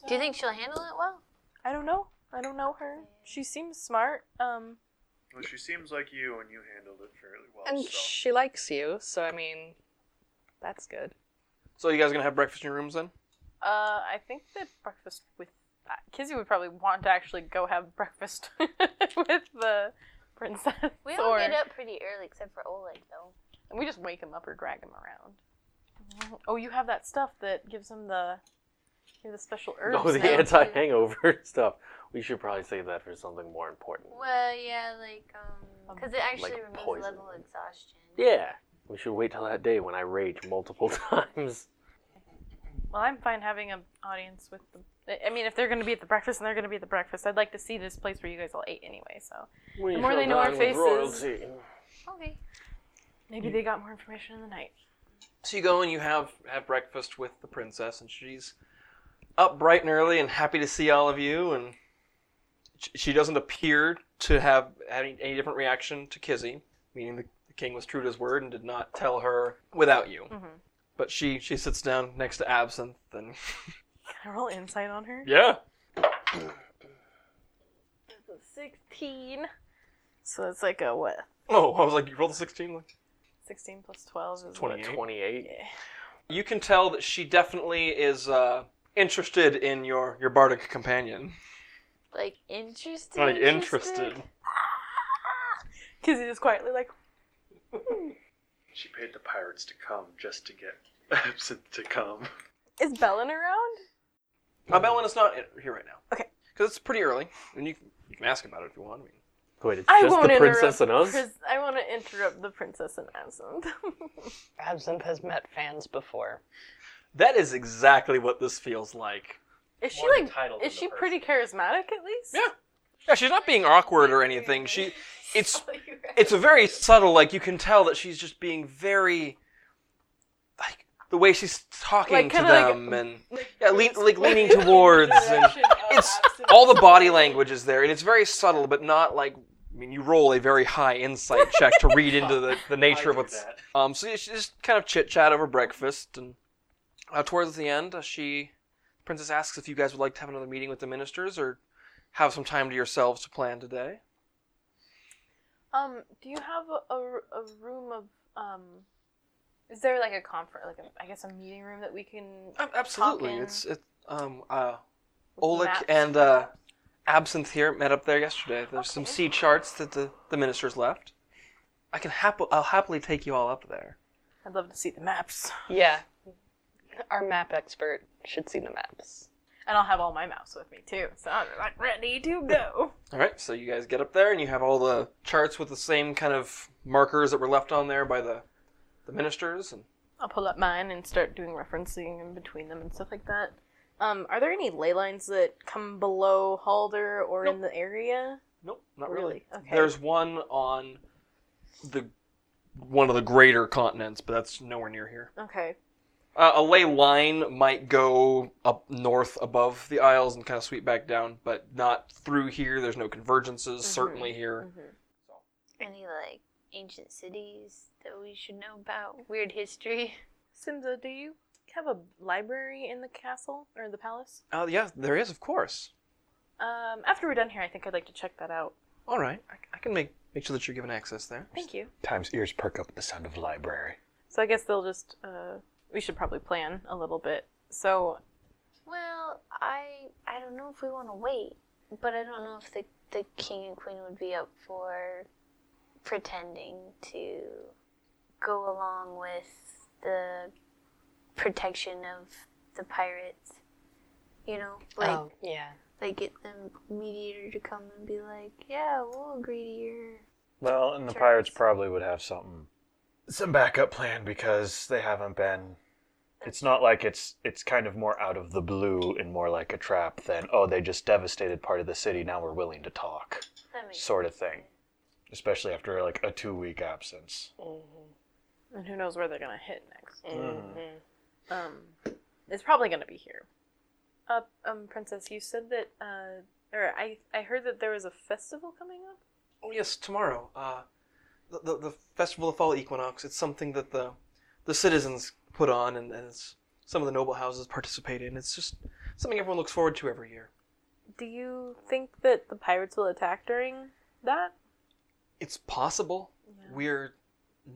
S4: Do you think she'll handle it well?
S5: I don't know. I don't know her. She seems smart. Um,
S8: Well, she seems like you, and you handled it fairly well.
S10: And
S8: so.
S10: she likes you, so I mean, that's good.
S7: So you guys gonna have breakfast in your rooms then?
S5: uh, I think that breakfast with uh, Kizzy would probably want to actually go have breakfast *laughs* with the princess.
S4: We all
S5: or,
S4: get up pretty early, except for Oleg, though.
S5: and we just wake him up or drag him around. Oh, you have that stuff that gives him the, you have the
S3: *laughs*
S5: special herbs.
S3: Oh, the
S5: now.
S3: anti hangover *laughs* stuff. We should probably save that for something more important.
S4: Well, yeah, like, um, because it actually
S3: Like
S4: removes
S3: poison.
S4: level exhaustion.
S3: Yeah. We should wait till that day when I rage multiple *laughs* times.
S5: Well, I'm fine having an audience with the. I- I mean, if they're going to be at the breakfast and they're going to be at the breakfast, I'd like to see this place where you guys all ate anyway. So
S3: We
S5: The more
S3: shall
S5: they know our
S3: dine with
S5: faces.
S3: royalty.
S4: Okay.
S5: maybe they got more information in the night.
S7: So you go and you have have breakfast with the princess, and she's up bright and early and happy to see all of you. And sh- she doesn't appear to have any, any different reaction to Kizzy, meaning the, the king was true to his word and did not tell her without you.
S5: Mhm.
S7: But she she sits down next to Absinthe, and
S5: Can I roll insight on her?
S3: Yeah.
S5: Sixteen. So it's like a what?
S7: oh, I was like, you rolled a sixteen. Like,
S5: Sixteen plus twelve is
S7: Twenty.
S3: 28.
S7: You can tell that she definitely is uh, interested in your your bardic companion.
S4: Like, interested?
S7: Like interested.
S5: Because he just quietly like
S8: She paid the pirates to come just to get *laughs* Absinthe to come.
S5: is Bellin around?
S7: Uh, Bellin is not in- here right now.
S5: Okay.
S7: Because it's pretty early, and you, you can ask about it if you want. I mean,
S3: Wait, it's
S5: I
S3: just
S5: won't
S3: the
S5: interrupt
S3: princess and us?
S5: Pris- I want to interrupt the princess and absinthe.
S10: Absinthe has met fans before.
S7: that is exactly what this feels like.
S5: *laughs* is she
S8: More the
S5: like?
S8: title than
S5: Is
S8: the
S5: she pretty charismatic at least? *laughs*
S7: Yeah. Yeah, she's not being awkward or anything. She, it's, it's a very subtle. Like you can tell that she's just being very, like the way she's talking
S5: Like,
S7: to
S5: kinda like-
S7: them and yeah, lean, like leaning towards and *laughs* it's all the body language is there and it's very subtle, but not like. I mean, you roll a very high insight check to read into the, the nature of what's Um, so yeah, she just kind of chit chat over breakfast, and uh, towards the end, uh, she, princess asks if you guys would like to have another meeting with the ministers or have some time to yourselves to plan today.
S5: Um, do you have a, a, a room of um? Is there like a conference, like a, I guess a meeting room that we can?
S7: Ab- absolutely,
S5: Talking.
S7: it's it. Um, uh,
S5: with
S7: Oleg
S5: maps
S7: and
S5: and
S7: uh,
S5: stuff?
S7: Absinthe here met up there yesterday. There's some sea charts that the, the ministers left. I can hap- I'll happily take you all up there.
S5: I'd love to see the maps,
S10: Yeah. Our map expert should see the maps.
S5: and I'll have all my maps with me too. So I'm like ready to go.
S7: All right, so you guys get up there and you have all the charts with the same kind of markers that were left on there by the the ministers and
S5: I'll pull up mine and start doing referencing in between them and stuff like that. Um, are there any ley lines that come below Halder or in the area?
S7: Nope, not really.
S5: Really? Okay.
S7: There's one on the one of the greater continents, but that's nowhere near here.
S5: Okay.
S7: Uh, a ley line might go up north above the Isles and kind of sweep back down, but not through here. There's no convergences. Certainly here.
S4: Any, like, ancient cities that we should know about? Weird history.
S5: Simza, do you have a library in the castle or the palace?
S7: Uh, yeah, there is, of course.
S5: Um, after we're done here, I think I'd like to check that out.
S7: All right, I, I can make make sure that you're given access there.
S5: Thank you.
S8: Times ears perk up at the sound of library.
S5: So I guess they'll just, uh, we should probably plan a little bit. So,
S4: Well, I I don't know if we want to wait, but I don't know if the the king and queen would be up for pretending to go along with the protection of the pirates. You know, like
S10: oh, yeah.
S4: like get the mediator to come and be like, yeah, we'll agree to your.
S8: Well, and the
S4: Sure.
S8: pirates probably would have something, some backup plan because they haven't been. It's not like it's it's kind of more out of the blue and more like a trap than oh they just devastated part of the city now we're willing to talk
S4: That makes
S8: sort of thing, especially after like a two week absence.
S5: and who knows where they're gonna hit next? Um, it's probably gonna be here. Uh, um, princess, you said that, uh, or I, I heard that there was a festival coming up.
S7: Oh yes, tomorrow. Uh, the, the, the festival of fall equinox. It's something that the the citizens put on, and, and it's some of the noble houses participate in. It's just something everyone looks forward to every year.
S5: Do you think that the pirates will attack during that?
S7: It's possible. We're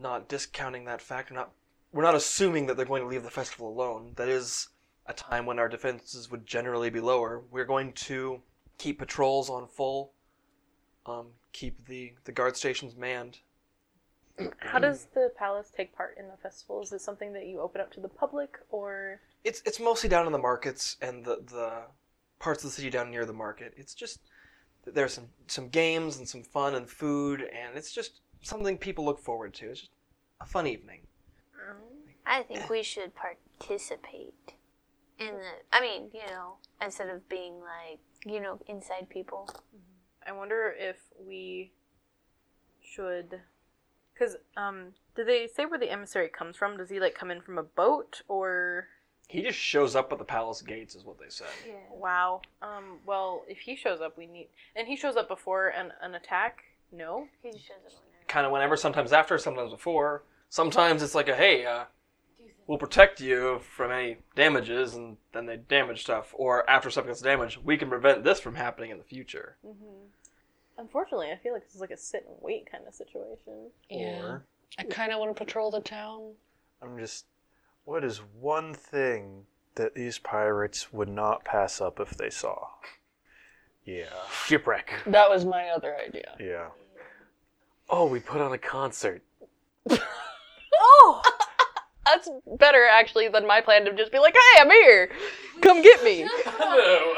S7: not discounting that fact. We're not we're not assuming that they're going to leave the festival alone. That is a time when our defenses would generally be lower. We're going to keep patrols on full, um, keep the the guard stations manned.
S5: How does the palace take part in the festival? Is it something that you open up to the public, or
S7: It's it's mostly down in the markets and the the parts of the city down near the market. It's just there's some some games and some fun and food and it's just something people look forward to. It's just a fun evening.
S4: I think we should participate in the. I mean, you know, instead of being like, you know, inside people.
S5: I wonder if we should, because um, do they say where the emissary comes from? Does he like come in from a boat, or
S7: He just shows up at the palace gates, is what they said.
S5: wow? Um, well, if he shows up, we need, and he shows up before an an attack. No,
S4: He just shows up on there.
S7: Kind of whenever, sometimes after, sometimes before. Sometimes it's like a hey, uh, we'll protect you from any damages, and then they damage stuff. Or after stuff gets damaged, we can prevent this from happening in the future.
S5: unfortunately, I feel like this is like a sit and wait kind of situation.
S2: Yeah. I kind of want to patrol the town.
S6: I'm just. What is one thing that these pirates would not pass up if they saw? Yeah.
S3: Shipwreck.
S2: That was my other idea.
S6: Yeah.
S3: Oh, we put on a concert.
S2: Oh! *laughs* That's better actually than my plan to just be like, "Hey, I'm here. Come get me."
S4: Ooh,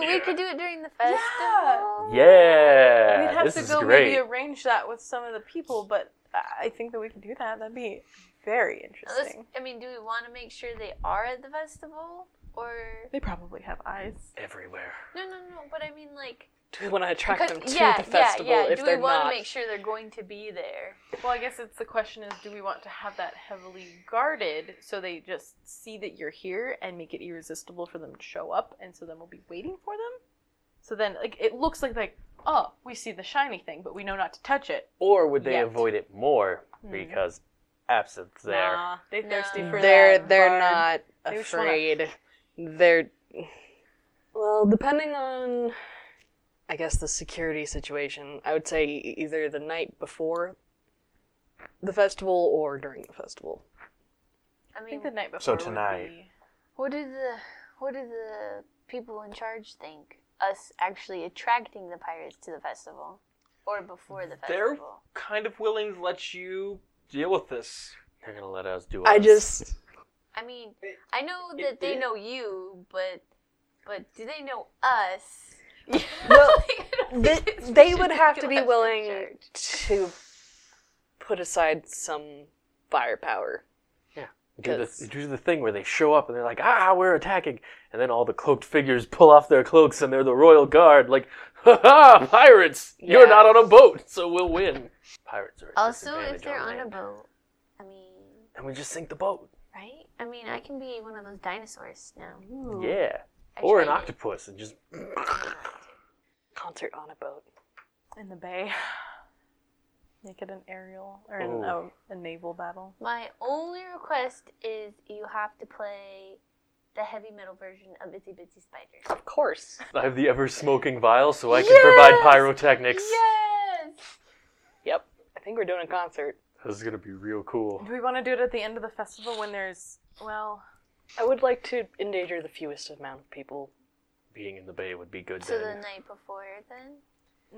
S4: we could do it during the festival.
S3: Yeah.
S5: We'd have
S3: this
S5: to
S3: is
S5: go
S3: great.
S5: maybe arrange that with some of the people, but I I think that we could do that. That'd be very
S4: Let's,
S5: interesting.
S4: I mean, do we want to make sure they are at the festival? Or.
S5: They probably have eyes.
S3: Everywhere.
S4: No, no, no, but I mean, like.
S2: Do we want to attract them
S4: cut-
S2: to the festival if
S4: Do we
S2: they're
S4: want
S2: not?
S4: to make sure they're going to be there?
S5: Well, I guess it's the question is, do we want to have that heavily guarded so they just see that you're here and make it irresistible for them to show up, and so then we'll be waiting for them? So then, like, it looks like like, oh, we see the shiny thing, but we know not to touch it.
S3: Or would they
S5: Yet.
S3: avoid it more because absinthe there?
S5: Nah, they thirsty for
S2: they're
S5: that.
S2: they're
S5: hard.
S2: not
S5: They just wanna-
S2: afraid. They're well, depending on I guess the security situation, I would say e- either the night before the festival or during the festival.
S4: I
S5: I
S4: mean,
S5: think the night before.
S6: So
S5: would
S6: tonight.
S5: be-
S4: what do the what do the people in charge think? Us actually attracting the pirates to the festival, or before the
S7: They're
S4: festival?
S7: kind of willing to let you deal with this.
S3: They're gonna let us do.
S2: I
S3: us.
S2: just
S4: I mean, I know that they know you, but but do they know us?
S2: well,
S4: *laughs* Like, I don't
S2: *laughs* th-
S4: think it's
S2: they
S4: we
S2: would
S4: should
S2: have to
S4: feel
S2: be
S4: us in
S2: willing
S4: charge.
S2: to put aside some firepower.
S3: do the,
S2: 'Cause-
S3: do the thing where they show up and they're like, ah, we're attacking. And then all the cloaked figures pull off their cloaks and they're the royal guard, like, ha ha, pirates! You're
S2: Yeah.
S3: not on a boat, so we'll win. Pirates are. at
S4: Also,
S3: disadvantage
S4: if they're on a
S3: land.
S4: boat, I mean,
S3: And we just sink the boat.
S4: right? I mean, I can be one of those dinosaurs now.
S2: Mm-hmm.
S3: Yeah.
S4: I
S3: Or an
S4: tried it.
S3: octopus and just.
S2: Concert on a boat.
S5: in the bay. *sighs* Make it an aerial or an,
S3: Oh.
S5: a, a naval battle.
S4: My only request is you have to play the heavy metal version of Itsy Bitsy Spider.
S2: Of course.
S3: I have the ever smoking vial, so I can provide pyrotechnics.
S4: Yes!
S2: Yep. I think we're doing a concert.
S3: This is gonna be real cool.
S5: Do we want to do it at the end of the festival when there's well?
S2: I would like to endanger the fewest amount of people.
S3: Being in the bay would be good.
S4: So the
S3: then.
S4: night before, then?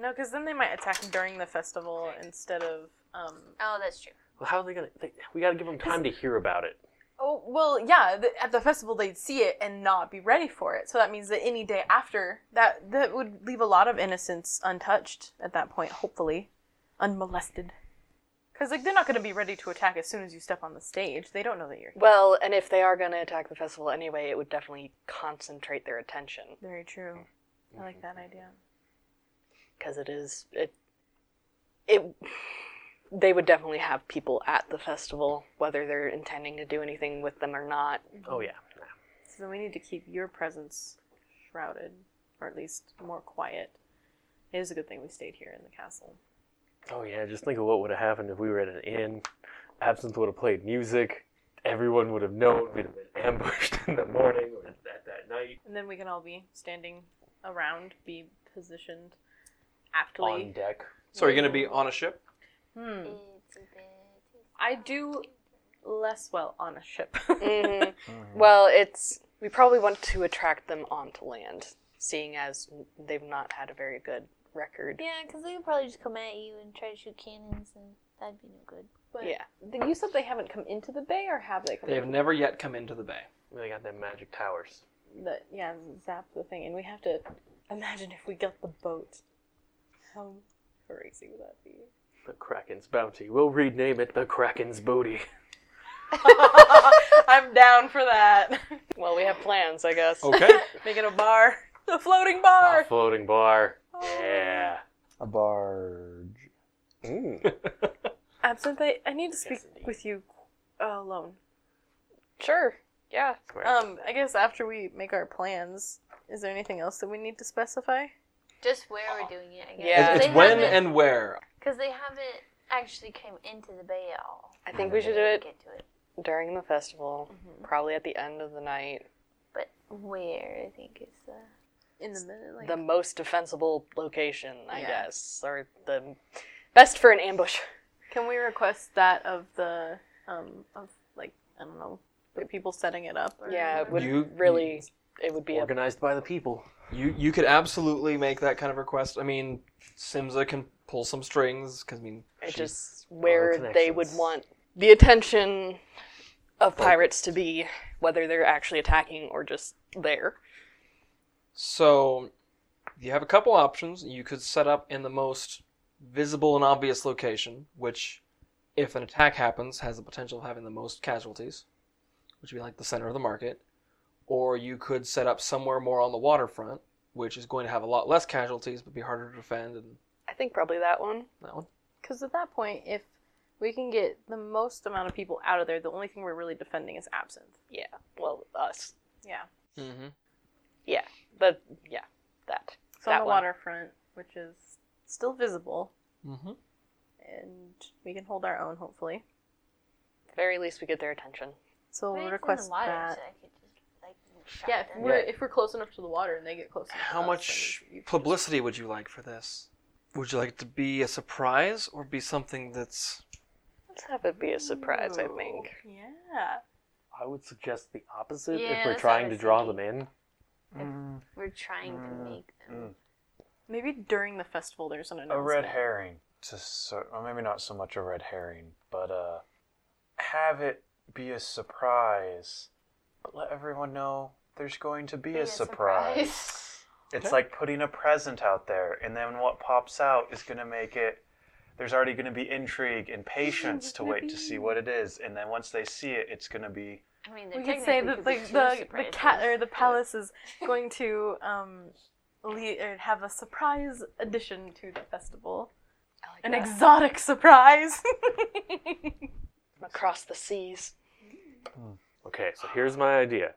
S5: No, because then they might attack during the festival instead of um.
S4: Oh, that's true.
S3: Well, how are they gonna? They, we gotta give them time to hear about it.
S5: Oh well, yeah. The, at the festival, they'd see it and not be ready for it. So that means that any day after that, that would leave a lot of innocence untouched at that point. Hopefully, unmolested. Because like they're not going to be ready to attack as soon as you step on the stage. They don't know that you're
S2: Well, and if they are going to attack the festival anyway, it would definitely concentrate their attention
S5: Very true. I like that idea.
S2: because it is it it they would definitely have people at the festival whether they're intending to do anything with them or not.
S4: Mm-hmm.
S3: Oh yeah.
S5: So then we need to keep your presence shrouded, or at least more quiet. It is a good thing we stayed here in the castle.
S3: Oh yeah, just think of what would have happened if we were at an inn. Absinthe would have played music. Everyone would have known we'd have been ambushed *laughs* in the morning or at that night
S5: And then we can all be standing around, be positioned aptly.
S3: on deck.
S7: So are you going to be on a ship?
S5: Hmm.
S4: It's a bit.
S5: I do less well on a ship. Mm-hmm.
S2: Mhm. Well, it's we probably want to attract them onto land, seeing as they've not had a very good record.
S4: Yeah, because they could probably just come at you and try to shoot cannons, and that'd be no good.
S5: But
S2: Yeah.
S5: the- You said they haven't come into the bay, or have they come?
S7: They have never yet come into the
S4: *laughs*
S7: bay.
S3: They got them magic towers.
S5: the, yeah, zap the thing, and we have to imagine if we got the boat. How crazy would that be?
S3: The Kraken's bounty. We'll rename it the Kraken's booty.
S5: *laughs* I'm down for that.
S2: Well, we have plans, I guess.
S7: Okay.
S5: Making a bar, *laughs* a floating
S3: A
S5: bar.
S3: floating bar. Yeah.
S6: A barge.
S5: Absinthe, I, I need to speak with you uh, alone.
S2: Sure. Yeah.
S5: Um, I guess after we make our plans, is there anything else that we need to specify?
S4: Just where we're doing it, I guess.
S2: Yeah.
S7: It's
S4: They
S7: when
S4: haven't-
S7: and where.
S4: Because they haven't actually came into the bay at all.
S2: I think we should do it
S4: Get to it.
S2: during the festival,
S5: Mm-hmm.
S2: probably at the end of the night.
S4: But where, I think, is the.
S5: In the minute, like
S2: the most defensible location, I
S5: Yeah.
S2: guess, or the best for an ambush.
S5: Can we request that of the um of like I don't know the people setting it up? Or
S2: Yeah, it would
S7: You-
S2: really it would be a
S3: Organized by the people.
S7: You you could absolutely make that kind of request. I mean, Simza can pull some strings because I mean,
S2: It's
S7: she-
S2: just where they would
S3: connections.
S2: want the attention of pirates to be, whether they're actually attacking or just there.
S7: So you have a couple options. You could set up in the most visible and obvious location, which, if an attack happens, has the potential of having the most casualties, which would be like the center of the market. Or you could set up somewhere more on the waterfront, which is going to have a lot less casualties but be harder to defend. And
S2: I think probably that one.
S7: that one.
S5: Because at that point, if we can get the most amount of people out of there, the only thing we're really defending is absinthe.
S2: Yeah. Well, us.
S5: Yeah,
S7: Mm-hmm.
S2: But yeah, that.
S5: so
S2: That
S5: on the
S2: one.
S5: waterfront, which is still visible,
S7: Mm-hmm.
S5: and we can hold our own hopefully.
S2: At the very least, we get their attention.
S5: So we'll
S4: Maybe it's in the
S5: request
S4: water,
S5: that.
S4: so I could just, like, shot
S5: Yeah, if
S4: them.
S5: we're if we're close enough to the water and they get close. enough
S7: How
S5: to us,
S7: much
S5: then we-
S7: publicity would you like for this? Would you like it to be a surprise or be something that's
S2: Let's have it be a surprise. I think.
S5: Yeah.
S3: I would suggest the opposite
S4: Yeah,
S3: if we're
S4: that's what I
S3: trying to
S4: was
S3: draw
S4: thinking.
S3: them in.
S6: Mm.
S4: We're trying
S3: Mm,
S4: to make them.
S5: Maybe during the festival, there's an
S6: A
S5: announcement.
S6: red herring. To so, well, maybe not so much a red herring, but uh, have it be a surprise. But let everyone know there's going to be, a, surprise. It's like putting a present out there, and then what pops out is going to make it. There's already going to be intrigue and patience to wait to see what it is, and then once they see it, it's going to be.
S4: I mean,
S5: We could say that the the, the cat
S4: *laughs*
S5: or the palace is going to um le- or have a surprise addition to the festival, an exotic surprise. *laughs*
S2: Across the seas. *laughs*
S3: Okay, so here's my idea.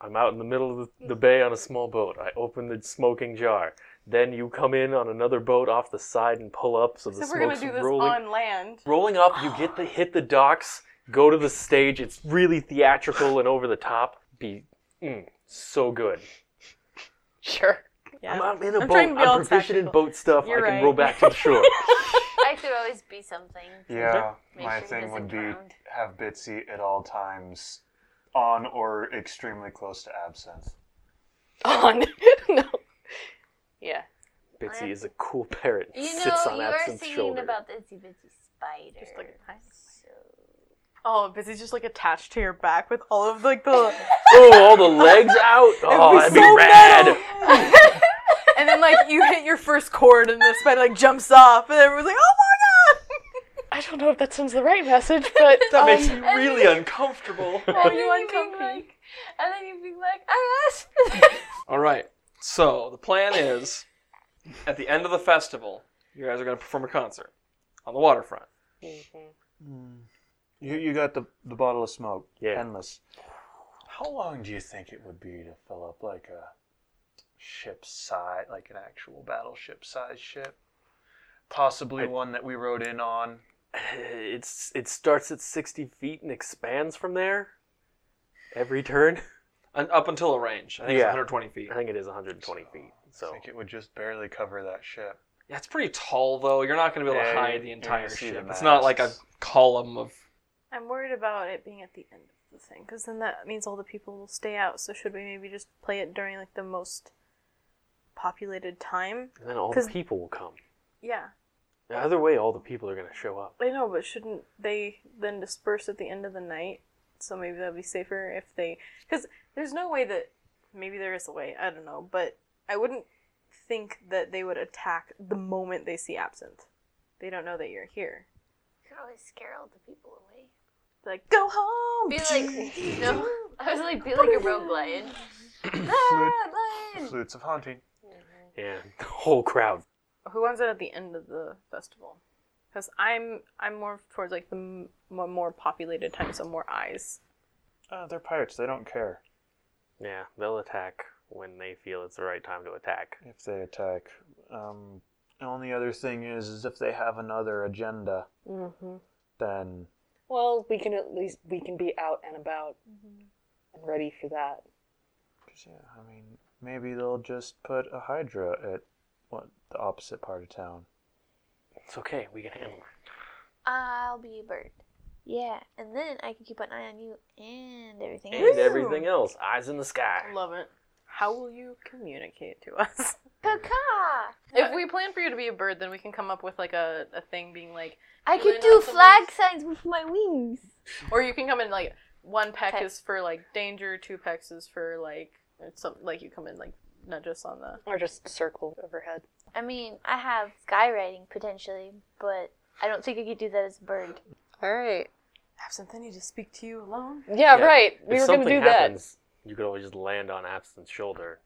S3: I'm out in the middle of the, the bay on a small boat. I open the smoking jar. Then you come in on another boat off the side and pull up, so the
S5: so we're gonna
S3: smoke's
S5: do this
S3: rolling.
S5: on land.
S3: rolling up. You get the hit the docks. Go to the stage. It's really theatrical and over the top. Be mm, so good.
S2: Sure.
S3: I'm, I'm in a
S5: I'm
S3: boat.
S5: trying to
S3: I'm
S5: be all
S3: proficient in
S5: tactical.
S3: boat stuff.
S5: You're
S3: I can
S5: right.
S3: row back to
S5: *laughs*
S3: the shore. *laughs*
S4: I could always be something.
S6: Yeah,
S4: Make
S6: my
S4: sure he
S6: thing would
S4: doesn't
S6: be
S4: drown.
S6: have Bitsy at all times on or extremely close to absinthe.
S2: On. *laughs* no. Yeah.
S3: Bitsy is a cool parrot.
S4: You
S3: sits
S4: know,
S3: on
S4: you are
S3: Absinthe's
S4: singing
S3: shoulder.
S4: about the Itsy Bitsy Spider.
S5: Just like a nice-
S4: so-
S5: Oh, Busy's just like attached to your back with all of like the
S3: oh, all the legs
S5: *laughs*
S3: out. Oh, that'd be rad.
S5: *laughs*
S4: *laughs*
S5: and then like you hit your first chord and the spider like jumps off and everyone's like, oh *laughs*
S2: I don't know if that sends the right message, but
S7: that makes me *laughs* really *laughs* uncomfortable.
S4: and then you being like, and then you being like, I asked for this.
S7: All right. So the plan is, at the end of the festival, you guys are going to perform a concert on the waterfront.
S6: You, you got the, the bottle of smoke,
S3: Yeah.
S6: endless. How long do you think it would be to fill up like a ship size, like an actual battleship size ship? Possibly one that we rode in on.
S3: It's it starts at sixty feet and expands from there. Every turn,
S7: And up until a range. I think
S3: Yeah.
S7: it's 120 feet.
S3: I think it is one hundred and twenty feet.
S6: I
S3: So
S6: think it would just barely cover that ship.
S7: Yeah, it's pretty tall though. You're not going to be able
S6: Yeah,
S7: to hide
S6: you-
S7: the
S6: you're
S7: entire
S6: gonna see
S7: ship.
S6: the
S7: It's not like a
S6: masts.
S7: column of.
S5: I'm worried about it being at the end of the thing, because then that means all the people will stay out. So should we maybe just play it during like the most populated time?
S3: and then all the
S5: 'Cause-
S3: people will come.
S5: Yeah,
S3: Either way, all the people are gonna show up.
S5: I know, but shouldn't they then disperse at the end of the night? So maybe that'd be safer if they, because there's no way that maybe there is a way. I don't know, but I wouldn't think that they would attack the moment they see absinthe. They don't know that you're here.
S4: could always scare all the people away.
S5: They're like, go home.
S4: Be *laughs* like, no. I was like, be like a rogue *laughs* lion. ah, lion!
S6: Flutes of Haunting.
S3: Yeah, *laughs* the whole crowd.
S5: who wants it at the end of the festival because i'm i'm more towards like the m- more, more populated time so more eyes
S11: Uh, they're pirates. They don't care
S3: Yeah, they'll attack when they feel it's the right time to attack.
S6: if they attack. Um, the only other thing is, is if they have another agenda,
S5: Mm-hmm.
S6: then
S2: Well, we can at least we can be out and about
S5: Mm-hmm.
S2: and ready for that.
S6: 'cause, yeah, I mean, maybe they'll just put a Hydra at what the opposite part of town.
S3: It's okay. We can handle it.
S4: I'll be a bird. Yeah, and then I can keep an eye on you and everything.
S3: And everything else, eyes in the sky.
S5: love it how will you communicate to us
S4: Caca!
S5: *laughs* if we plan for you to be a bird then we can come up with like a, a thing being like
S4: I
S5: You
S4: can
S5: land on
S4: do flag signs with my wings.
S5: or you can come in like one peck
S4: Okay.
S5: is for like danger two pecks is for like it's something like you come in like nudge us on the
S2: Or just circle overhead.
S4: I mean, I have skywriting potentially, but I don't think I could do that as a bird.
S2: All right.
S5: absinthe i need to speak to you alone
S2: Yeah,
S3: Yeah,
S2: right. We
S3: if
S2: were going to do
S3: something happens, you could always just land on Absinthe's shoulder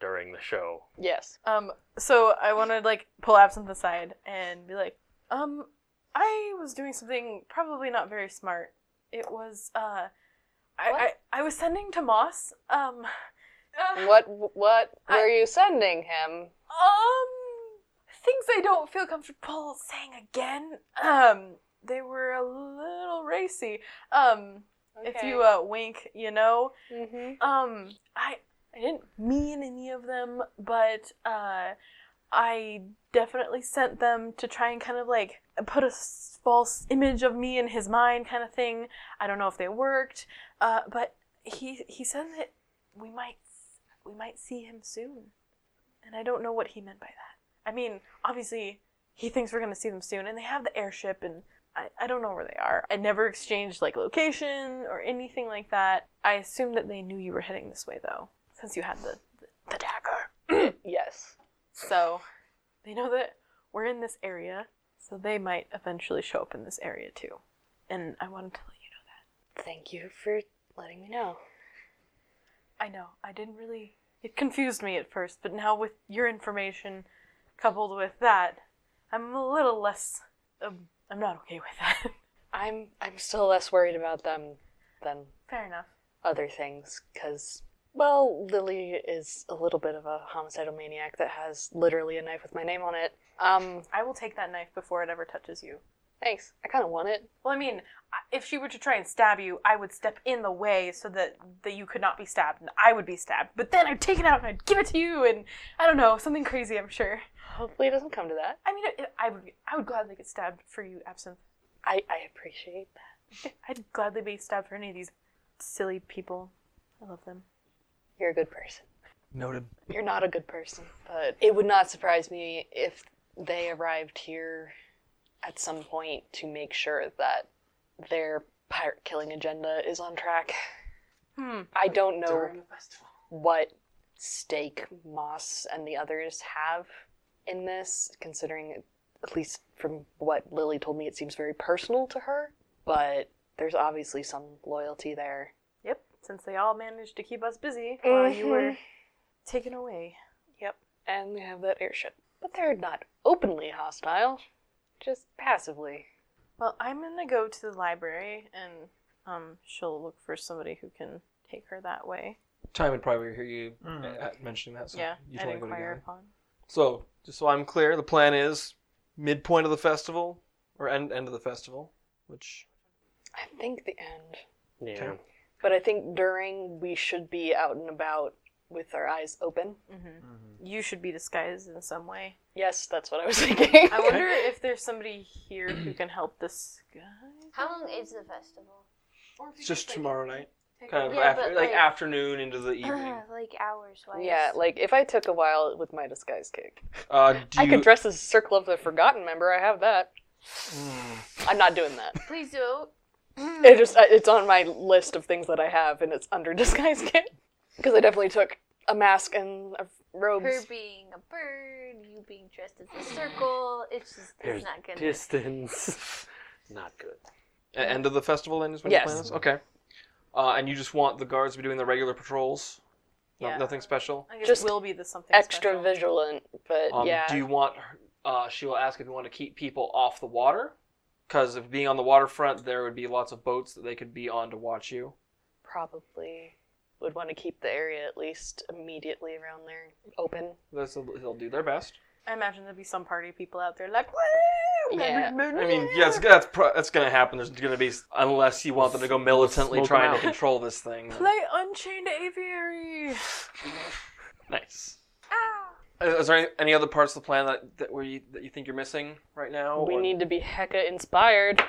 S3: during the show.
S2: that. Yes.
S5: Um, so I want to like pull absinthe aside and be like, um, I was doing something probably not very smart. It was, uh, I, I, I was sending to Moss, um, uh,
S2: What what
S5: I-
S2: were you sending him?
S5: um, things I don't feel comfortable saying again. Um, they were a little racy. Um, if you uh, wink, you know.
S2: Mhm.
S5: Um, I I didn't mean any of them, but uh, I definitely sent them to try and kind of like put a s- false image of me in his mind, kind of thing. I don't know if they worked, uh, but he he said that we might we might see him soon, and I don't know what he meant by that. I mean, obviously he thinks we're gonna see them soon, and they have the airship and. I, I don't know where they are. I never exchanged like location or anything like that. I assume that they knew you were heading this way though, since you had the the dagger.
S2: Yes.
S5: So they know that we're in this area, so they might eventually show up in this area too. And I wanted to let you know
S2: Thank you for letting me know.
S5: that. I know I didn't really. It confused me at first, but now with your information coupled with that, I'm a little less. Um, I'm not okay with that. *laughs*
S2: I'm I'm still less worried about them than
S5: Fair enough.
S2: other things cuz well, Lily is a little bit of a homicidal maniac that has literally a knife with my name on it. Um
S5: I will take that knife before it ever touches you.
S2: thanks. I kind of want it.
S5: Well, I mean, I- if she were to try and stab you, I would step in the way so that, that you could not be stabbed and I would be stabbed. But then I'd take it out and I'd give it to you and I don't know, something crazy, I'm sure.
S2: Hopefully it doesn't come to that.
S5: I mean, it, I would I would gladly get stabbed for you, Absinthe.
S2: I I appreciate that.
S5: I'd gladly be stabbed for any of these silly people. I love them.
S2: You're a good person.
S7: Noted.
S2: You're not a good person, but it would not surprise me if they arrived here at some point to make sure that their pirate killing agenda is on track.
S5: Hmm.
S2: I don't know what stake Moss and the others have in this, considering, at least from what Lily told me, it seems very personal to her, but there's obviously some loyalty there.
S5: Yep. Since they all managed to keep us busy while you were taken away.
S2: Yep, and they have that airship. But they're not openly hostile, just passively.
S5: Well, I'm gonna go to the library and um she'll look for somebody who can take her that way.
S7: Time would probably hear you uh, mentioning that. So
S5: yeah.
S7: you
S5: And
S7: want to go
S5: inquire
S7: together.
S5: upon.
S7: So just so I'm clear, the plan is midpoint of the festival or end end of the festival, which
S2: I think the end.
S3: Yeah.
S7: Okay.
S2: But I think during we should be out and about with our eyes open.
S6: Mm-hmm.
S5: You should be disguised in some way.
S2: Yes, that's what I was *laughs* thinking.
S5: I wonder if there's somody here who can help this guy.
S4: How long is the festival?
S7: it's just tomorrow night, kind of
S4: Yeah,
S7: after,
S4: but,
S7: like,
S4: like- Uh-huh.
S7: afternoon into the evening.
S4: *sighs* like hours wise.
S2: yeah, like if I took a while with my disguise kick,
S7: Uh, do
S2: I
S7: you,
S2: could dress as Circle of the Forgotten member. I have that. I'm not doing that.
S4: Please do.
S2: It just I- it's on my list of things that I have, and it's under *laughs* disguise kit because I definitely took a mask and a robe.
S4: Her being a bird, you being dressed as a circle. It's just
S3: There's
S4: it's not gonna.
S3: distance. Not good.
S7: a- E-, end of the festival then is when
S2: Yes.
S7: you plan this? Okay. Uh, and you just want the guards to be doing the regular patrols? No-
S5: Yeah.
S7: nothing special?
S5: I guess
S2: Just
S5: will be the something
S2: Extra
S5: special.
S2: vigilant, but
S7: Um,
S2: Uh, yeah.
S7: Do you want, her- uh, she will ask if you want to keep people off the water? Because if being on the waterfront, there would be lots of boats that they could be on to watch you.
S2: probably would want to keep the area at least immediately around there open.
S7: That's, they'll do their best.
S5: I imagine there'll be some party people out there like, woo!
S2: Yeah.
S7: I mean, yes, that's pro- that's gonna happen. There's gonna be unless you want them to go militantly
S3: Smoke 'em
S7: trying to
S3: out.
S7: control this thing.
S5: Play Unchained Aviary.
S7: Nice.
S5: Ah.
S7: Uh, Is there any, any other parts of the plan that, that where you that you think you're missing right now?
S2: We
S7: or-
S2: need to be hecka inspired.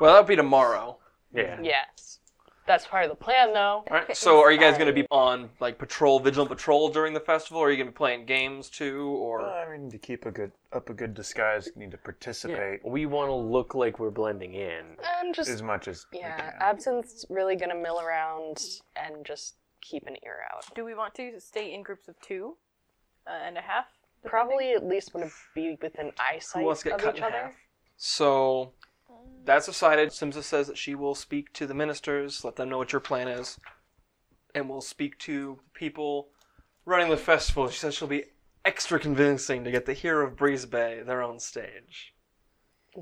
S7: Well, that'll be tomorrow.
S3: Yeah.
S2: Yes. That's part of the plan though.
S7: All right. So, are you guys gonna be on like patrol, vigilant patrol during the festival? Or are you gonna be playing games too? Or
S6: Uh, we need to keep a good up a good disguise. Need to participate
S3: We want to look like we're blending in.
S2: I'm just
S6: as much as we
S2: yeah,
S6: can.
S2: absinthe's really gonna mill around and just keep an ear out.
S5: Do we want to stay in groups of two uh, and a half? depending?
S2: Probably at least want to be within eyesight
S7: who wants to get
S2: of
S7: cut
S2: each
S7: in
S2: other.
S7: half? So, that's decided. Simsa says that she will speak to the ministers, let them know what your plan is, and will speak to people running the festival. She says she'll be extra convincing to get the hero of Breeze Bay their own stage.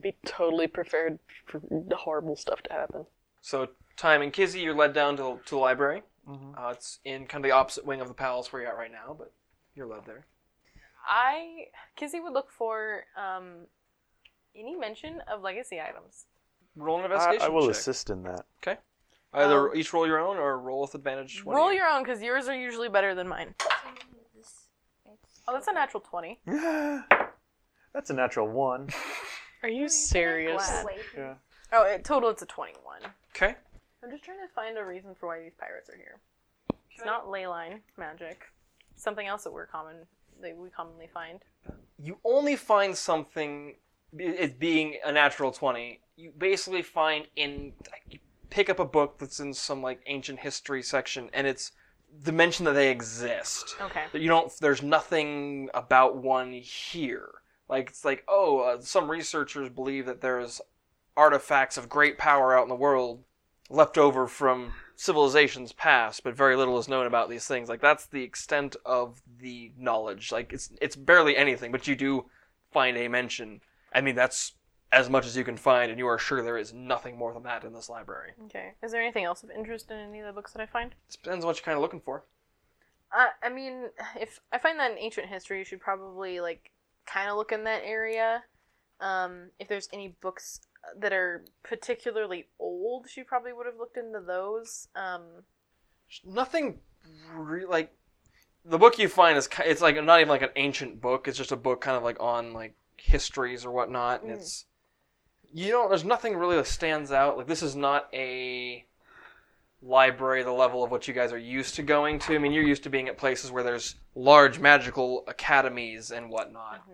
S2: Be totally prepared for the horrible stuff to happen.
S7: So, Time and Kizzy, you're led down to, to the library.
S2: Mm-hmm.
S7: Uh, it's in kind of the opposite wing of the palace where you're at right now, but you're led there.
S5: I Kizzy would look for um, any mention of legacy items.
S7: Roll an
S6: I,
S7: investigation.
S6: I will
S7: check.
S6: assist in that. *laughs*
S7: Either
S5: Um,
S7: each roll your own or roll with advantage. one
S5: Roll
S7: of you.
S5: your own because yours are usually better than mine. Oh, that's a natural twenty.
S7: Hmm?
S6: That's a natural one.
S2: Are you serious?
S5: glad.
S6: Yeah.
S5: Oh, it, total it's a twenty-one.
S7: Okay.
S5: I'm just trying to find a reason for why these pirates are here. It's not ley line magic. Something else that we're common that we commonly find.
S7: you only find something it being a natural 20 you basically find in like, you pick up a book that's in some like ancient history section and it's the mention that they exist
S5: Okay.
S7: That you don't there's nothing about one here like it's like oh uh, some researchers believe that there's artifacts of great power out in the world left over from civilizations past but very little is known about these things like that's the extent of the knowledge like it's it's barely anything but you do find a mention i mean that's as much as you can find and you are sure there is nothing more than that in this library
S5: Okay. Is there anything else of interest in any of the books that I find?
S7: depends on what you're kind of looking for
S5: Uh, I mean, if I find that in ancient history, you should probably like kind of look in that area. Um, if there's any books that are particularly old, she probably would have looked into those. Um,
S7: nothing re- like the book you find is ki- it's like not even like an ancient book it's just a book kind of like on like histories or whatnot and
S5: Mm.
S7: it's you don't there's nothing really that stands out like this is not a library the level of what you guys are used to going to i mean you're used to being at places where there's large magical academies and whatnot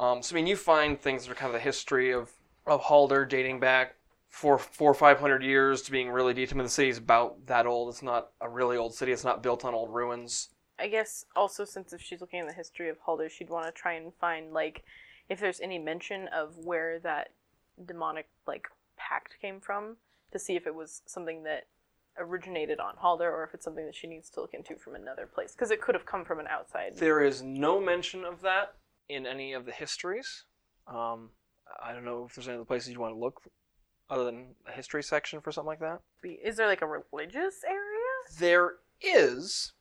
S7: um, so i mean you find things that are kind of the history of of halder dating back four four or five hundred years to being really deep. I mean, the city's about that old. It's not a really old city. It's not built on old ruins.
S5: I guess also since if she's looking at the history of Halder, she'd want to try and find like if there's any mention of where that demonic like pact came from to see if it was something that originated on Halder or if it's something that she needs to look into from another place because it could have come from an outside.
S7: There is no mention of that in any of the histories. Um, I don't know if there's any other places you want to look other than a history section for something like that.
S5: be- is there like a religious area?
S7: There is.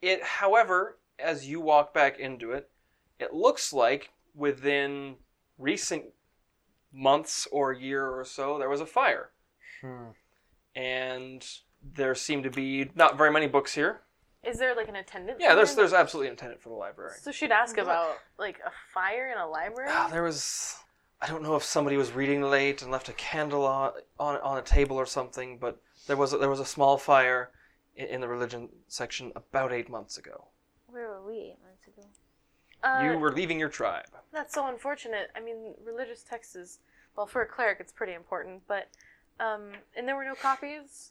S7: It, however, as you walk back into it, it looks like within recent months or year or so, there was a fire. Hmm. And there seem to be not very many books here.
S5: Is there like an attendant?
S7: Yeah, there's
S5: somewhere?
S7: there's absolutely an attendant for the library.
S5: So she'd ask about like a fire in a library.
S7: Ah, there was I don't know if somebody was reading late and left a candle on on, on a table or something, but there was a, there was a small fire in, in the religion section about eight months ago.
S4: Where were we eight months ago?
S5: Uh,
S7: you were leaving your tribe.
S5: That's so unfortunate. I mean, religious texts is well for a cleric, it's pretty important, but um, and there were no copies.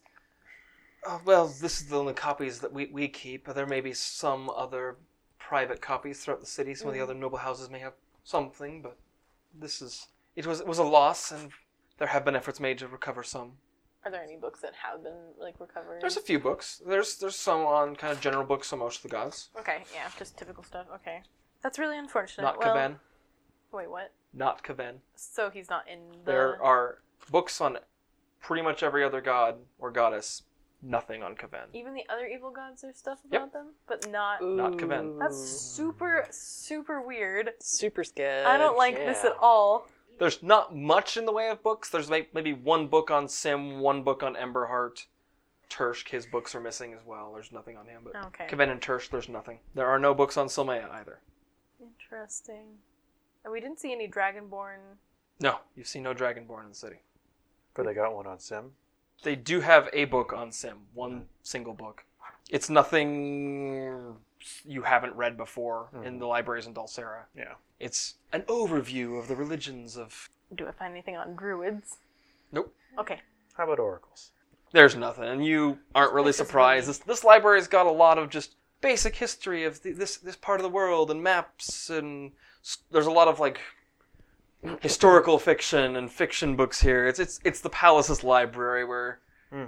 S7: Oh, well, this is the only copies that we, we keep. There may be some other private copies throughout the city. Some of the other noble houses may have something, but this is it was it was a loss, and there have been efforts made to recover some.
S5: Are there any books that have been like recovered?
S7: There's a few books. There's there's some on kind of general books on most of the gods.
S5: Okay, yeah, just typical stuff. Okay, that's really unfortunate.
S7: Not
S5: well,
S7: Kaven.
S5: Wait, what?
S7: Not Kaven.
S5: So he's not in the.
S7: There are books on pretty much every other god or goddess. Nothing on Kaven.
S5: even the other evil gods. There's stuff
S7: Yep.
S5: about them, but not.
S7: Not Kaven.
S5: That's super super weird.
S2: Super
S7: Uh,
S2: scared.
S5: I don't like this at all.
S7: There's not much in the way of books. There's may- maybe one book on Sim, one book on Emberheart. Tersh, his books are missing as well. There's nothing on him, but
S5: Okay.
S7: Kaven and Tersh, there's nothing. There are no books on Silmaya either.
S5: Interesting. And we didn't see any dragonborn.
S7: No, you see no Dragonborn in the city.
S8: But they got one on Sim.
S7: They do have a book on Sim, one single book. It's nothing you haven't read before in the libraries in Dulcera.
S8: Yeah.
S7: It's an overview of the religions of.
S5: Do I find anything on druids?
S7: Nope.
S5: Okay.
S8: How about oracles?
S7: There's nothing, and you aren't really surprised. This, this library's got a lot of just basic history of the, this this part of the world and maps, and s- there's a lot of like historical fiction and fiction books here. It's it's it's the palace's library where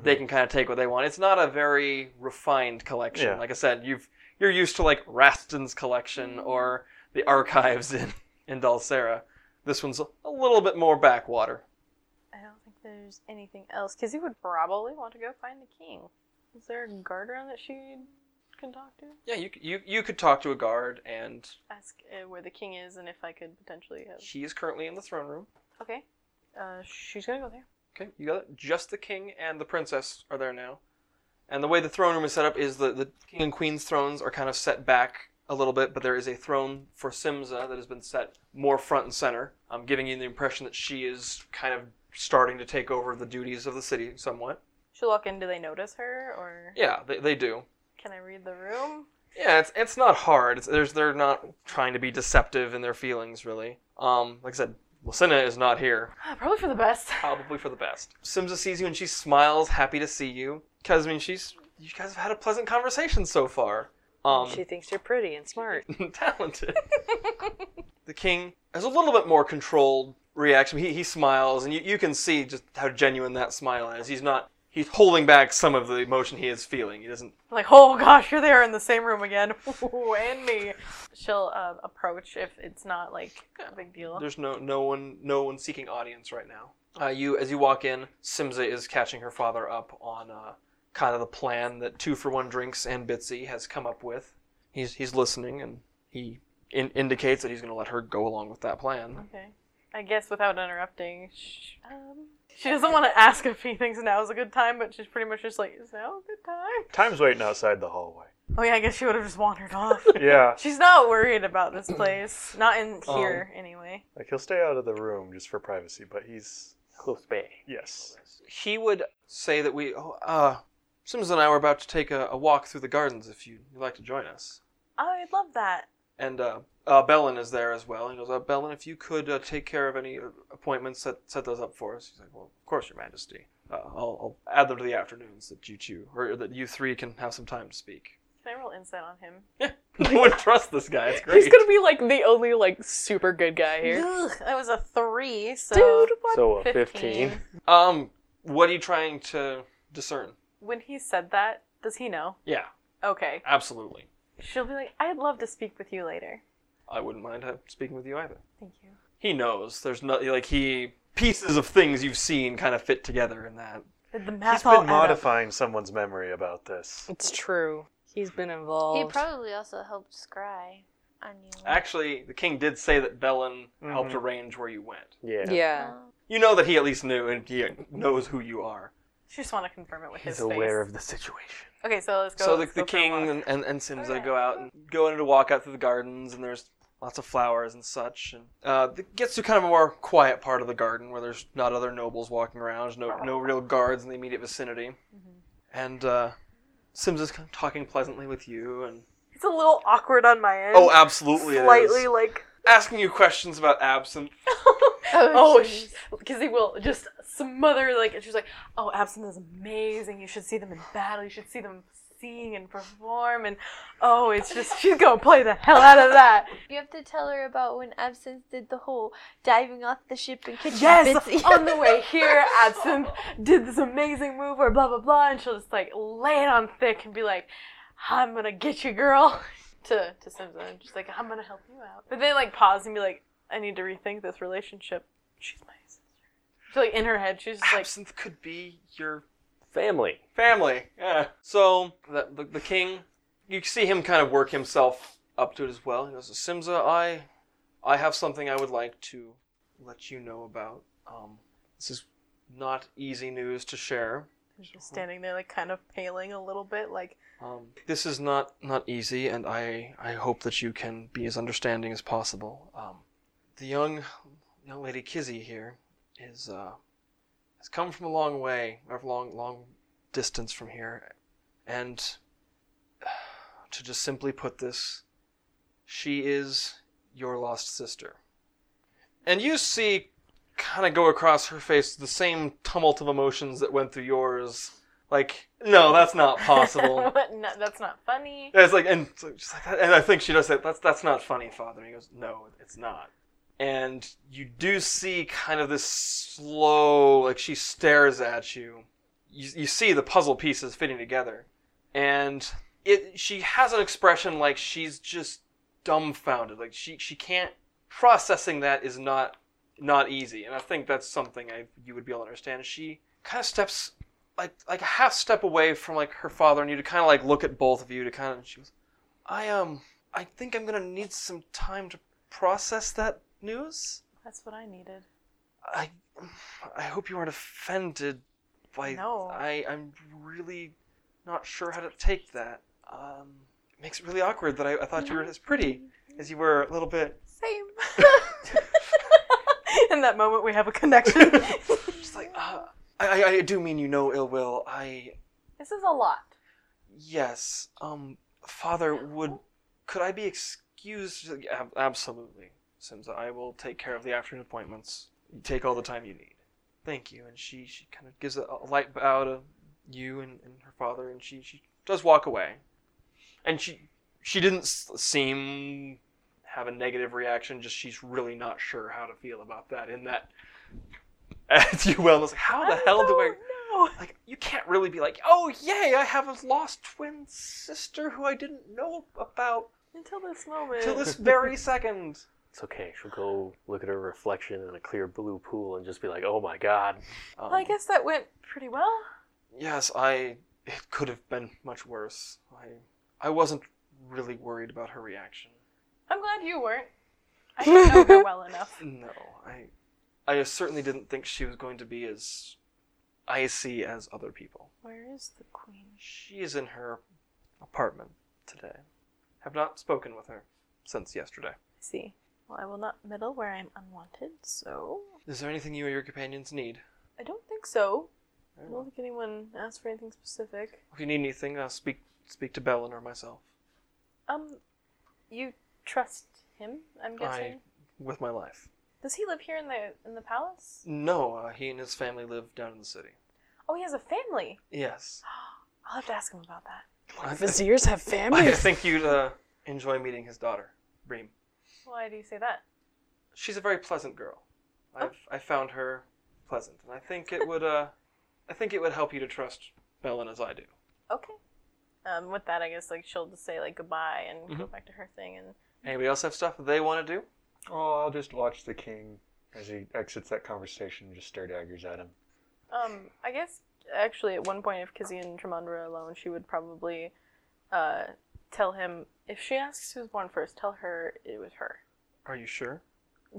S7: they can kind of take what they want. It's not a very refined collection.
S8: Yeah.
S7: Like I said, you've you're used to like Raston's collection or the archives in in Dulcera. This one's a little bit more backwater.
S5: I don't think there's anything else because you would probably want to go find the king. Is there a guard around that she can talk to?
S7: Yeah, you c- you you could talk to a guard and
S5: Ask uh, where the king is and if I could potentially have.
S7: She is currently in the throne room.
S5: Okay. Uh, she's gonna go there.
S7: Okay, you got it. Just the king and the princess are there now. And the way the throne room is set up is the, the king and queen's thrones are kind of set back a little bit, but there is a throne for Simza that has been set more front and center. I'm giving you the impression that she is kind of starting to take over the duties of the city somewhat.
S5: She'll walk in. Do they notice her or
S7: Yeah, they, they do.
S5: can I read the room?
S7: Yeah, it's it's not hard. It's, there's they're not trying to be deceptive in their feelings really. Um, like I said, Lucina is not here.
S5: Ah, probably for the best. *laughs*
S7: probably for the best. Simsa sees you and she smiles, happy to see you. Because I mean, she's you guys have had a pleasant conversation so far. Um,
S2: She thinks you're pretty and smart.
S7: *laughs* talented. the king has a little bit more controlled reaction. He he smiles, and you you can see just how genuine that smile is. He's not he's holding back some of the emotion he is feeling. He doesn't.
S5: Like, oh gosh, you're there in the same room again. *laughs* Ooh, and me. She'll uh, approach if it's not like a big deal.
S7: There's no no one no one seeking audience right now. Uh, you as you walk in, Simza is catching her father up on uh, kind of the plan that two for one drinks and Bitsy has come up with. He's he's listening and he in- indicates that he's going to let her go along with that plan.
S5: Okay. I guess without interrupting, sh um, she doesn't want to ask if he thinks now is a good time, but she's pretty much just like, is now a good time?
S8: Time's waiting outside the hallway.
S5: *laughs* Oh yeah, I guess she would have just wandered off.
S8: Yeah.
S5: *laughs* she's not worried about this place. Not in here, anyway.
S8: Like he'll stay out of the room just for privacy, but he's
S3: Close bay.
S8: yes.
S7: He would say that we oh, uh Simza and I were about to take a, a walk through the gardens if you, you'd like to join us.
S5: I'd Oh, love that.
S7: And uh, uh, Bellin is there as well. He goes, uh, Bellin, if you could uh, take care of any uh, appointments, set, set those up for us. He's like, well, of course, Your Majesty. Uh, I'll, I'll add them to the afternoons that you choose, or that you three can have some time to speak. *laughs*
S5: Can I roll insight on him?
S7: no one trusts this guy. It's
S2: *laughs*
S7: great.
S2: He's gonna be like the only like super good guy here.
S5: Ugh, that was a three, so
S3: So a 15.
S7: Um, what are you trying to discern?
S5: When he said that, does he know?
S7: Yeah,
S5: Okay.
S7: absolutely.
S5: She'll be like, I'd love to speak with you later.
S7: I wouldn't mind uh, speaking with you either.
S5: Thank you.
S7: He knows. There's no like he pieces of things you've seen kind of fit together in that.
S5: Did the
S8: He's
S5: math all
S8: been
S5: add up?
S8: modifying someone's memory about this.
S2: It's true. He's been
S4: He
S2: involved.
S4: probably also helped Scry. on you.
S7: Actually, the king did say that Bellin helped arrange where you went.
S3: Yeah.
S12: Yeah.
S4: Um,
S7: You know that he at least knew, and he knows who you are.
S5: She just want to confirm it with his
S3: He's aware
S5: face.
S3: of the situation.
S5: Okay, so let's go.
S7: so the,
S5: let's
S7: the
S5: go for a
S7: king
S5: walk.
S7: and, and, and Simza go out and go into a walk out through the gardens, and there's lots of flowers and such. And uh, it gets to kind of a more quiet part of the garden where there's not other nobles walking around, there's no, no real guards in the immediate vicinity.
S5: Mm-hmm.
S7: And uh, Simza's kind of talking pleasantly with you, and
S5: It's a little awkward on my end.
S7: oh, absolutely, it
S5: Slightly *laughs*
S7: is.
S5: like.
S7: asking you questions about absinthe.
S5: Oh, because he will just smother like and she's like, "Oh, absinthe is amazing. You should see them in battle. You should see them sing and perform." And oh, it's just she's gonna play the hell out of that.
S4: You have to tell her about when Absinthe did the whole diving off the ship and catching
S5: Yes, *laughs*
S4: Bitsy.
S5: on the way here, Absinthe did this amazing move or blah blah blah, and she'll just like lay it on thick and be like, "I'm gonna get you, girl." *laughs* To to Simza, and she's like, "I'm gonna help you out," but then like pause and be like, "I need to rethink this relationship. She's my sister." So like in her head, she's just like,
S7: absinthe could be your
S3: Family.
S7: family. Yeah. So the, the, the king, you see him kind of work himself up to it as well. He goes, Simza, I, I have something I would like to let you know about. Um, this is not easy news to share.
S5: she's standing there like kind of paling a little bit, like, *laughs*
S7: Um, this is not not easy, and I I hope that you can be as understanding as possible. Um, the young young lady Kizzy here is uh, has come from a long way, or a long long distance from here, and *sighs* to just simply put this, she is your lost sister. And you see, kind of go across her face the same tumult of emotions that went through yours. Like, no, that's not possible.
S5: "What? No, that's not funny."
S7: Yeah, it's like, and so she's like, and I think she does say, "That's that's not funny, Father." And he goes, "No, it's not." And you do see kind of this slow, like she stares at you. You, you see the puzzle pieces fitting together, and it. She has an expression like she's just dumbfounded, like she she can't processing that is not not easy. And I think that's something I you would be able to understand. She kind of steps like like a half step away from like her father and you to kind of like look at both of you to kind of she goes, I um I think I'm gonna need some time to process that news.
S5: That's what I needed.
S7: I I hope you aren't offended by
S5: No.
S7: I I'm really not sure how to take that. Um, it makes it really awkward that I, I thought you were as pretty as you were a little bit.
S5: Same. *laughs* in that moment, we have a *laughs* connection.
S7: Just like uh, I I I do mean you no ill will. I
S5: this is a lot.
S7: Yes. Um, Father, would could I be excused? Ab- absolutely, Simza. I will take care of the afternoon appointments. You take all the time you need. Thank you. And she she kind of gives a, a light bow to you and, and her father, and she she does walk away. And she she didn't s- seem have a negative reaction. Just she's really not sure how to feel about that. In that, *laughs* as you well know, it's like, how the hell do I?
S5: No.
S7: like you can't really be like oh yay i have a lost twin sister who i didn't know about
S5: Until this moment.
S7: till this very second
S3: It's okay. She'll go look at her reflection in a clear blue pool and just be like, "Oh my god."
S7: Um,
S5: Well, I guess that went pretty well.
S7: yes i it could have been much worse i i wasn't really worried about her reaction
S5: I'm glad you weren't. I didn't know her well enough.
S7: no i i certainly didn't think she was going to be as icy as other people
S5: Where is the queen?
S7: she is in her apartment today have not spoken with her since yesterday
S5: I see. Well, I will not meddle where I'm unwanted, so.
S7: is there anything you or your companions need
S5: I don't think so. I don't think anyone asked for anything specific.
S7: If you need anything, uh, speak speak to Bellin or myself.
S5: Um, you trust him, I'm guessing?
S7: I with my life.
S5: Does he live here in the in the palace?
S7: No, uh, he and his family live down in the city.
S5: Oh, he has a family.
S7: Yes,
S5: I'll have to ask him about that.
S7: I,
S12: Viziers
S7: *laughs*
S12: have
S7: I
S12: families.
S7: think you'd uh, enjoy meeting his daughter, Reem.
S5: Why do you say that?
S7: She's a very pleasant girl. I've I found her pleasant, and I think it would uh, I think it would help you to trust Bellin as I do.
S5: Okay. Um, with that, I guess like she'll just say like goodbye and go back to her thing, and
S7: Anybody else have stuff that they want to do?
S8: Oh, I'll just watch the king as he exits that conversation and just stare daggers at him.
S5: Um, I guess actually at one point, if Kizzy and Tremondra are alone, she would probably uh, tell him if she asks who's born first, tell her it was her.
S7: Are you sure?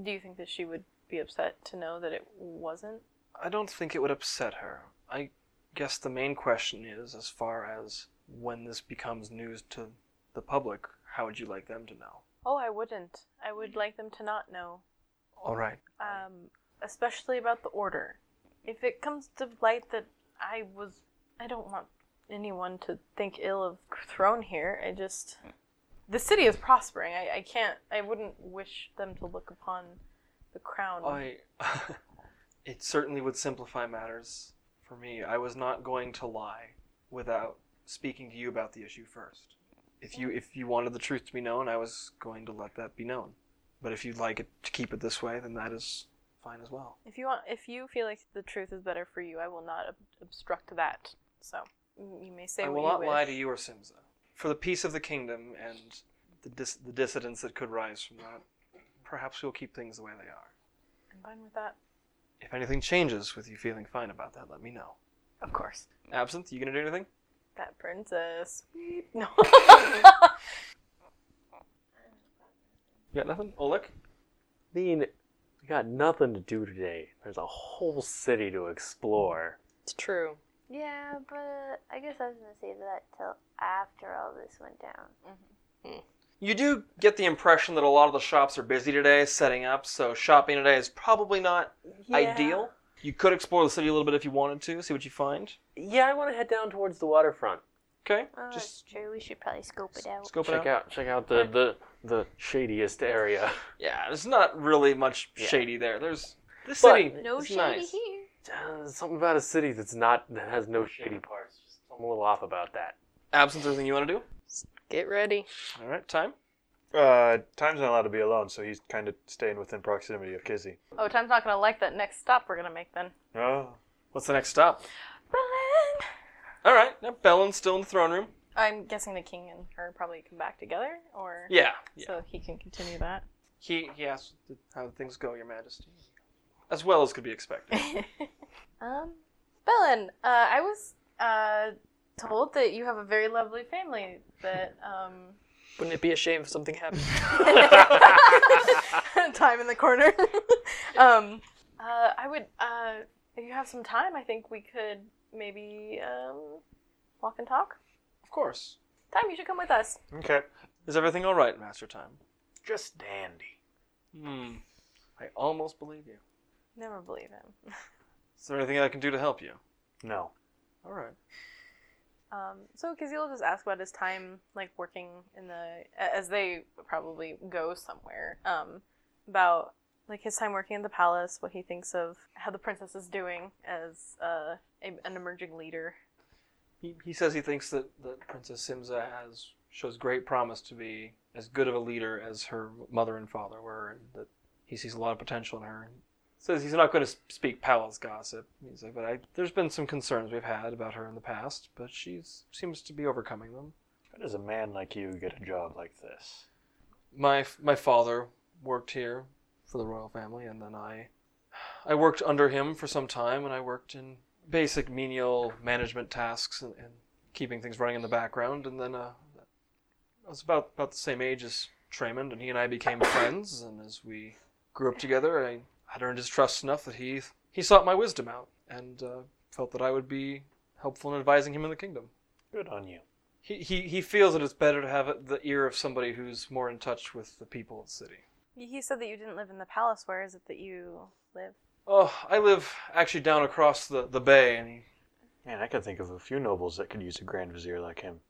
S5: Do you think that she would be upset to know that it wasn't?
S7: I don't think it would upset her. I guess the main question is as far as when this becomes news to the public, how would you like them to know?
S5: Oh, I wouldn't. I would like them to not know,
S7: All right.
S5: um, especially about the order. If it comes to light that I was, I don't want anyone to think ill of Throne here. I just, the city is prospering. I, I can't. I wouldn't wish them to look upon the crown.
S7: Oh, I *laughs* it certainly would simplify matters for me. I was not going to lie without speaking to you about the issue first. If you if you wanted the truth to be known, I was going to let that be known. But if you'd like it to keep it this way, then that is fine as well.
S5: If you want, if you feel like the truth is better for you, I will not ob- obstruct that. So you may say
S7: I
S5: what
S7: will
S5: you
S7: not
S5: wish.
S7: lie to you or Simza. For the peace of the kingdom and the dis- the dissidents that could rise from that, perhaps we'll keep things the way they are.
S5: I'm fine with that.
S7: If anything changes with you feeling fine about that, let me know.
S5: Of course,
S7: Absinthe, you gonna do anything?
S5: that
S7: *laughs*
S5: princess. No.
S7: You got nothing? Oleg?
S3: mean, we got nothing to do today. There's a whole city to explore.
S10: It's true.
S4: Yeah, but I guess I was gonna save that till after all this went down.
S7: You do get the impression that a lot of the shops are busy today, setting up, so shopping today is probably not ideal. You could explore the city a little bit if you wanted to, see what you find.
S3: Yeah, I want to head down towards the waterfront.
S7: Okay,
S4: Oh, that's
S7: just
S4: true. We should probably scope it out.
S7: scope it
S3: Check
S7: out.
S3: out check out the the, the shadiest area.
S7: Yeah, there's not really much
S3: Yeah.
S7: shady there. There's this
S3: But- *laughs*
S7: city.
S4: no
S7: is
S4: shady
S7: nice.
S4: here.
S3: Uh, something about a city that's not that has no shady parts. Just something a little off about that.
S7: Absence, anything you want to do?
S10: Get ready.
S7: All right, time.
S8: Uh, Time's not allowed to be alone, so he's kind of staying within proximity of Kizzy.
S5: oh, Tom's not gonna like that next stop we're gonna make then.
S8: Oh.
S7: What's the next stop? All right, now Bellin's still in the throne room.
S5: I'm guessing the king and her probably come back together, or
S7: Yeah, yeah.
S5: so he can continue that. *laughs*
S7: He he asks how things go, Your Majesty, as well as could
S5: *laughs*
S7: be expected.
S5: Um, Belen, uh, I was uh, told that you have a very lovely family. That um,
S10: Wouldn't it be a shame if something happened?
S5: *laughs* time in the corner. *laughs* um, uh, I would, uh, if you have some time, I think we could maybe um, walk and talk.
S7: of course.
S5: Time, you should come with us.
S8: Okay.
S7: Is everything all right, Master Time?
S8: Just dandy.
S7: Hmm. I almost believe you.
S5: Never believe him.
S7: Is there anything I can do to help you?
S8: No.
S7: All right.
S5: Um, so Kazeel just asked about his time, like working in the a- as they probably go somewhere. Um, about like his time working in the palace, what he thinks of how the princess is doing as uh, a, an emerging leader.
S7: He, he says he thinks that, that Princess Simza has shows great promise to be as good of a leader as her mother and father were, and that he sees a lot of potential in her. Says he's not going to speak palace gossip. He's like, but I, there's been some concerns we've had about her in the past, but she seems to be overcoming them.
S8: How does a man like you get a job like this?
S7: my my father worked here for the royal family and then i i worked under him for some time and i worked in basic menial management tasks and, and keeping things running in the background and then uh, i was about about the same age as Tremond, and he and i became *coughs* friends and as we grew up together i had earned his trust enough that he he sought my wisdom out and uh, felt that i would be helpful in advising him in the kingdom
S8: Good on you.
S7: he, he, he feels that it's better to have the ear of somebody who's more in touch with the people of the city.
S5: He said that you didn't live in the palace. Where is it that you live? *laughs*
S7: Oh, I live actually down across the, the bay, and he,
S8: Man, I could think of a few nobles that could use a grand vizier like him.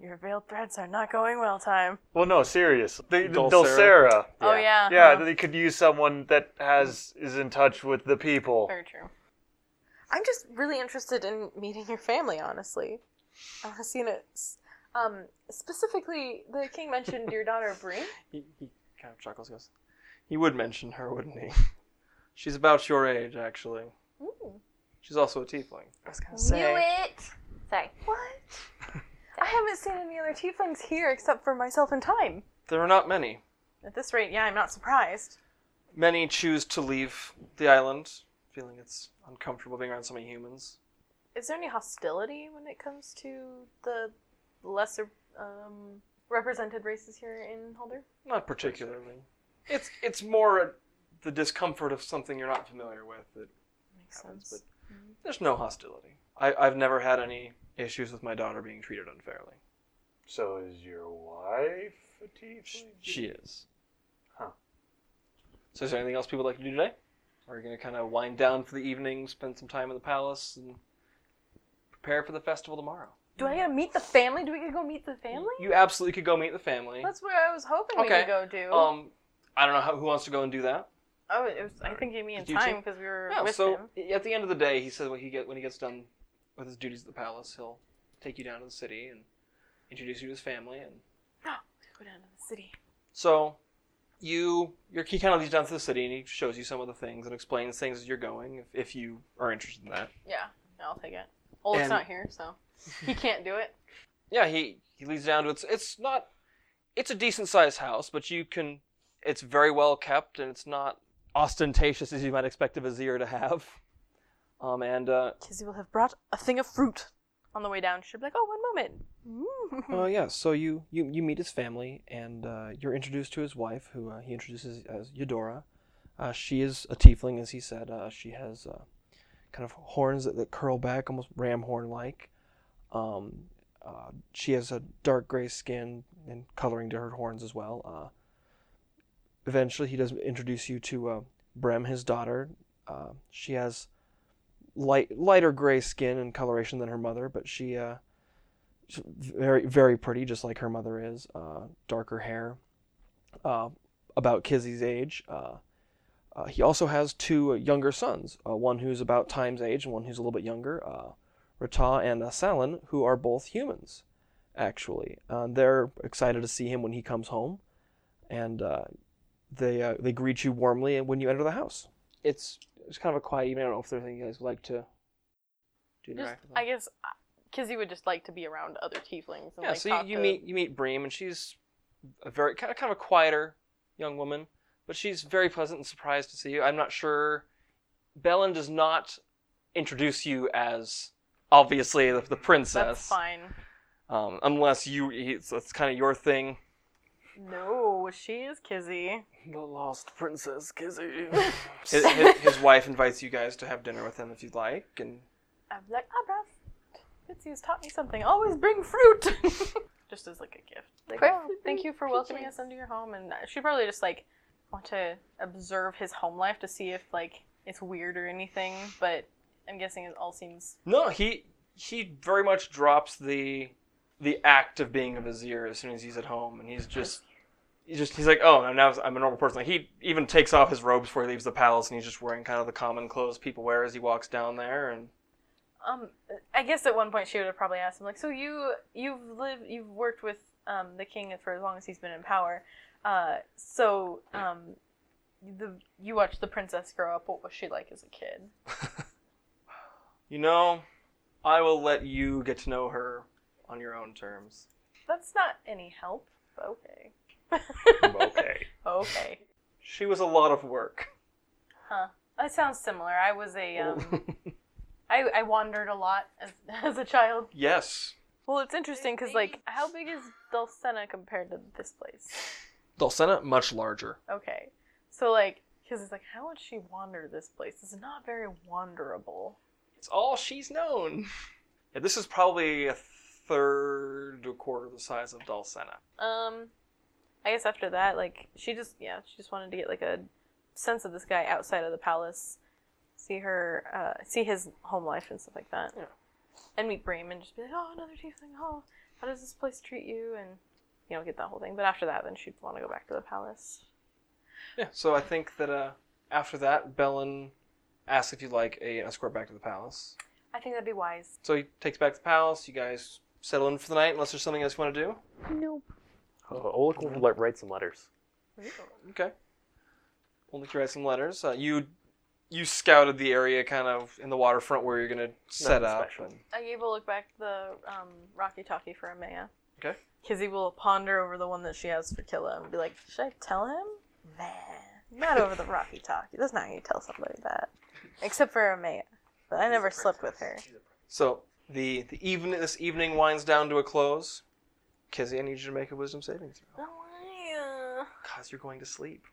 S5: Your veiled threats are not going well, time.
S8: Well, no, seriously. The,
S7: Dulcera.
S8: Dulcera.
S5: Oh yeah.
S8: Yeah,
S5: huh.
S8: they could use someone that has is in touch with the people.
S5: Very true. I'm just really interested in meeting your family, honestly. I want to see it. Um, specifically, the king mentioned your daughter Breen.
S7: he, he kind of chuckles, goes, he would mention her, wouldn't he? *laughs* She's about your age, actually. She's also a tiefling.
S10: I was gonna
S4: Knew
S10: say.
S4: it. Sorry. What?
S5: *laughs* I haven't seen any other tieflings here except for myself and Time.
S7: There are not many.
S5: At this rate, yeah, I'm not surprised.
S7: Many choose to leave the island, feeling it's uncomfortable being around so many humans.
S5: Is there any hostility when it comes to the lesser um, represented races here in Holder?
S7: Not particularly. It's it's more the discomfort of something you're not familiar with that
S5: Makes
S7: happens, but there's no hostility. I, I've never had any issues with my daughter being treated unfairly.
S8: So is your wife a
S5: Oh,
S8: tiefling?
S7: She is.
S8: Huh.
S7: So is there anything else people would like to do today? Are you going to kind of wind down for the evening, spend some time in the palace, and prepare for the festival tomorrow?
S5: Do I gotta meet the family? Do we get to go meet the family?
S7: You absolutely could go meet the family.
S5: That's what I was hoping we
S7: Okay.
S5: could go do.
S7: Um, I don't know how, who wants to go and do that.
S5: oh, it was, I think Amy and
S7: Did you two?
S5: time because we were
S7: No,
S5: with
S7: so
S5: him.
S7: at the end of the day, he said when he get when he gets done with his duties at the palace, he'll take you down to the city and introduce you to his family. And
S5: Go down to the city.
S7: so you your he kind of leads you down to the city and he shows you some of the things and explains things as you're going if, if you are interested in that.
S5: Yeah, I'll take it. Olaf's
S7: And-
S5: not here,
S7: *laughs*
S5: so he can't do it.
S7: Yeah, he he leads you down to it's it's not it's a decent sized house, but you can it's very well kept and it's not ostentatious as you might expect a vizier to have. Um, and uh,
S5: Kizzy will have brought a thing of fruit on the way down. She'll be like, "Oh, one moment." Mm.
S7: Uh, yeah, so you, you, you meet his family, and uh, you're introduced to his wife, who uh, he introduces as Eudora. Uh, she is a tiefling, as he said. Uh, she has uh, kind of horns that, that curl back, almost ram horn like. Um, uh, she has a dark gray skin and coloring to her horns as well. Uh, eventually, he does introduce you to uh, Brem, his daughter. Uh, she has light lighter gray skin and coloration than her mother, but she. Uh, She's very very pretty, just like her mother is. Uh, darker hair, uh, about Kizzy's age. Uh, uh, he also has two younger sons, uh, one who's about Time's age and one who's a little bit younger, uh, Rata and uh, Salin, who are both humans, actually. Uh, they're excited to see him when he comes home, and uh, they uh, they greet you warmly when you enter the house. It's it's kind of a quiet evening. I don't know if there's anything you guys would like to do.
S5: Just,
S7: interact with them.
S5: I guess uh, Kizzy would just like to be around other tieflings. And
S7: Yeah,
S5: like,
S7: so
S5: talk
S7: you, you
S5: to-
S7: meet you meet Bream, and she's a very kind of kind of a quieter young woman, but she's very pleasant and surprised to see you. I'm not sure. Belen does not introduce you as obviously the, the princess,
S5: That's fine.
S7: Um, unless you it's, that's kind of
S5: *laughs*
S7: your thing.
S5: No, she is Kizzy.
S3: The lost princess *laughs* Kizzy.
S7: His, his, his wife invites you guys to have dinner with him if you'd like, and
S5: I'm like, ah, bruv. Fitzy has taught me something. Always bring fruit. *laughs* just as like a gift. Like, "Oh,
S4: Well,
S5: thank you for welcoming
S4: peaches.
S5: us into your home. And uh, she probably just like want to observe his home life to see if like it's weird or anything. But I'm guessing it all seems
S7: No, he he very much drops the the act of being a vizier as soon as he's at home, and he's just he's just he's like, oh, I'm now I'm a normal person. Like he even takes off his robes before he leaves the palace, and he's just wearing kind of the common clothes people wear as he walks down there. And
S5: Um, I guess at one point she would have probably asked him, like, so you you've lived, you've worked with um, the king for as long as he's been in power. Uh, so um, the you watched the princess grow up. What was she like as a kid?
S7: you know, I will let you get to know her on your own terms.
S5: That's not any help. but Okay.
S6: Okay.
S5: *laughs* Okay.
S7: She was a lot of work.
S5: Huh. That sounds similar. I was a
S7: Oh.
S5: um, I I wandered a lot as *laughs* as a child.
S7: *laughs* yes,
S5: Well, it's interesting because like, how big is Dulcena compared to this place?
S7: Dulcena much larger.
S5: Okay. So like because it's like how would she wander this place? It's not very wanderable.
S7: It's all she's known. *laughs* Yeah, this is probably a third to a quarter the size of Dulcena.
S5: Um I guess after that like she just yeah, she just wanted to get like a sense of this guy outside of the palace. See her uh see his home life and stuff like that.
S7: Yeah.
S5: And meet Bream and just be like, "Oh, another tiefling. Oh, how does this place treat you?" and you know, get that whole thing. But after that, then she'd want to go back to the palace.
S7: Yeah. So I think that uh, after that, Belen asks if you'd like a an escort back to the palace.
S5: I think that'd be wise.
S7: So he takes you back to the palace. You guys settle in for the night, unless there's something else you want to do.
S3: Uh, Olaf will let- write some letters.
S7: Okay. We'll need to write some letters. Uh, you you scouted the area kind of in the waterfront where you're gonna set
S3: Nothing
S7: up.
S3: special.
S7: and-
S5: I gave a look back to the um, Rocky Talkie for Amaya.
S7: Okay.
S5: Kizzy will ponder over the one that she has for Killa and be like, should I tell him? Nah. Not over the Rocky Talkie. That's not how you tell somebody that. Except for Amaya. But I never slept with her.
S7: So the the evening this evening winds down to a close. Kizzy, I need you to make a wisdom saving throw.
S5: Oh,
S7: Cause you're going to sleep.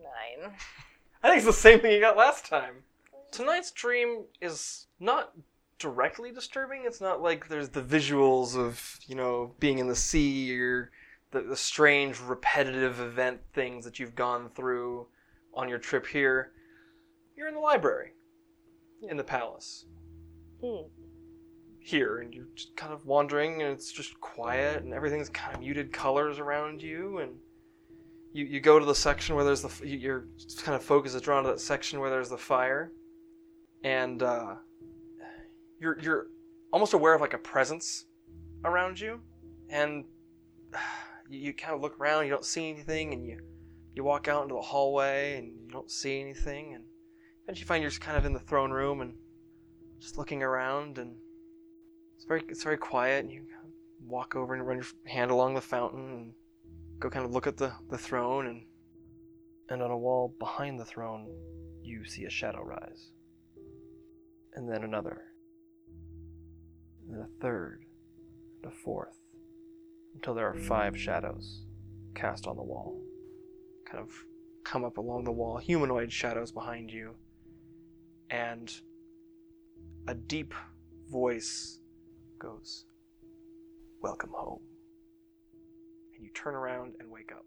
S5: yeah. Nine.
S7: I think it's the same thing you got last time. Tonight's dream is not directly disturbing. It's not like there's the visuals of, you know, being in the sea or the, the strange repetitive event things that you've gone through on your trip here. You're in the library, in the palace.
S10: Hmm.
S7: Here, and you're just kind of wandering, and it's just quiet, and everything's kind of muted colors around you, and you, you go to the section where there's the f- you- your kind of focus is drawn to that section where there's the fire, and uh, you're you're almost aware of like a presence around you, and *sighs* you, you kind of look around. You don't see anything, and you you walk out into the hallway, and you don't see anything, and eventually you find you're just kind of in the throne room and just looking around, and it's very it's very quiet, and you kind of walk over and run your hand along the fountain. and go kind of look at the, the throne and and on a wall behind the throne you see a shadow rise and then another and then a third and a fourth until there are five shadows cast on the wall kind of come up along the wall humanoid shadows behind you and a deep voice goes welcome home and you turn around and wake up.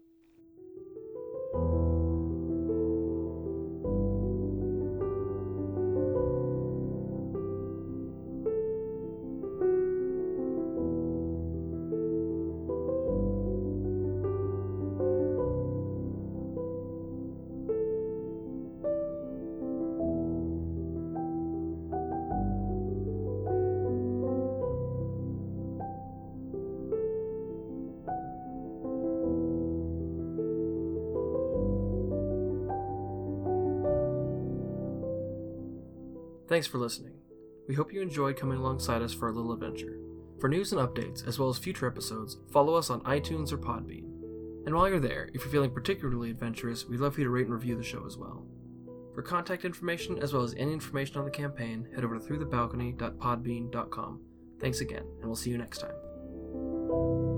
S1: Thanks for listening. We hope you enjoyed coming alongside us for a little adventure. For news and updates, as well as future episodes, follow us on iTunes or Podbean. And while you're there, if you're feeling particularly adventurous, we'd love for you to rate and review the show as well. For contact information, as well as any information on the campaign, head over to throughthebalcony.podbean.com. Thanks again, and we'll see you next time.